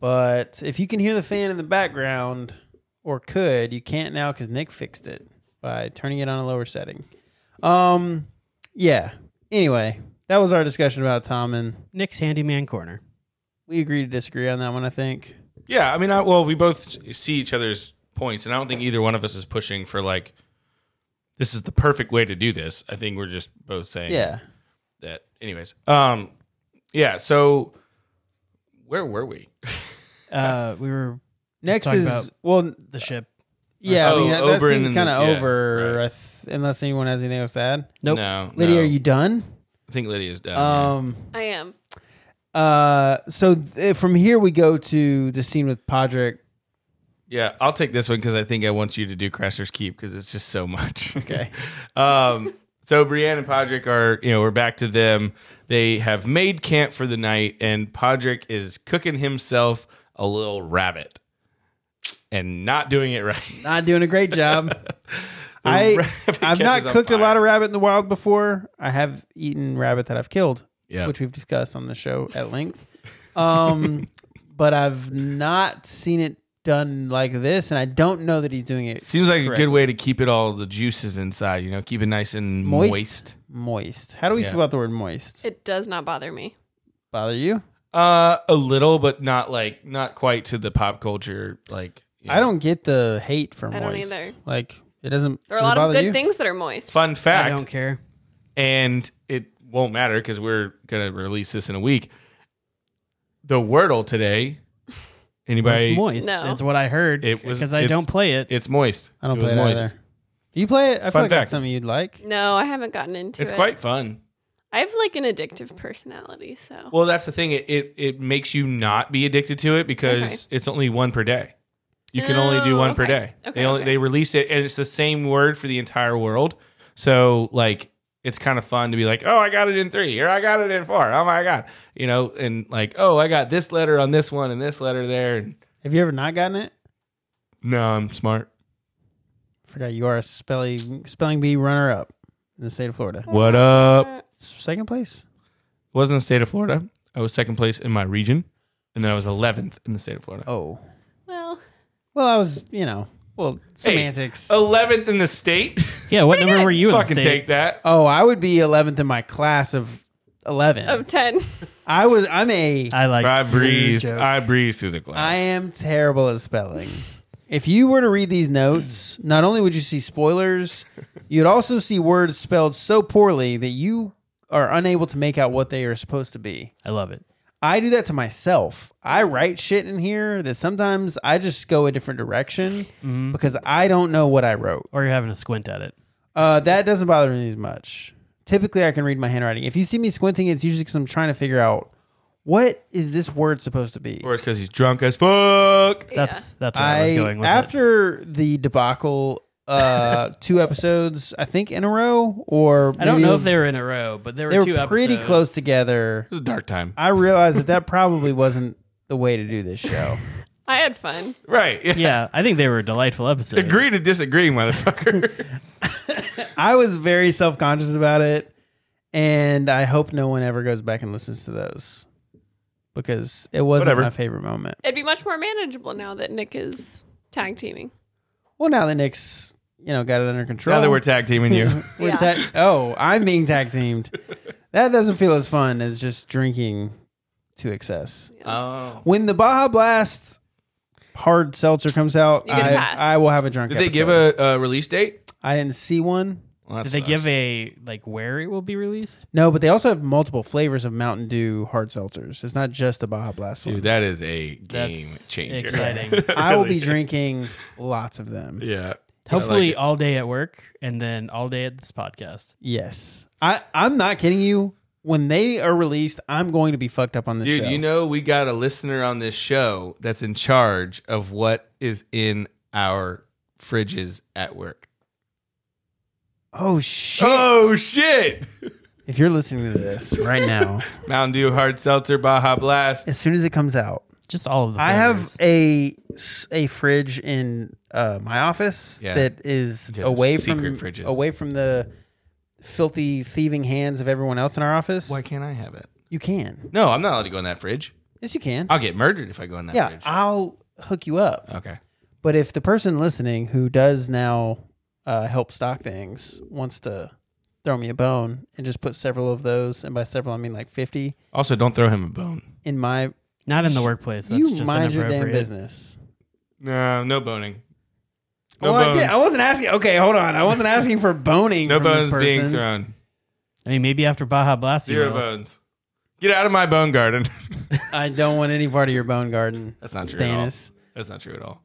But if you can hear the fan in the background or could, you can't now cuz Nick fixed it by turning it on a lower setting. Um yeah. Anyway, that was our discussion about Tom and
Nick's handyman corner.
we agree to disagree on that one, I think.
Yeah, I mean, I, well, we both see each other's points, and I don't think either one of us is pushing for like this is the perfect way to do this. I think we're just both saying
Yeah.
that. Anyways, um, yeah. So where were we?
Uh, we were
Next
talking
is
about-
well,
the ship.
yeah.
Oh,
I mean, that, that
Oberyn
seems
and
kind of
the- yeah,
over,
right.
I th- unless anyone has anything else to add.
Nope.
No,
Lydia,
no.
are you done?
I think Lydia's done. yeah.
Um.
I am.
Uh. So th- from here we go to the scene with Podrick.
Yeah, I'll take this one because I think I want you to do Crasher's Keep because it's just so much.
Okay.
um, so Brienne and Podrick are, you know, we're back to them. They have made camp for the night, and Podrick is cooking himself a little rabbit and not doing it right.
Not doing a great job. I
rabbit
I've not
catches on
cooked a
fire.
lot of rabbit in the wild before. I have eaten rabbit that I've killed,
Yeah.
which we've discussed on the show at length. Um, but I've not seen it done like this, and I don't know that he's doing it
Seems like a
Correct.
good way to keep it all the juices inside, you know, keep it nice and
Moist.
moist.
Moist. How do we
Yeah.
feel about the word moist?
It does not bother me.
Bother you?
Uh, a little, but not like, not quite to the pop culture. Like, you know.
I don't get the hate for
I
moist.
don't either.
Like it doesn't.
There are a
does
lot
it
of
bother
good
you?
things that are moist.
Fun fact.
I don't care.
and it won't matter because we're gonna release this in a week. The Wordle today, anybody?
It's moist.
No.
That's what I heard.
It was-
because I
it's-
don't play it.
It's moist.
I don't
It
play
was
it either. Do you play it? I feel
Fun
like that's
fact.
something you'd like.
No, I haven't gotten into
It's
it.
quite fun.
I have like an addictive personality, so
Well, that's the thing. It, it it makes you not be addicted to it because it's only one per day. You can only do
Oh,
one per
okay.
day.
Okay,
they only
okay.
they release it, and it's the same word for the entire world. So like, it's kind of fun to be like, oh, I got it in three, or I got it in four. Oh my god, you know, and like, oh, I got this letter on this one and this letter there. And
Have you ever not gotten it?
no, I'm smart.
Forgot you are a spelling spelling bee runner up in the state of Florida.
What up?
S- Second place.
Wasn't the state of Florida. I was second place in my region, and then I was 11th in the state of Florida.
Oh.
well,
Well, I was. You know. Well, semantics.
11th in the state?
yeah, what number were you in?
Fucking
State?
take that.
oh, I would be eleventh in my class of eleven.
Oh.
of ten.
I was. I'm a.
I like.
I breathed.
joke.
I breathed through the glass.
I am terrible at spelling. If you were to read these notes, not only would you see spoilers, you'd also see words spelled so poorly that you are unable to make out what they are supposed to be.
I love it.
I do that to myself. I write shit in here that sometimes I just go a different direction
Mm-hmm.
because I don't know what I wrote.
Or you're having a squint at it.
Uh, that doesn't bother me as much. Typically, I can read my handwriting. If you see me squinting, it's usually because I'm trying to figure out what is this word supposed to be.
Or it's because he's drunk as fuck.
That's that's where I,
I,
was going with it.
after the debacle, uh, two episodes I think in a row, or
I don't
maybe it
know
was-
if they were in a row, but there were
they
two
were pretty
episodes.
close together.
It was a dark time.
I realized that that probably wasn't the way to do this show.
I had fun.
Right. Yeah.
Yeah, I think they were delightful episodes.
Agree to disagree, motherfucker.
I was very self conscious about it, and I hope no one ever goes back and listens to those because it wasn't
Whatever.
my favorite moment.
It'd be much more manageable now that Nick is tag teaming.
Well, now that Nick's you know got it under control.
now that we're tag teaming you.
we're
Yeah.
tag- oh, I'm being tag teamed. that doesn't feel as fun as just drinking to excess.
Oh.
When the Baja Blast hard seltzer comes out,
You can
I,
pass.
I will have a drunk.
Did they give
episode.
a, a release date?
I didn't see one.
Well, that
Did they
sucks.
give a like where it will be released?
No, but they also have multiple flavors of Mountain Dew hard seltzers. It's not just the Baja Blast one.
Dude, that is a game
That's
changer.
exciting.
I will be drinking lots of them.
Yeah.
Hopefully,
I like
all day at work and then all day at this podcast.
Yes. I, I'm not kidding you. When they are released, I'm going to be fucked up on
it.
this
dude,
show.
you know we got a listener on this show that's in charge of what is in our fridges at work.
oh, shit.
Oh shit!
If you're listening to this right now,
Mountain Dew hard seltzer Baja Blast.
as soon as it comes out,
Just all of the.
I have
flavors.
a, s- a fridge in uh, my office
Yeah.
that is
Yeah,
away from
secret fridges.
away from the filthy thieving hands of everyone else in our office.
Why can't I have it?
You can.
No, I'm not allowed to go in that fridge.
Yes, you can.
I'll get murdered if I go in that
yeah,
fridge.
I'll hook you up.
okay.
But if the person listening who does now uh, help stock things wants to throw me a bone and just put several of those, and by several I mean like fifty,
Also, don't throw him a bone.
in my
not in the workplace. That's
you
just
mind your damn
inappropriate.
business.
No, no boning.
well, I did. I wasn't asking. Okay, hold on. I wasn't asking for boning.
No
from this
bones being
person.
thrown.
I mean, maybe after Baja Blast, you
Zero
will.
bones. Get out of my bone garden.
I don't want any part of your bone garden.
That's not true at all.
Stannis.
That's not true at all.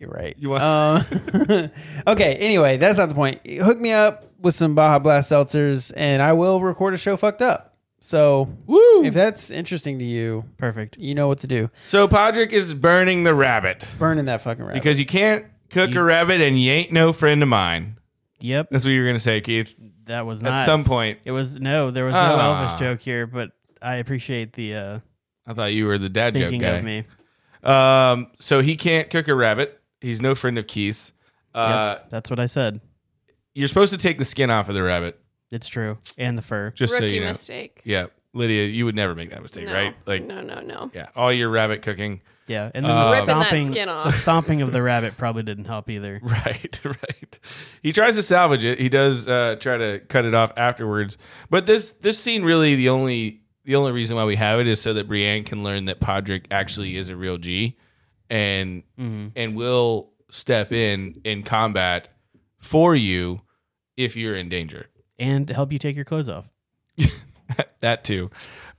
You're right.
You want-
Um, okay. Anyway, that's not the point. Hook me up with some Baja Blast seltzers, and I will record a show fucked up. So
Woo!
if that's interesting to you,
perfect.
you know what to do.
So Podrick is burning the rabbit
Burning that fucking rabbit.
because you can't cook
You-
a rabbit and you ain't no friend of mine.
Yep,
That's what you were gonna say, Keith.
that was
At
not.
some point,
it was no. There was no
Ah.
Elvis joke here, but I appreciate the uh,
I thought you were the dad joke
thinking
guy.
of me.
Um, so he can't cook a rabbit. He's no friend of Keith's. Uh,
Yep, that's what I said.
You're supposed to take the skin off of the rabbit,
It's true, and the fur.
just
Rookie
so you know.
mistake.
Yeah, Lydia, you would never make that mistake,
No.
right? Like,
no, no, no.
yeah, all your rabbit cooking.
Yeah, and then
Uh,
the
Ripping
that
stomping,
skin
the
off.
stomping of the rabbit probably didn't help either.
Right, right. He tries to salvage it. He does uh, try to cut it off afterwards. But this this scene really the only the only reason why we have it is so that Brienne can learn that Podrick actually is a real G, and
Mm-hmm.
Mhm.
and will step in in combat for you if you're in danger.
and help you take your clothes off.
that too.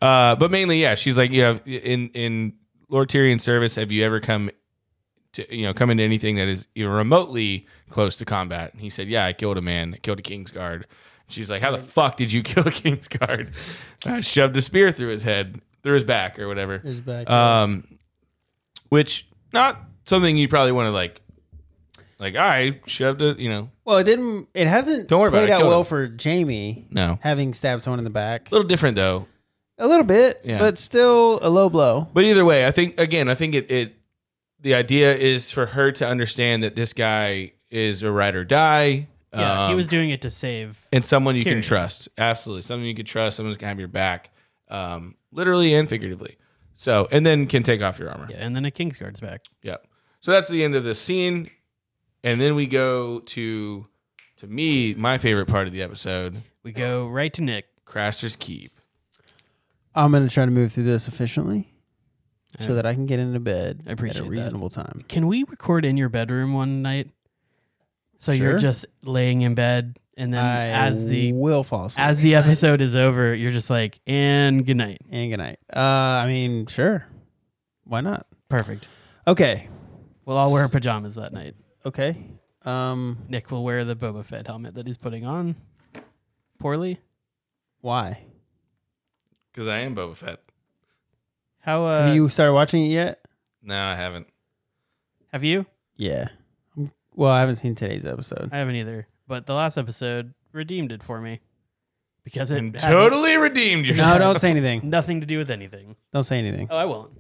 Uh, but mainly, yeah, she's like, you know, in in Lord Tyrion's service, have you ever come to you know come into anything that is you know, remotely close to combat? And he said, yeah, I killed a man, I killed a king's guard. She's like, how the fuck did you kill a king's guard? I shoved a spear through his head, through his back, or whatever.
His back.
Um, which not something you probably want to like. Like I shoved it, you know.
well, it didn't. It hasn't
Don't worry about
played
it, I
out
killed
well
him.
for Jamie
No,
having stabbed someone in the back.
a little different though.
A little bit,
Yeah.
but still a low blow.
But either way, I think again, I think it, it the idea is for her to understand that this guy is a ride or die.
Yeah, he
um,
was doing it to save.
and someone you
Period.
can trust. Absolutely, someone you can trust. Someone's gonna have your back, um, literally and figuratively. So, and then can take off your armor.
Yeah, and then a Kingsguard's back.
Yep. So that's the end of the scene, and then we go to, to me, my favorite part of the episode,
We go right to Nick.
Craster's Keep.
I'm going to try to move through this efficiently so that I can get into bed
I appreciate
at a
that.
reasonable time.
Can we record in your bedroom one night? So
Sure.
you're just laying in bed and then
I
as the
will fall asleep.
as the episode is over, you're just like, and good night.
And good night. Uh, I mean, sure. Why not?
Perfect.
Okay.
We'll all wear pajamas that night.
Okay. Um,
Nick will wear the Boba Fett helmet that he's putting on poorly.
why?
Because I am Boba Fett.
How uh,
Have you started watching it yet?
No, I haven't.
have you?
Yeah. Um, Well, I haven't seen today's episode.
I haven't either. But the last episode redeemed it for me because it
And
had
totally redeemed
No,
yourself.
don't say anything.
nothing to do with anything.
Don't say anything.
Oh, I won't.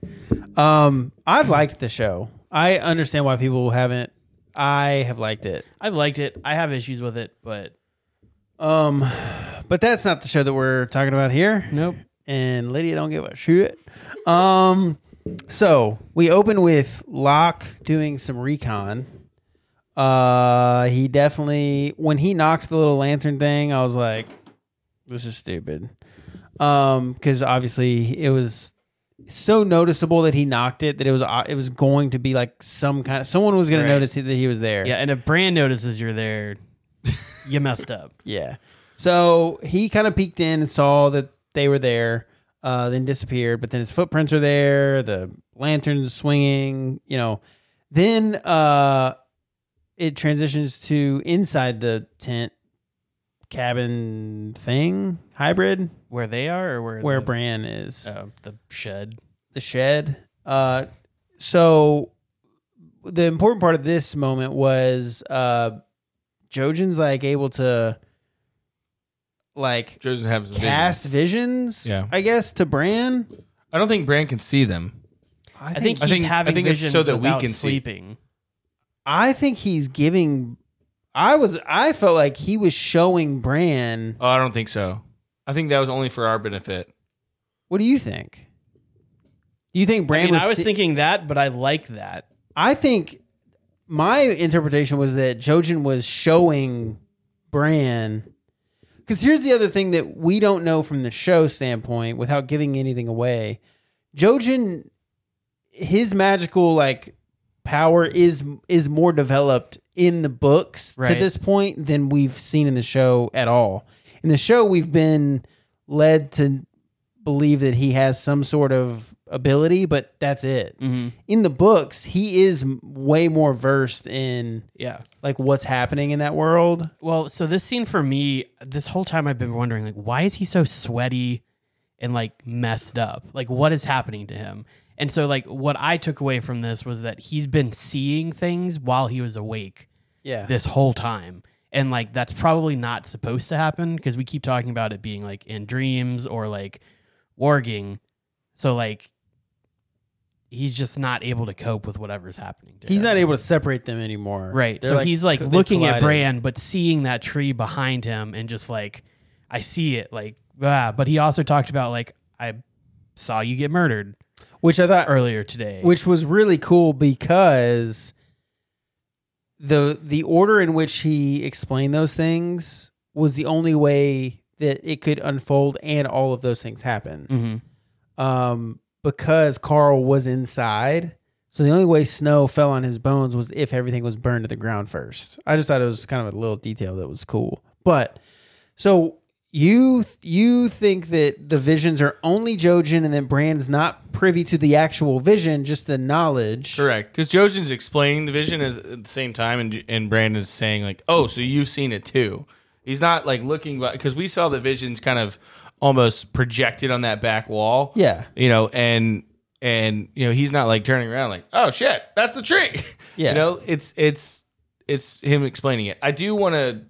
Um, I've liked the show. I understand why people haven't. I have liked it.
I've liked it. I have issues with it, but
Um, but that's not the show that we're talking about here.
nope.
And Lydia don't give a shit. Um, so we open with Locke doing some recon. Uh, he definitely when he knocked the little lantern thing, I was like, "This is stupid." Um, because obviously it was so noticeable that he knocked it that it was uh, it was going to be like some kind of someone was going
Right.
to notice that he was there.
Yeah, and if Brand notices you're there, you messed up.
Yeah. So he kind of peeked in and saw that they were there, uh, then disappeared. But then his footprints are there, the lanterns swinging, you know. Then uh, it transitions to inside the tent cabin thing, hybrid,
Where they are, or where
where
the,
Bran is
uh, the shed.
the shed. Uh, so the important part of this moment was uh, Jojen's like able to like
Joseph has a
cast visions,
Yeah.
I guess, to Bran.
I don't think Bran can see them.
I think
I
he's
think- I
having
think it's
visions
so that we
without
can see.
sleeping.
I think he's giving. I was I felt like he was showing Bran.
Oh, I don't think so. I think that was only for our benefit.
What do you think? Do you think
I
Bran
mean,
was?
I was
se-
thinking that, but I like that.
I think my interpretation was that Jojen was showing Bran. Because here's the other thing that we don't know from the show standpoint, without giving anything away. Jojen, his magical like power is is more developed in the books
Right.
to this point than we've seen in the show at all. In the show, we've been led to believe that he has some sort of ability, but that's it
Mm-hmm.
in the books, he is m- way more versed in
Yeah.
like what's happening in that world.
Well, so this scene for me, this whole time I've been wondering, like, why is he so sweaty and like messed up? Like, what is happening to him? And so, like, what I took away from this was that he's been seeing things while he was awake
Yeah.
this whole time. And like, that's probably not supposed to happen because we keep talking about it being like in dreams or like warging. So, like, he's just not able to cope with whatever's happening to
He's
him.
not able to separate them anymore.
Right.
They're,
so he's like
co- they
looking at
collided.
Bran, but seeing that tree behind him and just like, I see it. Like, ah. But he also talked about, like, I saw you get murdered
which I thought,
earlier today.
which was really cool because the the order in which he explained those things was the only way that it could unfold and all of those things happen.
Mhm.
um, because Carl was inside. So the only way snow fell on his bones was if everything was burned to the ground first. I just thought it was kind of a little detail that was cool. But so you you think that the visions are only Jojen and that Bran's not privy to the actual vision, just the knowledge.
Correct. Because Jojen's explaining the vision as, at the same time, and and Brandon's saying like, "Oh, so you've seen it too." He's not like looking, because we saw the visions kind of almost projected on that back wall.
Yeah.
you know, and and you know he's not like turning around like, oh shit, that's the tree.
Yeah.
you know, it's it's it's him explaining it. I do want to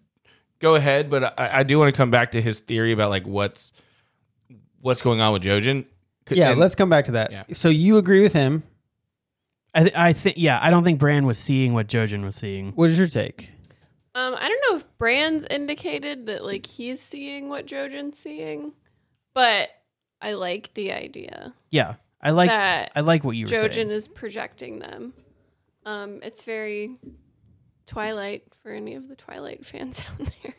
go ahead, but I, I do want to come back to his theory about like what's what's going on with Jojen. C-
Yeah,
and-
let's come back to that.
Yeah.
So you agree with him.
I, th- I think, yeah, I don't think Bran was seeing what Jojen was seeing.
What is your take?
Um, I don't know if Bran's indicated that like he's seeing what Jojen's seeing, but I like the idea
Yeah. I like,
that
I like what you were
Jojen
saying.
is projecting them. Um, it's very Twilight for any of the Twilight fans out there.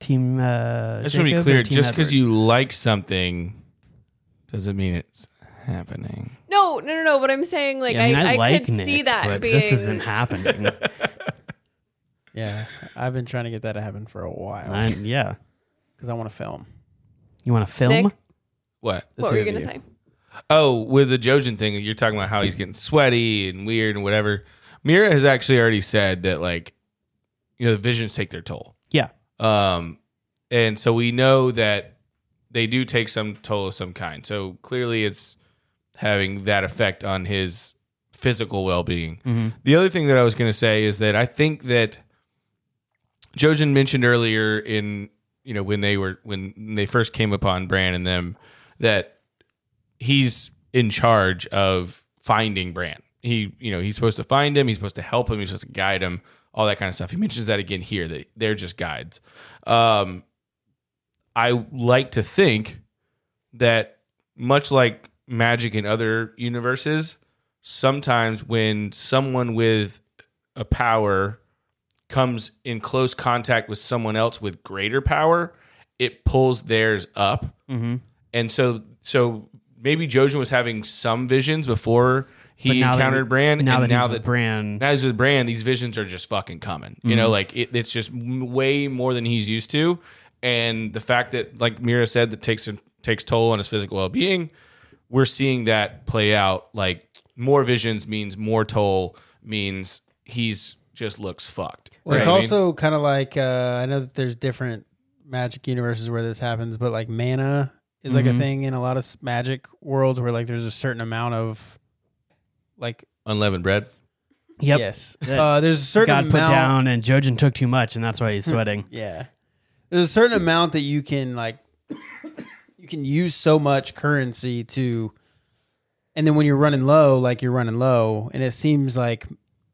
Team, uh,
I just want to be
Jacob
clear.
or Team
Just because
Edward?
you like something doesn't mean it's happening.
No, no, no, no. What I'm saying, like
Yeah, I, mean,
I, I,
like
could
Nick,
see that
but
being
This isn't happening.
Yeah, I've been trying to get that to happen for a while
I- yeah.
because I want to film.
You want to film?
Nick?
What?
the
what
two
were you
of
gonna say?
Oh, with the Jojen thing, you're talking about how he's getting sweaty and weird and whatever. Mira has actually already said that like, you know, the visions take their toll.
Yeah.
Um, and so we know that they do take some toll of some kind. So clearly, it's having that effect on his physical well being. The other thing that I was going to say is that I think that Jojen mentioned earlier in you know when they were when they first came upon Bran and them that he's in charge of finding Bran. He you know he's supposed to find him. He's supposed to help him. He's supposed to guide him. All that kind of stuff. He mentions that again here that they're just guides. Um, I like to think that much like magic in other universes, sometimes when someone with a power comes in close contact with someone else with greater power, it pulls theirs up.
Mhm.
And so, so maybe Jojen was having some visions before
But
he
now that-
encountered Bran,
Now
and
that
now
he's with
that
Bran,
as with Brand, these visions are just fucking coming. You know, like it, it's just m- way more than he's used to, and the fact that, like Mira said, that takes takes toll on his physical well being. We're seeing that play out. Like more visions means more toll means he's just looks fucked.
Well, it's
Right. I mean,
also kind of like uh, I know that there's different magic universes where this happens, but like mana is like
Mm-hmm.
a thing in a lot of s- magic worlds where like there's a certain amount of like
unleavened bread.
yep.
yes,
That
uh, there's a certain
God put
amount.
down, and Jojen took too much, and that's why he's sweating.
Yeah, there's a certain amount that you can like you can use so much currency to, and then when you're running low, like you're running low, and it seems like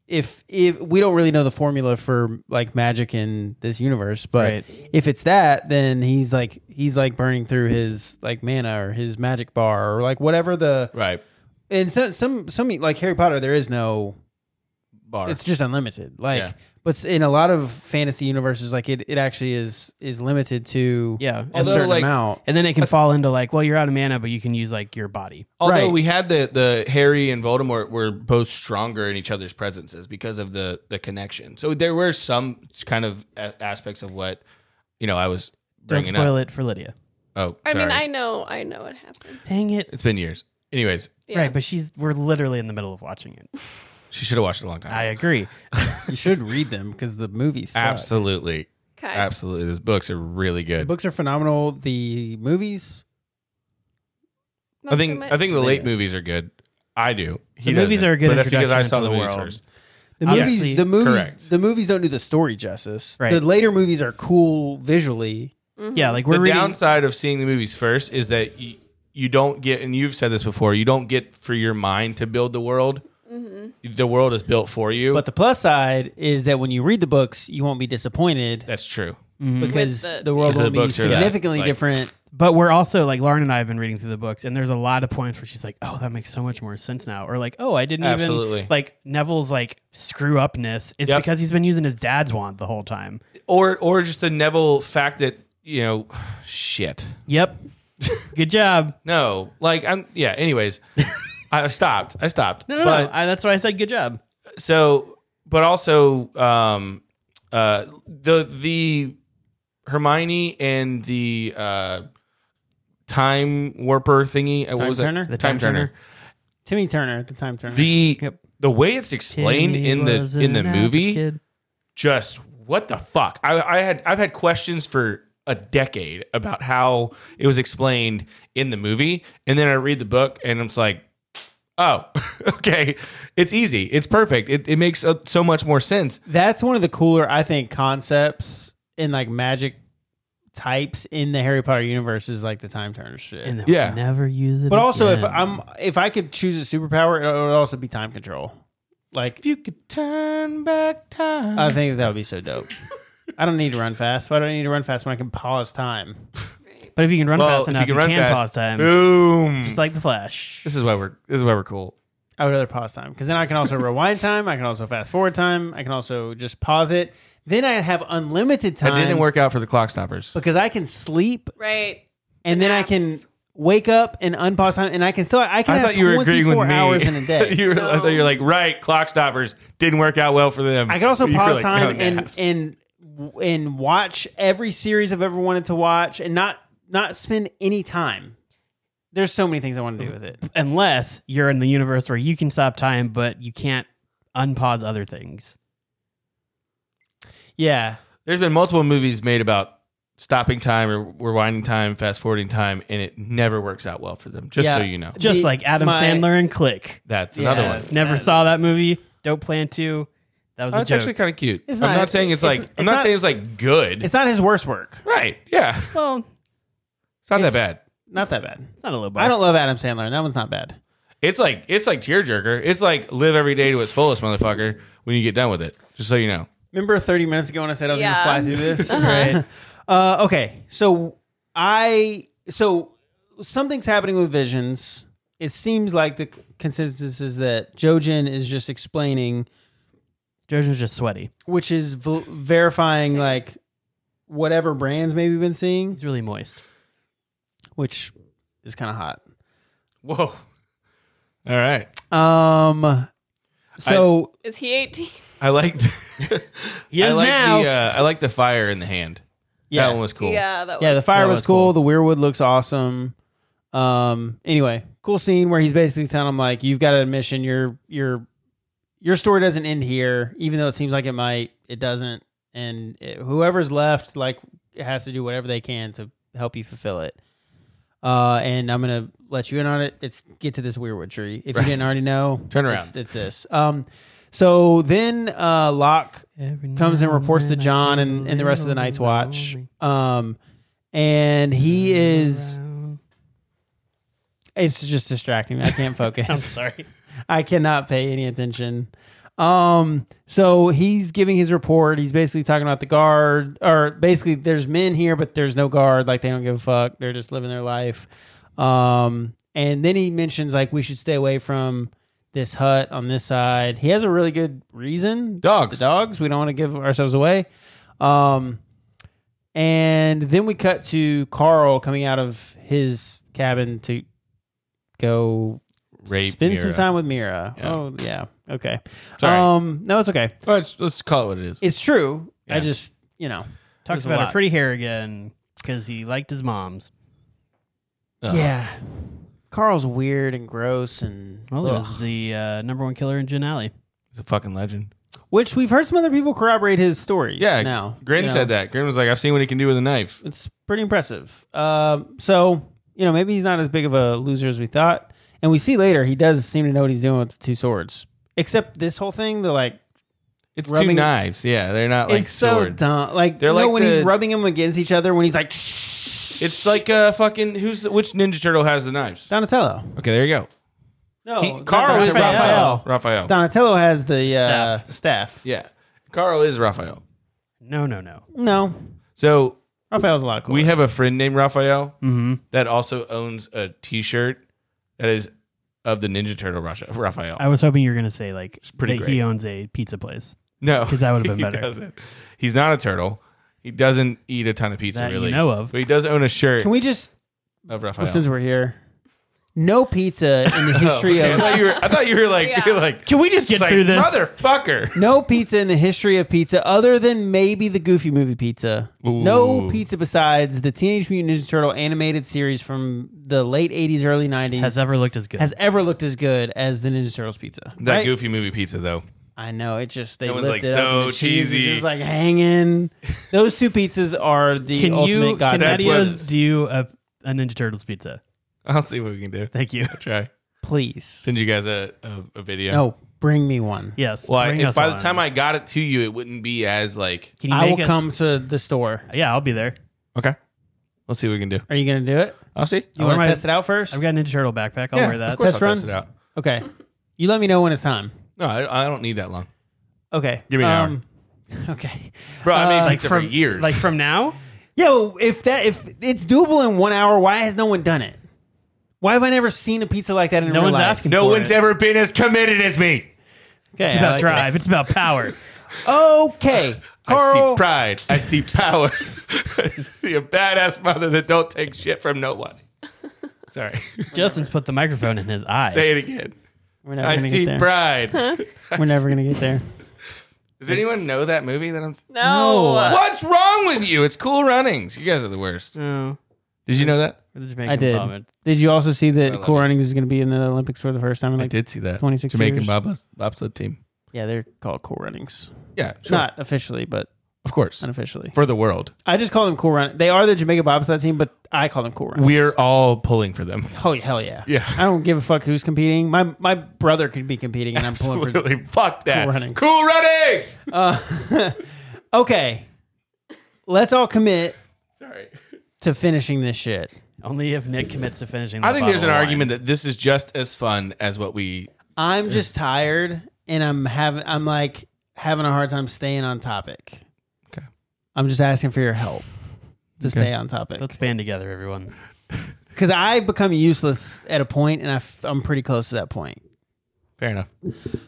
if if we don't really know the formula for like magic in this universe, but
Right.
if it's that, then he's like he's like burning through his like mana or his magic bar or like whatever the
Right.
and some some some like Harry Potter, there is no
Bar.
it's just unlimited. Like,
Yeah.
but s- in a lot of fantasy universes, like it, it actually is is limited to
Yeah.
a
Although,
certain
like-
amount.
And then it can fall into like, well, you're out of mana, but you can use like your body.
Although
Right.
we had the the Harry and Voldemort were both stronger in each other's presences because of the the connection. So there were some kind of a- aspects of what you know I was
Don't
bringing
spoil
up.
it for Lydia.
Oh,
I mean, I
sorry.
know, I know what happened.
Dang it.
it's been years. Anyways,
Yeah.
Right, but she's we're literally in the middle of watching it.
she should have watched it a long time.
I
ago.
agree.
you should read them because the movies. Suck.
absolutely,
Okay.
absolutely. Those books are really
The
good.
books are phenomenal. The movies.
Not
I
so
think
much.
I think the late
Yes.
movies are good. I do. He
The movies
doesn't,
are a good
but that's because I
introduction
saw
into
the
the
movies
world.
first.
The
Obviously,
movies, the movies,
correct.
the movies don't do the story justice.
Right.
The later movies are cool visually.
Mm-hmm.
Yeah, like we're
the
reading.
downside of seeing the movies first is that you, you don't get, and you've said this before, you don't get for your mind to build the world.
Mm-hmm.
The world is built for you.
But the plus side is that when you read the books, you won't be disappointed
That's true.
because
With
the,
the-
world
Because the
will be
books are that,
significantly
like-
different.
but we're also like Lauren and I have been reading through the books, and there's a lot of points where she's like, "Oh, that makes so much more sense now," or like, "Oh, I didn't
Absolutely.
even like Neville's like screw upness is
Yep.
because he's been using his dad's wand the whole time."
Or or just the Neville fact that you know, shit.
Yep. Good job.
No, like I'm. Yeah. Anyways, I stopped. I stopped.
No, no,
but,
no. I, that's why I said good job.
so but also um uh the the hermione and the uh time warper thingy uh, what
Time
was
turner?
it
The
time
Timmy Turner, the time turner.
the
Yep.
the way it's explained
Timmy
in
was
the in the
an average
movie
kid.
just what the fuck I, I had i've had questions for a decade about how it was explained in the movie and then i read the book and i'm just like oh okay it's easy it's perfect it, it makes uh, so much more sense
that's one of the cooler i think concepts in like magic types in the harry potter universe is like the time turner shit
And then
Yeah.
we never use it.
but also if
again.
i'm if i could choose a superpower it would also be time control like
you could turn back time
i think that would be so dope i don't need to run fast why do i need to run fast when i can pause time
But if you can run
well
fast
if
enough,
you can run fast
pause time.
boom
Just like the Flash.
this is why we're this is why we're cool
i would rather pause time because then i can also rewind time i can also fast forward time i can also just pause it then i have unlimited time
that didn't work out for the clock stoppers
because i can sleep
Right.
and then i can
Naps.
wake up and unpause time, and I can still I can
I
have
thought you were agreeing with
24
me.
hours in a day.
you were, I thought you were like, right, clock stoppers didn't work out well for them.
I could also
You were
pause
like, oh,
time
no,
and
naps.
and and watch every series I've ever wanted to watch, and not not spend any time. There's so many things I want to do with it.
unless you're in the universe where you can stop time, but you can't unpause other things.
Yeah,
There's been multiple movies made about stopping time or rewinding time, fast forwarding time, and it never works out well for them. Just
Yeah.
so you know,
Just
The-
like Adam
my-
Sandler and Click.
that's
Yeah.
another one.
Never
Uh,
saw that movie. Don't plan to. That was
Oh,
a
it's
joke.
actually kind of cute.
It's
I'm
not-
not saying it's,
it's-
like
it's
I'm not,
not-
saying it's like good.
it's not his worst work.
right? Yeah,
well,
it's not that
It's-
bad.
Not that bad.
it's not a low bar.
I don't love Adam Sandler. and That one's not bad.
It's like it's like tearjerker. It's like live every day to its fullest, motherfucker. When you get done with it, just so you know.
Remember 30 minutes ago when I said I was
Yeah.
going to fly through this? Right. Uh, okay. So I so something's happening with visions. It seems like the consensus is that Jojen is just explaining,
George was just sweaty.
which is v- verifying like whatever brands maybe been seeing,
He's really moist.
which is kind of hot.
Whoa. All right.
Um. So
Is he 18?
I like.
Yes,
I like
now.
The, uh, I like the fire in the hand.
yeah,
That one was cool.
Yeah, that was.
yeah. The fire
That
was,
was cool.
cool. The weirwood looks awesome. Um. Anyway, cool scene where he's basically telling him like, "You've got an admission. Your your your story doesn't end here, even though it seems like it might. It doesn't. And it- whoever's left, like, has to do whatever they can to help you fulfill it. Uh. And I'm gonna let you in on it. It's get to this weirwood tree. If you didn't already know,
Turn around.
It's, it's this. Um. So then, uh, Locke comes and reports to John and, and the rest of the Night's Watch. Um, and he is. It's just distracting me. I can't focus.
I'm sorry.
I cannot pay any attention. Um, so he's giving his report. He's basically talking about the guard, or basically there's men here, but there's no guard. Like they don't give a fuck. They're just living their life. Um, and then he mentions like we should stay away from this hut on this side. He has a really good reason.
Dogs.
The dogs. We don't want to give ourselves away. Um, and then we cut to Carl coming out of his cabin to go
Rape
spend some
Mira.
time with Mira.
Yeah.
Oh yeah. Okay.
Sorry.
Um no, it's okay.
All right, let's, let's call it what it is.
It's true. I
Yeah.
just, you know.
Talks
There's a
about her
lot.
pretty hair again because he liked his mom's.
Ugh.
Yeah. Carl's weird and gross and
Well, it
ugh.
was the uh, number one killer in Gin Alley.
He's a fucking legend.
which we've heard some other people corroborate his stories
Yeah.
now.
Grin
you know.
said that. Grin was like, I've seen what he can do with a knife.
It's pretty impressive. Um so, you know, maybe he's not as big of a loser as we thought. And we see later he does seem to know what he's doing with the two swords. Except this whole thing, the like
It's two
Rubbing-
knives. Yeah, they're not like
it's
swords.
so dumb. Like
They're
you know
like
when he's
the-
rubbing them against each other when he's like
It's like uh, fucking who's the, which Ninja Turtle has the knives?
Donatello.
Okay, there you go.
No,
He-
not
Carl is
Donatello.
Raphael. Raphael.
Donatello has the uh, staff.
yeah, Carl is Raphael.
No, no, no.
No,
So
Raphael's a lot of cool.
we have a friend named Raphael
Mm-hmm.
that also owns a T-shirt that is of the Ninja Turtle Russia Raphael.
I was hoping you were going to say like
pretty
that
great.
he owns a pizza place.
no,
'cause that would've been
he
better.
doesn't. He's not a turtle. He doesn't eat a ton of pizza
That you
really.
know of.
but he does own a shirt
Can we just
of Raphael.
well, since we're here? No pizza in the
Oh,
history
okay. I
of
thought you were. I thought you were like.
Yeah.
You're like.
Can we just get
it's like,
through this?
motherfucker?
no pizza in the history of pizza, other than maybe the Goofy movie pizza. No
Ooh.
pizza besides the Teenage Mutant Ninja Turtle animated series from the late '80s, early '90s
Has ever looked as good.
has ever looked as good as the Ninja Turtles pizza.
That
right?
goofy movie pizza though.
I know it just they
That was, like,
lifted it up
so
and the cheese is
cheesy.
just like hanging. Those two pizzas are the
can
ultimate
you, can
godsend.
That's what it is.
Adios do a, a Ninja Turtles pizza?
I'll see what we can do.
Thank you.
I'll try.
Please,
Send you guys a, a, a video.
no, bring me one.
Yes.
Well, I-
bring
if
us
by the
one.
time I got it to you, it wouldn't be as like.
can you
I
make
will
us-
come to the store.
Yeah, I'll be there.
Okay. Let's see what we can do.
Are you gonna do it?
I'll see.
You
I'll wear
want to
my-
test it out 1st
I've got a Ninja Turtle backpack. I'll
yeah,
wear that.
Of course,
Test
I'll
run?
test it out.
okay. You let me know when it's time.
No, I, I don't need that long,
Okay.
Give me an hour.
hour. Okay.
bro. I made pizza
Uh, like
for
from
years.
Like from now?
Yo, if that if it's doable in one hour, why has no one done it? Why have I never seen a pizza like that in
No
real
one's
life?
asking
no
for
one's
it.
ever been as committed as me.
Okay,
It's
I
about
like
drive. It's about power.
this. Okay,
I see
Carl.
pride. I see power. I see a badass mother that don't take shit from nobody. Sorry.
Justin's put the microphone in his eye.
Say it again.
We're never
I
gonna
see
get there.
pride.
We're never gonna get there.
Does anyone know that movie that I'm?
No.
No.
What's wrong with you? It's Cool Runnings. You guys are the worst.
No,
Did you know that?
the Jamaican
I did.
vomit.
Did you also see that
what I
Cool
love.
Runnings is gonna be in the Olympics for the first time in
I
like
did see that.
26
Jamaican
years.
bob- bobsled team.
Yeah, they're called Cool Runnings.
Yeah, sure.
Not officially, but
of course.
unofficially.
For the world,
I just call them Cool Run. They are the Jamaica bobsled team, but I call them Cool Runnings.
we're all pulling for them.
oh hell yeah.
Yeah.
I don't give a fuck who's competing. My my brother could be competing, and I'm pulling for.
Absolutely. Fuck that.
Cool Runnings.
Cool Runnings!
Uh, okay, let's all commit
Sorry.
to finishing this shit.
Only if Nick commits to finishing.
I
that
think there's an
bottle of wine.
argument that this is just as fun as what we.
I'm just tired, and I'm having I'm like having a hard time staying on topic.
Okay.
I'm just asking for your help to stay on topic
Let's band together, everyone.
because I become useless at a point, and I f- I'm pretty close to that point.
Fair enough.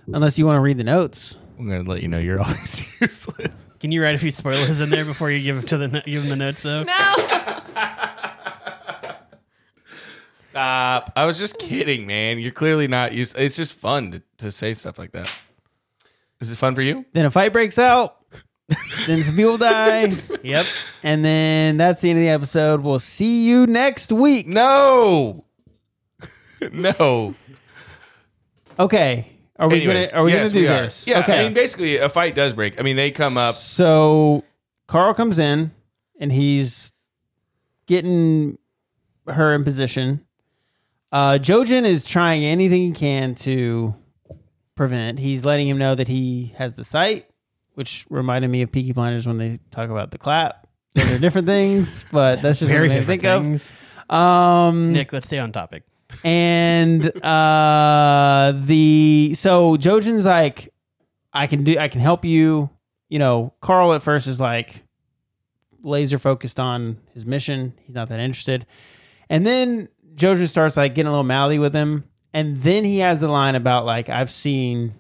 Unless you want to read the notes.
I'm gonna let you know you're always useless.
Can you write a few spoilers in there before you give it to the give them the notes though?
No.
Stop. I was just kidding, man. You're clearly not used. It's just fun to, to say stuff like that. Is it fun for you?
Then a fight breaks out. then some people die.
Yep.
And then that's the end of the episode. We'll see you next week.
No. no.
Okay. Are we
Anyways,
gonna are we
yes,
gonna do
we are.
this?
Yeah.
okay.
I mean, basically, a fight does break. I mean, they come up.
So Carl comes in and he's getting her in position. Uh Jojen is trying anything he can to prevent. He's letting him know that he has the sight, which reminded me of Peaky Blinders when they talk about the clap. Those are different things, but that's just
Very
what I
different
think
things.
of. Um
Nick, let's stay on topic.
and uh the so Jojen's like I can do I can help you. You know, Carl at first is like laser focused on his mission. He's not that interested. And then Jojen starts like getting a little mouthy with him. And then he has the line about like I've seen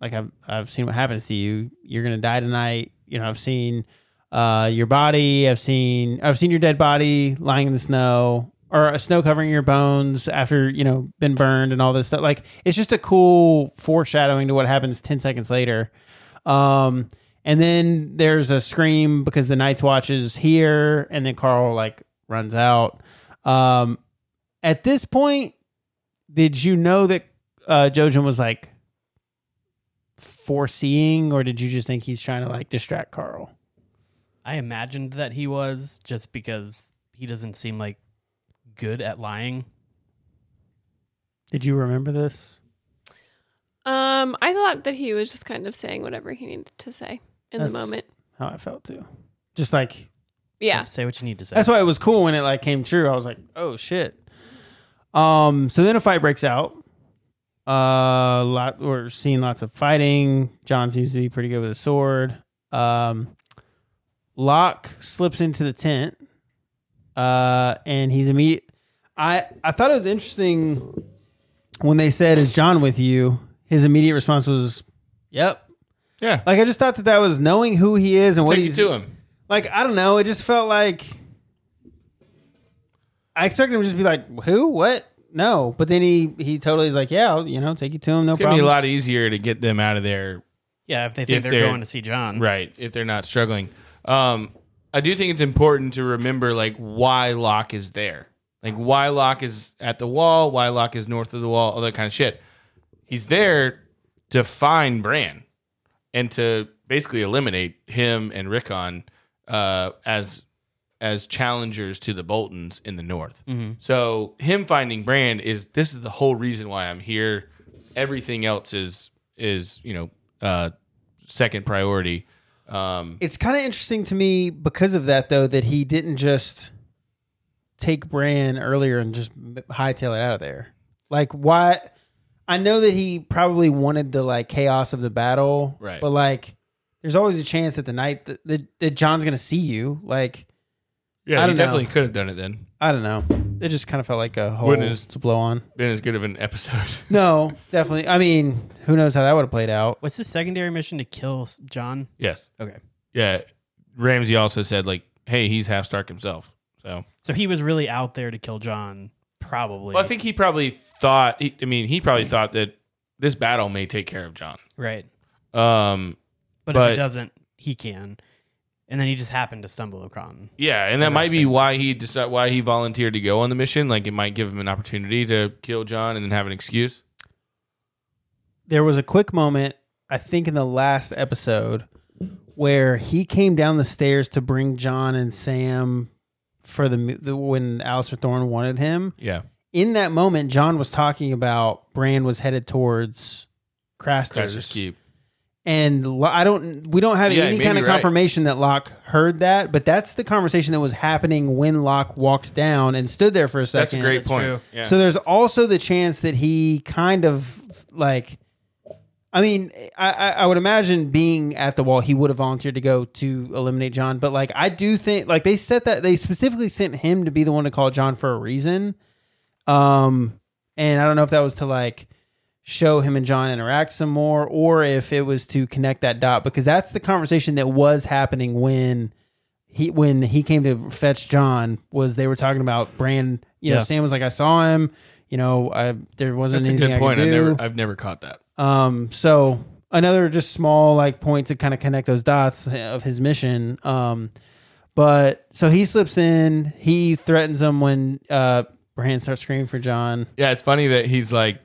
like I've I've seen what happens to you. You're gonna die tonight. You know, I've seen uh your body, I've seen I've seen your dead body lying in the snow or a snow covering your bones after, you know, been burned and all this stuff. Like it's just a cool foreshadowing to what happens ten seconds later. Um and then there's a scream because the Night's Watch is here and then Carl like runs out. Um at this point, did you know that uh Jojen was like foreseeing or did you just think he's trying to like distract Carl?
I imagined that he was just because he doesn't seem like good at lying.
Did you remember this?
Um, I thought that he was just kind of saying whatever he needed to say in
That's-
the moment.
How I felt too. Just like
Yeah.
Say what you need to say.
that's why it was cool when it like came true. I was like, "Oh shit." Um so then a fight breaks out. Uh lot we're seeing lots of fighting. John seems to be pretty good with a sword. Um Locke slips into the tent. Uh and he's immediate I I thought it was interesting when they said, "Is John with you?" His immediate response was, "Yep."
Yeah.
Like I just thought that that was knowing who he is and what
Take you
he's
to him.
Like I don't know. It just felt like I expected him to just be like, "Who? What? No." But then he he totally is like, "Yeah, I'll, you know, take you to him. No
It's gonna be
problem."
a lot easier to get them out of there
yeah, if they think
If
they're,
they're-
going to see John.
Right, if they're not struggling. Um, I do think it's important to remember like why Locke is there. Like why Locke is at the wall, why Locke is north of the wall, all that kind of shit. He's there to find Bran and to basically eliminate him and Rickon uh, as as challengers to the Boltons in the north. So him finding Brand is this is the whole reason why I'm here. Everything else is is you know uh, second priority. Um,
it's kind of interesting to me because of that though that he didn't just take Bran earlier and just m- hightail it out of there. Like why I know that he probably wanted the like chaos of the battle,
Right.
But like, there's always a chance that the night that, that, that John's gonna see you. Like
yeah,
I
he
don't know.
definitely could have done it then.
I don't know. It just kind of felt like a hole
Wouldn't it-
to blow on.
Been as good of an episode.
No, definitely. I mean, who knows how that would have played out?
What's his secondary mission to kill s- John?
yes.
Okay.
Yeah. Ramsey also said like, "Hey, he's half Stark himself." So
So he was really out there to kill John probably
Well, I think he probably thought. he- I mean, he probably thought that this battle may take care of John.
right.
Um,
But, if
But-
it doesn't, he can. And then he just happened to stumble upon.
yeah, and that might be why he decide why he volunteered to go on the mission. Like, it might give him an opportunity to kill John and then have an excuse.
there was a quick moment, I think in the last episode, where he came down the stairs to bring John and Sam for the, mu- the when Alistair Thorne wanted him.
Yeah,
In that moment, John was talking about Bran was headed towards Craster's,
Craster's Keep.
and Lo- I don't. We don't have
Yeah,
any
maybe
kind of
right.
confirmation that Locke heard that, but that's the conversation that was happening when Locke walked down and stood there for a second.
That's a great point.
true.
Yeah.
So there's also the chance that he kind of like, I mean, I, I I would imagine being at the wall, he would have volunteered to go to eliminate John. But like, I do think like they said that they specifically sent him to be the one to call John for a reason. Um, and I don't know if that was to like show him and John interact some more, or if it was to connect that dot because that's the conversation that was happening when he when he came to fetch John was they were talking about Bran. You know,
Yeah.
Sam was like, I saw him. You know, I there wasn't
that's a
anything
good point.
I
I've
could do.
never, I've never caught that.
Um, so another just small like point to kind of connect those dots of his mission. Um, but so he slips in, he threatens him when uh Bran starts screaming for John.
Yeah, it's funny that he's like,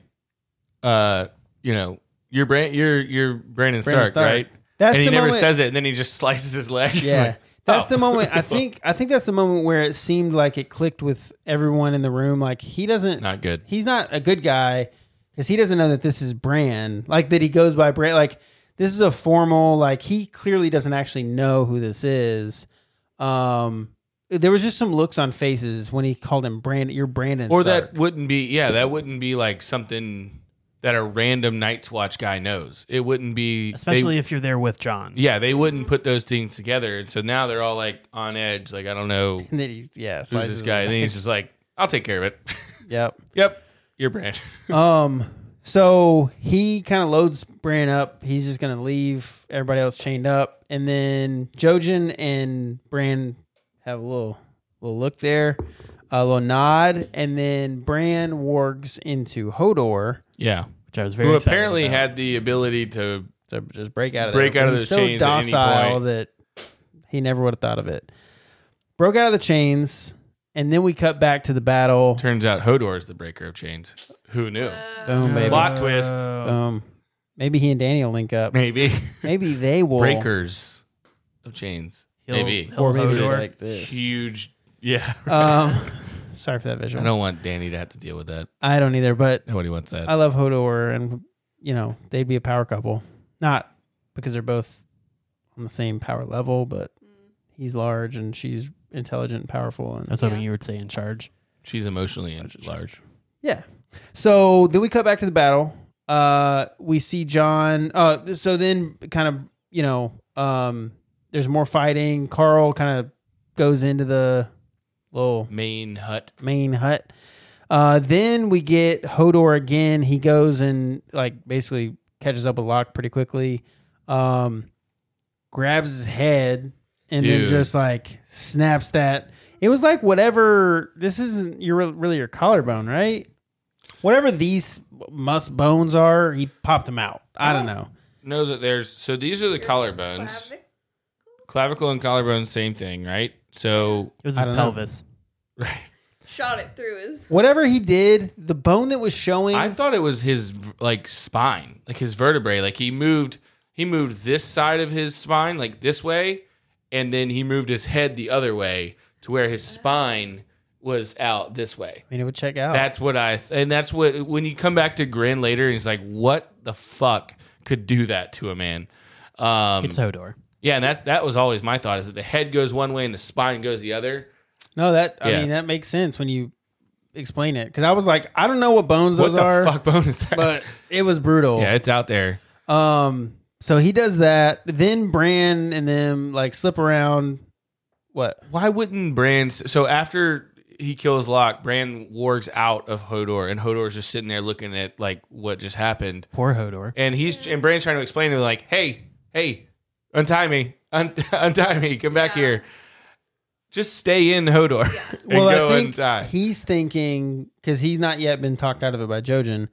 uh, you know, you're Brand, you're you're Brandon, Stark,
Stark.
right?
That's
and he
the
never
moment-
says it, and then he just slices his leg.
Yeah.
Like,
that's
oh.
the moment I think I think that's the moment where it seemed like it clicked with everyone in the room. Like he doesn't
not good.
he's not a good guy because he doesn't know that this is Bran. Like that he goes by Bran. Like this is a formal. Like he clearly doesn't actually know who this is. Um, there was just some looks on faces when he called him Brandon. You're Brandon,
or
Stark.
that wouldn't be yeah that wouldn't be like something that a random night's watch guy knows it wouldn't be they-
Especially if you're there with John.
yeah they wouldn't put those things together and so now they're all like on edge like i don't know
And then he, yeah,
who's this guy and then he's just like i'll take care of it
Yep.
yep your brand
Um, so he kind of loads Bran up. He's just gonna leave everybody else chained up, and then Jojen and Bran have a little little look there, a little nod, and then Bran wargs into Hodor
yeah
Which I was very
who
excited
apparently
about.
had the ability to
to just break out of
Break
there.
out of
He's
those chains at any point.
that he never would have thought of it. Broke out of the chains, and then we cut back to the battle.
turns out hodor is the breaker of chains who knew
Uh,
Uh,
Boom,
Oh.
baby.
plot twist Um,
Boom. Maybe he and Danny will link up.
maybe
Maybe they will.
breakers of chains
He'll-
maybe
he'll Uh,
or maybe
Hodor.
it's like this.
huge yeah
Um, sorry for that visual.
i don't want danny to have to deal with that
either, but
nobody wants that
I love Hodor, and you know they'd be a power couple. Not because they're both on the same power level, but he's large and she's intelligent and powerful.
I was
And
hoping you would say in charge.
She's emotionally in large.
yeah. So then we cut back to the battle. Uh, we see John. Uh, so then kind of you know um, there's more fighting. Carl kind of goes into the little
Main hut.
main hut. Uh, then we get Hodor again. He goes and like basically catches up with Locke pretty quickly. Um, grabs his head and then
Dude.
just like snaps that. It was like whatever. This isn't your really your collarbone, right? Whatever these must bones are, he popped them out. I don't know.
Know that there's so these are the collarbones, clavicle and collarbone, same thing, right? So
It was
I
his
don't know.
pelvis.
Shot it through his.
Whatever he did, the bone that was showing.
I thought it was his like spine, like his vertebrae. Like he moved, he moved this side of his spine like this way, and then he moved his head the other way to where his spine was out this way.
I mean, it would check out.
That's what I and that's what when you come back to Grin later, and he's like, "What the fuck could do that to a man?" Um,
It's Hodor.
Yeah, and that that was always my thought is that the head goes one way and the spine goes the other.
No, that I
Yeah.
mean that makes sense when you explain it because I was like, I don't know what bones
What
those
the
are,
fuck bone is that?
but it was brutal.
yeah, it's out there.
Um. So he does that. Then Bran and them like slip around. What?
Why wouldn't Bran? So after he kills Locke, Bran wargs out of Hodor, and Hodor's just sitting there looking at like what just happened,
Poor Hodor.
and he's and Bran's trying to explain to him like, "Hey, hey, untie me, Un- untie me, come back
Yeah.
here." Just stay in Hodor and
well,
go
I think
and die.
he's thinking because he's not yet been talked out of it by Jojen.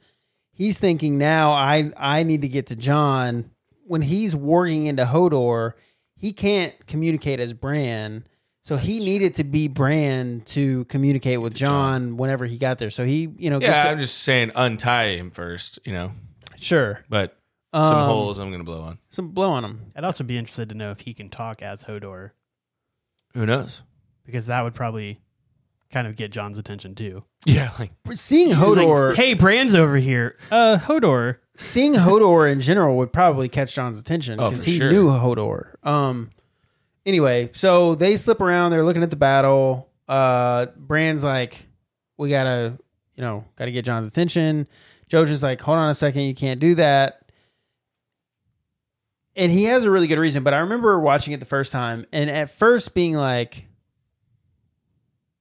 He's thinking now. I I need to get to John when he's warging into Hodor. He can't communicate as Bran, so he needed to be Bran to communicate with John, whenever he got there. So he, you know,
yeah,
gets
I'm just saying untie him first, you know.
it. sure.
But some
Um,
holes I'm gonna blow on.
Some blow on him.
I'd also be interested to know if he can talk as Hodor
Who knows?
because that would probably kind of get John's attention too.
Yeah, like
Seeing Hodor,
Like, hey, Brand's over here. Uh, Hodor.
seeing Hodor in general would probably catch John's attention
Oh,
because
for
he
sure.
knew Hodor. Um. Anyway, so they slip around. They're looking at the battle. Uh, Bran's like, "We gotta, you know, gotta get John's attention." Jojen's like, "Hold on a second, you can't do that." And he has a really good reason, but I remember watching it the first time, and at first being like,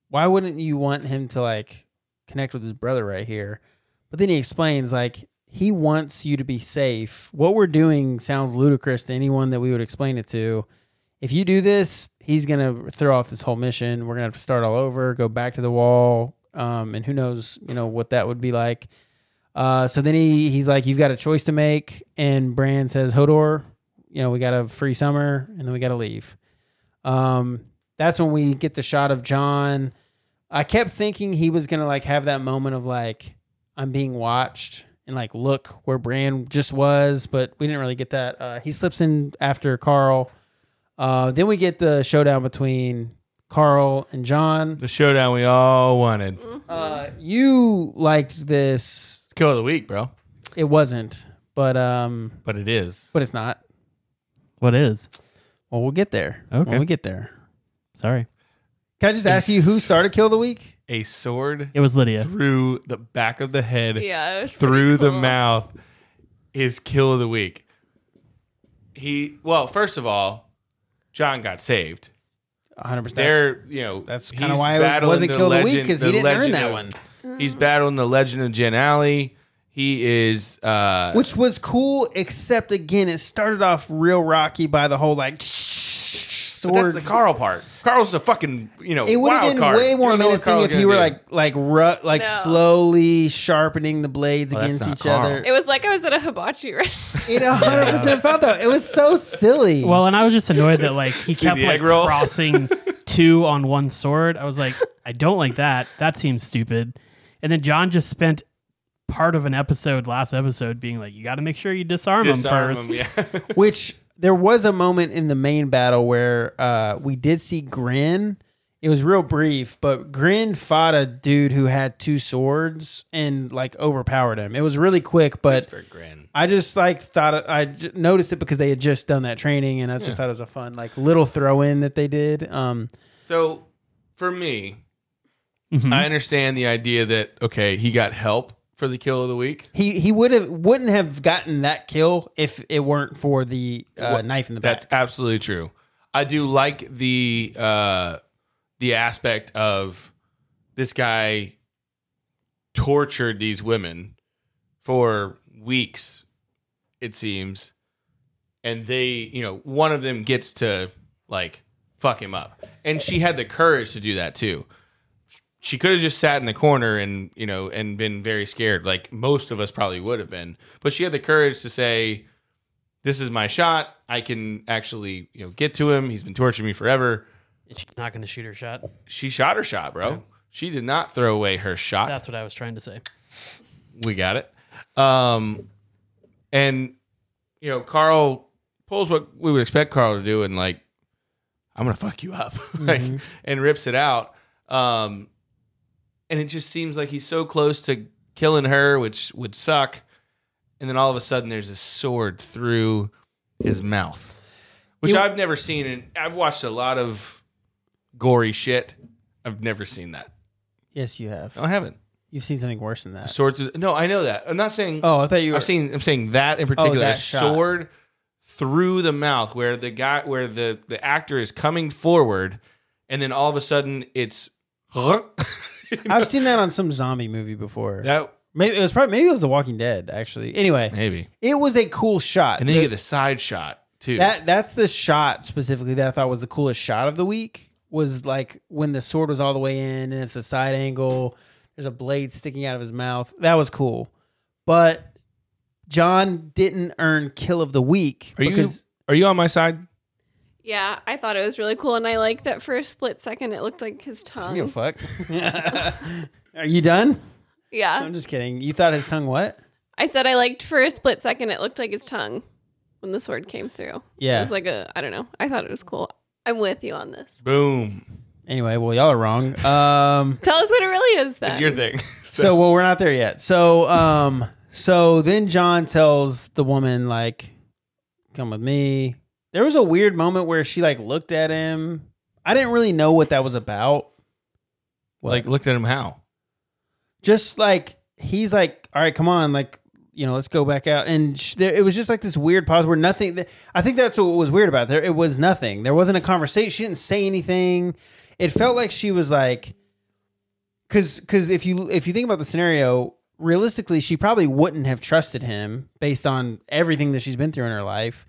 "Why wouldn't you want him to like connect with his brother right here?" But then he explains like he wants you to be safe. What we're doing sounds ludicrous to anyone that we would explain it to. If you do this, he's gonna throw off this whole mission. We're gonna have to start all over, go back to the wall, um, and who knows, you know, what that would be like. Uh, so then he he's like, "You've got a choice to make," and Bran says, "Hodor, you know, we got a free summer, and then we got to leave." Um, that's when we get the shot of John. I kept thinking he was gonna like have that moment of like, I'm being watched and like look where Bran just was, but we didn't really get that. Uh, he slips in after Carl. Uh, then we get the showdown between Carl and John.
the showdown we all wanted.
Uh, you liked this.
It's kill of the week, bro.
It wasn't, but um,
But it is.
but it's not.
What is?
Well, we'll get there.
Okay.
When we get there.
Sorry.
Can I just ask you who started Kill of the Week?
A sword
It was Lydia.
through the back of the head,
Yeah, it was pretty
through the
cool.
mouth is kill of the week. He well, first of all, John got saved.
100. percent
They're you know
that's
he's
kinda why it
battling
wasn't Kill of the Week, 'cause he
the
didn't earn
legend
that
of- He's battling the legend of Jen Alley. He is uh
Which was cool, except again, it started off real rocky by the whole like sword.
but that's the Carl part. Carl's a fucking you know
It would have
wild
been
card.
way
You
more
don't know what
menacing
Carl's
if
gonna
you were
do.
like like ru- like
No.
slowly sharpening the blades
Well, that's
against
not
each
Carl.
other.
It was like I was at a hibachi restaurant.
It 100 percent felt though. It was so silly.
Well, and I was just annoyed that like he kept
the
like
egg roll?
crossing two on one sword. I was like, I don't like that. That seems stupid. And then John just spent part of an episode last episode being like, you got to make sure you disarm,
Disarm
him first.
him, yeah.
Which there was a moment in the main battle where uh, we did see Grin. It was real brief, but Grin fought a dude who had two swords and like overpowered him. It was really quick, but
for grin.
I just like thought it- I j- noticed it because they had just done that training, and I just thought it was a fun like little throw in that they did. Um,
So for me,
Mm-hmm. Mhm.
I understand the idea that okay, he got help for the kill of the week.
he he would have wouldn't have gotten that kill if it weren't for the uh,
What-
knife in the back.
That's absolutely true. I do like the uh the aspect of this guy tortured these women for weeks, it seems. And they, you know, one of them gets to like fuck him up. And she had the courage to do that too. She could have just sat in the corner and, you know, and been very scared, like most of us probably would have been. But she had the courage to say, this is my shot. I can actually, you know, get to him. He's been torturing me forever.
She's not going to shoot her shot.
She shot her shot, bro. She did not throw away her shot.
That's what I was trying to say.
we got it. Um, and you know, Carl pulls what we would expect Carl to do, and like, I'm gonna fuck you up, like, and rips it out. Um, and it just seems like he's so close to killing her, which would suck. And then all of a sudden, there's a sword through his mouth, which
You-
I've never seen. And I've watched a lot of gory shit. I've never seen that.
yes, you have.
No, I haven't.
You've seen something worse than that.
Sword through. No, I know that. I'm not saying.
Oh, I thought you were.
I've seen. I'm saying that in particular,
that
a
shot.
sword through the mouth, where the guy, where the the actor is coming forward, and then all of a sudden it's
I've seen that on some zombie movie before.
that
Maybe it was probably maybe it was The Walking Dead actually. Anyway,
maybe,
it was a cool shot.
and then you get the side shot too.
that that's the shot specifically that I thought was the coolest shot of the week was like when the sword was all the way in and it's the side angle. There's a blade sticking out of his mouth. That was cool, but John didn't earn kill of the week
Are you-
because
Are you on my side?
Yeah, I thought it was really cool, and I like that for a split second it looked like his tongue.
give a fuck. Are you done?
yeah,
I'm just kidding. You thought his tongue what?
I said I liked for a split second it looked like his tongue when the sword came through. It
Yeah.
was like a I don't know. I thought it was cool. I'm with you on this.
Boom.
Anyway, well, y'all are wrong. Um,
Tell us what it really is then.
It's your thing.
so, well, we're not there yet. So, um, so then John tells the woman like, "Come with me." There was a weird moment where she like looked at him. I didn't really know what that was about.
like, looked at him how?
just like he's like, all right, come on, like you know, let's go back out. And sh- there, it was just like this weird pause where nothing. th- I think that's what was weird about it. there. It was nothing. There wasn't a conversation. She didn't say anything. It felt like she was like, because because if you if you think about the scenario realistically, she probably wouldn't have trusted him based on everything that she's been through in her life.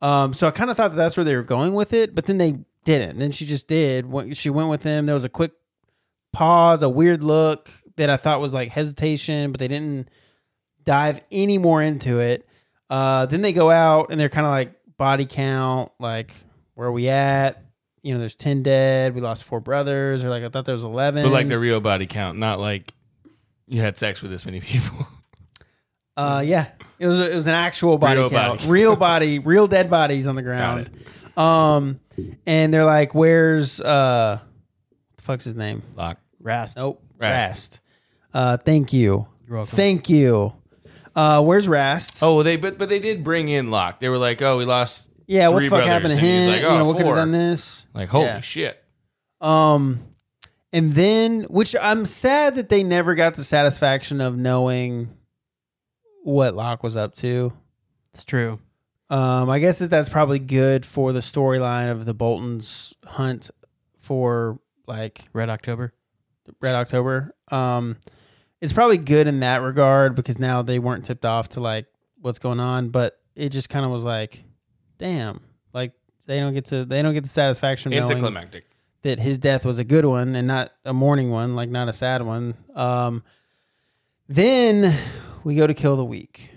Um, so I kind of thought that that's where they were going with it, but then they didn't. Then she just did. Went- She went with him. There was a quick pause, a weird look that I thought was like hesitation, but they didn't dive any more into it. Uh, then they go out and they're kind of like body count, like where are we at? You know, there's ten dead. We lost four brothers, or like I thought there was eleven.
But like the real body count, not like you had sex with this many people.
Uh, yeah, it was it was an actual body
Real
count,
body.
real body, real dead bodies on the ground. Um, and they're like, "Where's uh, what the fuck's his name?
Lock.
Rast.
Nope,
Rast.
Rast. Uh, thank you,
You're welcome.
thank you. Uh, where's Rast?
Oh, well, they but but they did bring in Lock. They were like, oh, we lost.
yeah, what
three
the fuck
brothers.
happened to
And he's
him?
like,
you
"Oh,
know, what could have
four."
done this?
Like, holy
Yeah.
shit.
Um, and then, which I'm sad that they never got the satisfaction of knowing what Locke was up to.
It's true.
Um, I guess that that's probably good for the storyline of the Boltons hunt for like
Red October.
Red October. Um, it's probably good in that regard because now they weren't tipped off to like what's going on, but it just kind of was like, damn, like they don't get to they don't get the satisfaction of knowing
Anticlimactic.
that his death was a good one and not a mourning one, like not a sad one. Um, then we go to kill the week.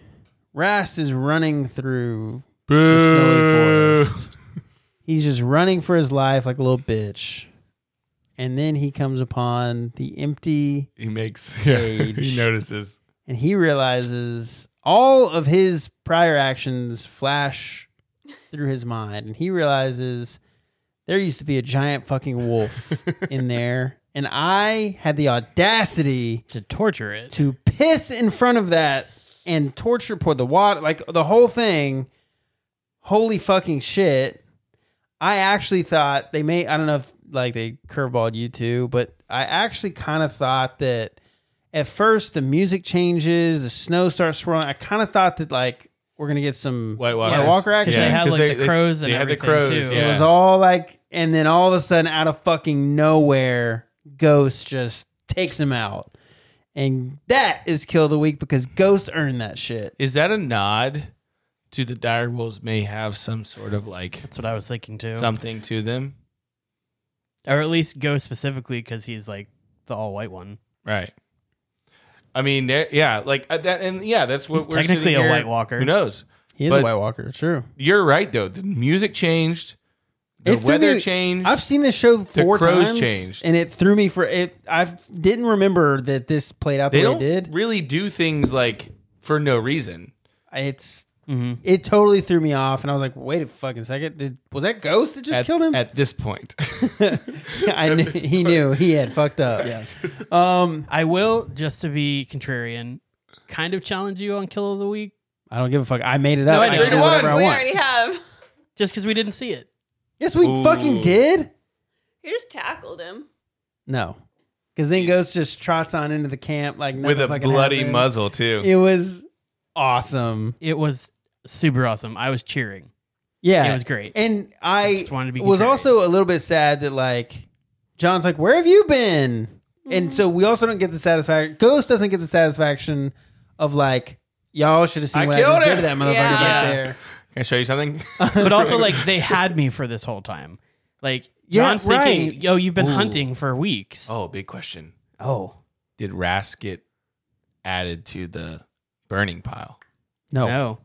Rast is running through the snowy forest. He's just running for his life like a little bitch. And then he comes upon the empty
He makes. Yeah.
Age.
he notices.
and he realizes all of his prior actions flash through his mind and he realizes there used to be a giant fucking wolf in there and I had the audacity
To torture it.
to piss in front of that and torture pour the water like the whole thing holy fucking shit i actually thought they may i don't know if like they curveballed you too but i actually kind of thought that at first the music changes the snow starts swirling i kind of thought that like we're gonna get some
White
White
Walker.
Yeah,
walker
Because
action
they had
'Cause
like
they-
the crows
they-
and
they had the
everything,
crows,
too.
yeah.
it was all like and then all of a sudden out of fucking nowhere ghost just takes him out and that is kill of the week because ghost earned that shit
Is that a nod to the dire wolves may have some sort of like
That's what I was thinking too.
something to them?
Or at least go specifically because he's like the all white one.
Right. I mean, there, yeah, like uh, that, and yeah, that's what
He's
we're
technically a
sitting here-
White Walker.
Who knows?
he is
But-
a white walker true
You're right, though. The music changed. The
It threw
weather
me-
changed.
i've seen this show
The
four
crows
times
changed.
and it threw me for it i didn't remember that this played out the
they
way
don't
it did
really do things like for no reason.
it's
Mm-hmm.
it totally threw me off and i was like wait a fucking second did, was that ghost that just
at,
killed him
at this point.
I knew, he knew he had fucked up
Yes.
um
I will, just to be contrarian, kind of challenge you on Kill of the Week
i don't give a fuck i made it up
I
i,
know.
can do whatever i
we
want
already have.
just because we didn't see it.
Yes, we
Ooh.
fucking did.
You just tackled him.
No, because then Ghost just trots on into the camp like
With
nothing
a
fucking
bloody
happened.
muzzle too.
It was awesome.
It was super awesome. I was cheering.
Yeah,
It was great.
And I,
just wanted to be
was
contrarian.
also a little bit sad that like John's like, where have you been? And so we also don't get the satisfaction. Ghost doesn't get the satisfaction of like y'all should have seen
I
what
killed
I just
her.
did to that motherfucker
Yeah.
back
Yeah.
there.
Can I show you something?
but also like they had me for this whole time. Like
Yeah,
John's thinking,
right.
yo, you've been
Ooh.
hunting for weeks.
Oh, big question.
Oh.
Did Rask get added to the burning pile?
No.
No.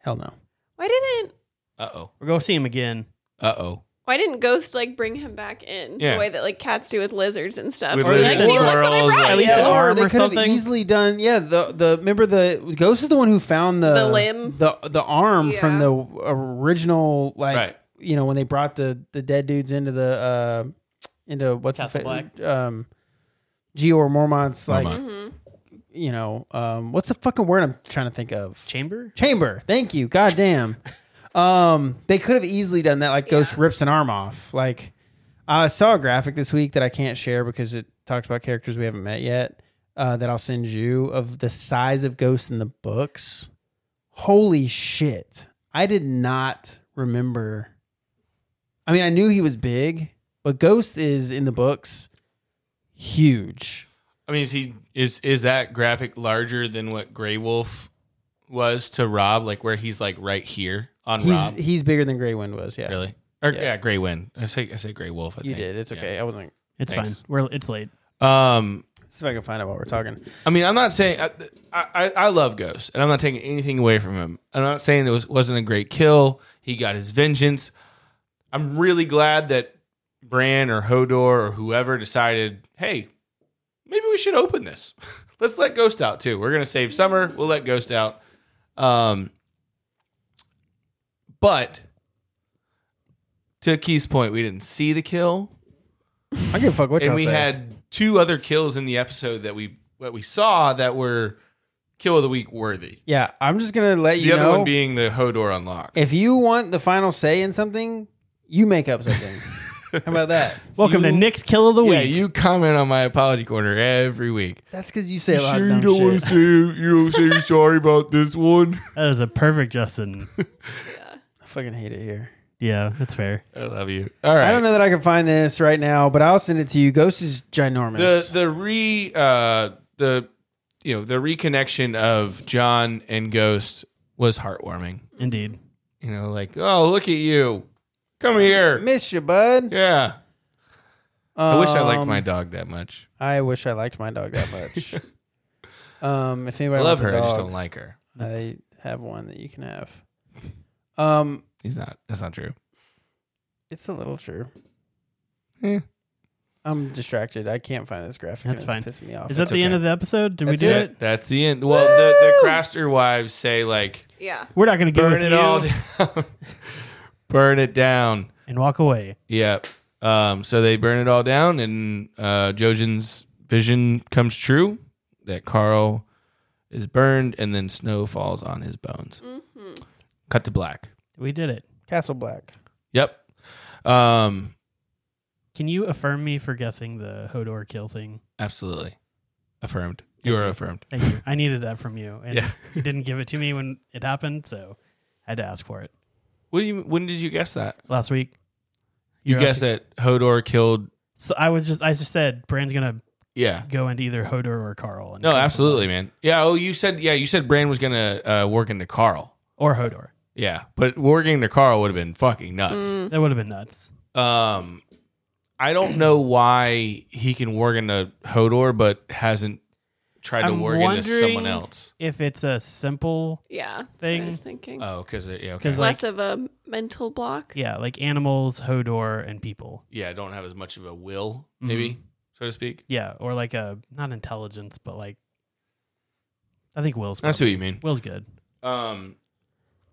Hell no.
Why didn't
Uh oh.
We're going to see him again.
Uh oh.
why didn't Ghost like bring him back in
Yeah.
the way that like cats do with lizards and stuff?
With
Or, like,
lizards,
"See, look what I
squirrels,
brought
at least
you."
an
or
arm
they
or
could have
something?
easily done. Yeah, the the remember the ghost is the one who found the
The limb.
the the arm from
Yeah.
the original like
Right.
you know when they brought the the dead dudes into the uh into what's
Castle
the um Geor Mormont's like
Mormont.
you know um what's the fucking word I'm trying to think of
Chamber?
chamber. Thank you. God damn. um, they could have easily done that. Like Ghost rips an arm off. Like I saw a graphic this week that I can't share because it talks about characters we haven't met yet. Uh, that I'll send you of the size of Ghost in the books. Holy shit! I did not remember. I mean, I knew he was big, but Ghost is in the books huge.
I mean, is he is is that graphic larger than what Grey Wolf was to Rob? Like where he's like right here on
He's,
Rob.
he's bigger than Grey Wind was. Yeah,
really? Or yeah,
Yeah.
Grey Wind. I say I say Grey Wolf. I
you
think.
did. It's
Yeah.
okay. I wasn't.
It's
Thanks.
fine. We're it's late.
Um,
See if I can find out what we're talking.
I mean, I'm not saying I, I, I love Ghost, and I'm not taking anything away from him. I'm not saying it was, wasn't a great kill. He got his vengeance. I'm really glad that Bran or Hodor or whoever decided, hey, maybe we should open this. Let's let Ghost out too. We're gonna save Summer. We'll let Ghost out. Um, but to Keith's point, we didn't see the kill
I give a fuck what
and
y'all
we
say.
had two other kills in the episode that we that we saw that were kill of the week worthy.
Yeah, I'm just gonna let
The
you
other
know.
one being the Hodor unlock.
if you want the final say in something, you make up something. How about that?
Welcome to
You-
Nick's Kill of the
Yeah,
Week.
you comment on my apology corner every week.
That's because you say a lot
Sure
of
you don't
dumb
want to
shit.
say you don't say you're sorry about this one.
that is a perfect Justin.
I fucking hate it here.
yeah, that's fair.
I love you. All right.
I don't know that I can find this right now, but I'll send it to you. Ghost is ginormous.
the the re uh the you know the reconnection of John and Ghost was heartwarming.
Indeed.
You know, like oh look at you, come here,
Miss you, bud.
yeah. I wish I liked
Um,
my dog that much.
I wish I liked my dog that much. um, if
I
anybody
love
wants a
her. I just
dog,
don't like her.
I have one that you can have. Um,
He's not. That's not true.
it's a little true.
Eh.
I'm distracted. I can't find this graphic. and
That's
it's
fine.
Pissing me off.
Is that the
Oh, okay.
end of the episode? Did
That's
we do
it.
it?
That's the end. Well, the the Craster wives say like
Yeah.
We're not going to go
burn
with
it
you
all down, burn it down.
and walk away.
Yep. Um. So they burn it all down, and uh, Jojen's vision comes true that Carl is burned, and then snow falls on his bones.
Mm-hmm.
Cut to black.
We did it.
Castle Black.
Yep. Um.
Can you affirm me for guessing the Hodor kill thing?
Absolutely. Affirmed. You are affirmed.
Thank you. I needed that from you, and
Yeah.
you didn't give it to me when it happened, so I had to ask for it
What do you? When did you guess that?
last week.
You
were
guessed
asking-
that Hodor killed.
So I was just, I just said Bran's gonna
Yeah.
go into either Hodor or Carl. And
No,
Carl's
absolutely, man. Yeah. Oh, you said yeah. You said Bran was gonna uh, work into Carl.
the one. or Hodor.
Yeah, but working into Carl would have been fucking nuts.
Mm.
That would have been nuts.
Um, I don't know why he can work into Hodor, but hasn't tried
I'm
to work into someone
wondering-
else.
If it's a simple,
Yeah. That's what
Thing.
I was thinking.
Oh, because yeah, okay.
because like
Less of a mental block.
yeah, like animals, Hodor, and people.
yeah, don't have as much of a will,
Mm-hmm.
maybe so to speak.
Yeah, or like a not intelligence, but like I think Will's.
I see
probably-
what you mean.
Will's good.
Um,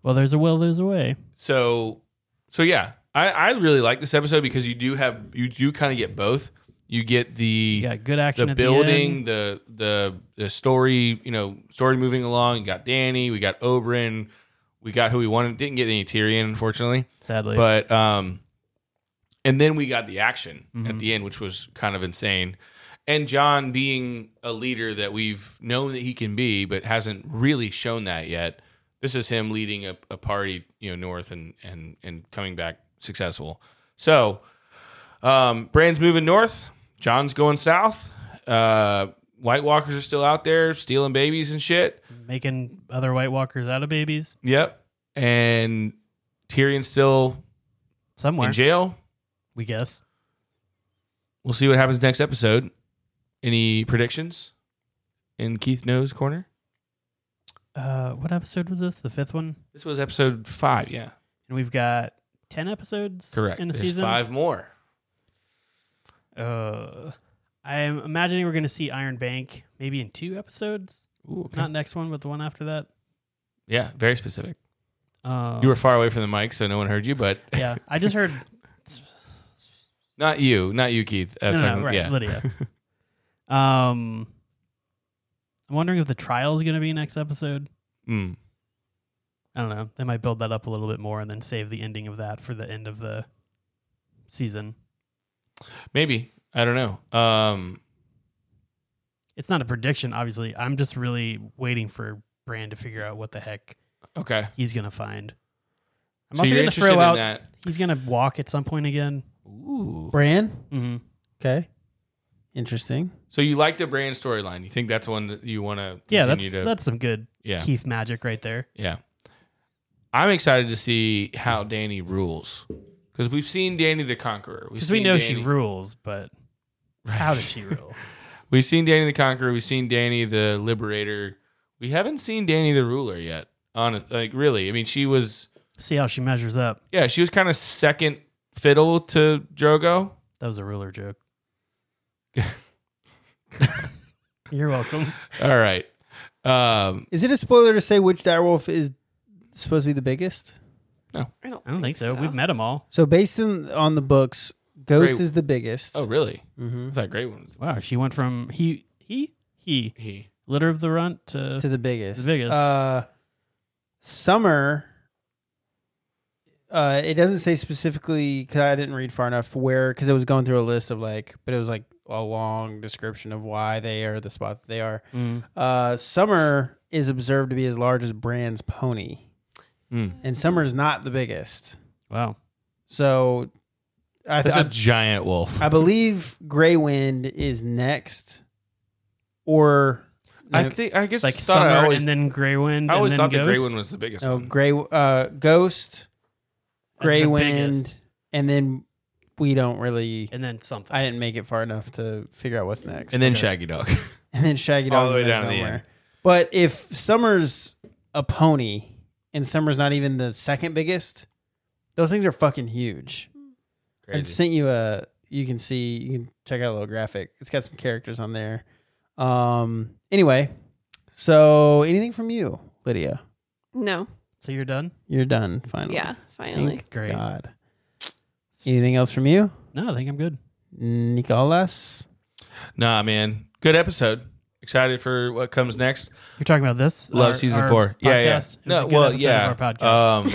Well, there's a will, there's a way.
so so yeah, I I really like this episode because you do have you do kind of get both. You get the
You got good action.
the
at
building,
The end.
the, the the story, you know, story moving along. You got Danny, we got Oberyn, we got who we wanted. Didn't get any Tyrion, unfortunately,
Sadly,
but um, and then we got the action at
Mhm.
the end, which was kind of insane. And John being a leader that we've known that he can be, but hasn't really shown that yet. This is him leading a, a party, you know, north and and and coming back successful. So, um, Bran's moving north. John's going south. Uh, White Walkers are still out there stealing babies and shit.
making other White Walkers out of babies
Yep. And Tyrion's still
somewhere.
in jail.
we guess.
We'll see what happens next episode. Any predictions in Keith Knows Corner?
Uh, what episode was this? The fifth one,
This was episode five, yeah.
and we've got ten episodes.
Correct.
in a
There's
season.
five more.
Uh, I'm imagining we're gonna see Iron Bank maybe in two episodes,
Ooh, okay.
not next one, but the one after that.
yeah, very specific.
Um,
You were far away from the mic, so no one heard you, but
yeah. I just heard
not you, not you, Keith. Uh,
no, no,
sorry,
right,
yeah.
Lydia. um, I'm wondering if the trial is gonna be next episode.
Mm.
I don't know. They might build that up a little bit more and then save the ending of that for the end of the season.
Maybe. I don't know. Um,
It's not a prediction, obviously. I'm just really waiting for Brand to figure out what the heck
okay.
he's gonna find. I'm
so
also
you're
gonna
interested
throw
in
out
that.
he's gonna walk at some point again.
Ooh.
Bran?
Mm-hmm.
Okay. Interesting.
So you like the brand storyline. You think that's one that you want to
Yeah, that's
continue to
that's some good
yeah.
Keith magic right there.
Yeah. I'm excited to see how Danny rules because we've seen Danny the Conqueror. We've
Because we
seen
know
Danny-
she rules, but how does she rule?
We've seen Danny the Conqueror. We've seen Danny the Liberator. We haven't seen Danny the Ruler yet. Honest, like really. I mean, she was
See how she measures up.
yeah, she was kind of second fiddle to Drogo.
That was a ruler joke. You're welcome.
All right. Um,
Is it a spoiler to say which direwolf is supposed to be the biggest?
I don't,
I don't think so. We've met them all.
So based on, on the books, Ghost
Great.
is the biggest.
oh really?
mm-hmm.
I thought Great One was
Wow, she went from he he he
he.
litter of the runt to,
to the biggest.
The biggest.
Uh, Summer. Uh, it doesn't say specifically because I didn't read far enough where because it was going through a list of like, but it was like a long description of why they are the spot that they are.
Mm.
Uh, Summer is observed to be as large as Brand's pony,
Mm.
and Summer is not the biggest.
wow.
So, I,
That's
I-
a giant wolf.
I believe Grey Wind is next, or
I think I guess
Like
thought
summer
I always,
and then gray wind.
I always
and then
thought the Great
Ghost? Oh,
One was the biggest.
no
one.
Grey uh, Ghost,
That's
Grey
the
Wind,
biggest.
and then we don't really.
and then something.
I didn't make it far enough to figure out what's next,
and then Shaggy Dog.
and then Shaggy
all
Dog
the way down to the
somewhere.
end.
But if Summer's a pony and Summer's not even the second biggest, those things are fucking huge. I
Crazy.
sent you a. You can see. You can check out a little graphic. It's got some characters on there. Um. Anyway, so anything from you, Lydia?
No.
so you're done.
You're done. Finally.
Yeah, finally.
Thank
Great.
God. Anything else from you,
No, I think I'm good.
Nicolas?
Nah, man. Good episode. Excited for what comes next.
You're talking about this.
Love
our-
season
our
four. Yeah,
podcast?
yeah.
It was a
No,
good
well,
episode
yeah.
Of our podcast.
Um,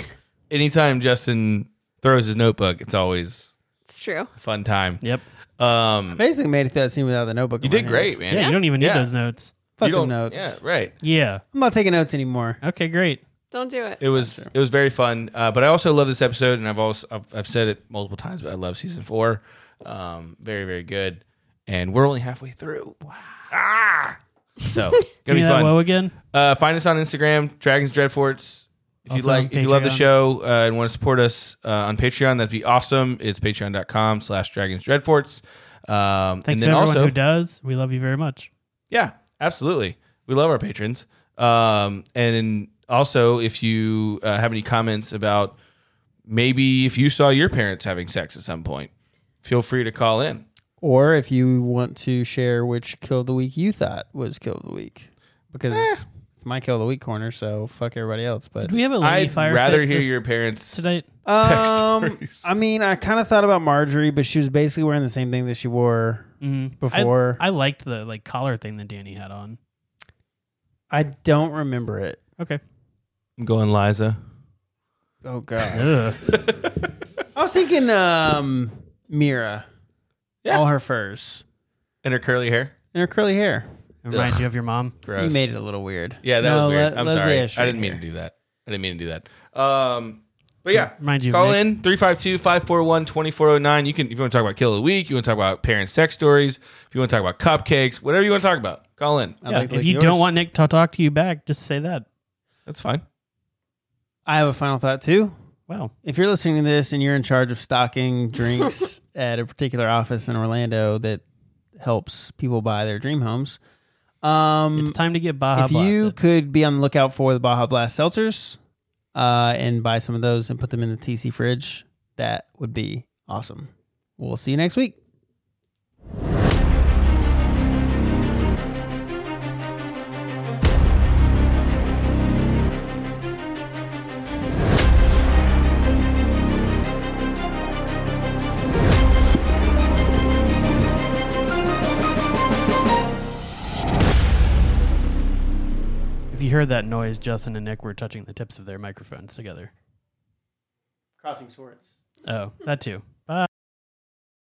anytime Justin throws his notebook, it's always
It's true.
a fun time.
yep.
Um,
Basically made it through that scene without the notebook.
you
in my
did
hand.
great, man.
Yeah, you don't even need
Yeah.
those notes.
Fuck
You
them
don't-
notes.
Yeah, right.
Yeah.
I'm not taking notes anymore.
Okay. Great.
Don't do it.
It was it was very fun. Uh, but I also love this episode, and I've also I've, I've said it multiple times, but I love season four. Um, very very good, and we're only halfway through. Wow. Ah! So
Give
gonna
me
be
that
fun.
woe again.
Uh, find us on Instagram, Dragons Dreadforts. If you
Also
like,
on
if you love the
Patreon.
show uh, and want to support us uh, on Patreon, that'd be awesome. It's patreon.com slash dragons dreadforts. Um,
Thanks
and
to
then
everyone
also,
who does. We love you very much.
yeah, absolutely. We love our patrons. Um, and also, if you uh, have any comments about maybe if you saw your parents having sex at some point, feel free to call in.
Or if you want to share which kill of the week you thought was kill of the week, because
Eh.
it's, it's my kill of the week corner. So fuck everybody else. But
Did we have a lady
I'd
fire
rather
fit
hear
this
your parents.
tonight?
Sex
Um,
stories.
I mean, I kind of thought about Marjorie, but she was basically wearing the same thing that she wore
Mhm.
before. I,
I liked the like collar thing that Danny had on.
don't remember it.
Okay.
I'm going Liza.
Oh god,
Ugh.
I was thinking um Mira,
Yeah.
all her furs
And her curly hair.
and her curly hair.
Remind you of your mom.
Gross.
You made it a little weird.
Yeah, that
No,
was weird.
Le-
I'm
Leslie
sorry.
has
I didn't
straight
mean to
hair.
do that. I didn't mean to do that. Um, but yeah,
Remind you.
call
of Nick.
in 352-541-2409. You can if you want to talk about kill of the week, you want to talk about parent sex stories, if you want to talk about cupcakes, whatever you want to talk about, call in.
I
Yeah,
like-
if
like
you
yours.
don't want Nick to talk to you back, just say that.
That's fine.
I have a final thought too.
Wow.
If you're listening to this and you're in charge of stocking drinks at a particular office in Orlando that helps people buy their dream homes, um,
It's time to get Baja
if you
Blasted.
could be on the lookout for the Baja Blast seltzers uh, and buy some of those and put them in the TC fridge, that would be awesome. We'll see you next week.
If you heard that noise, Justin and Nick were touching the tips of their microphones together.
Crossing swords.
Oh, that too. Bye.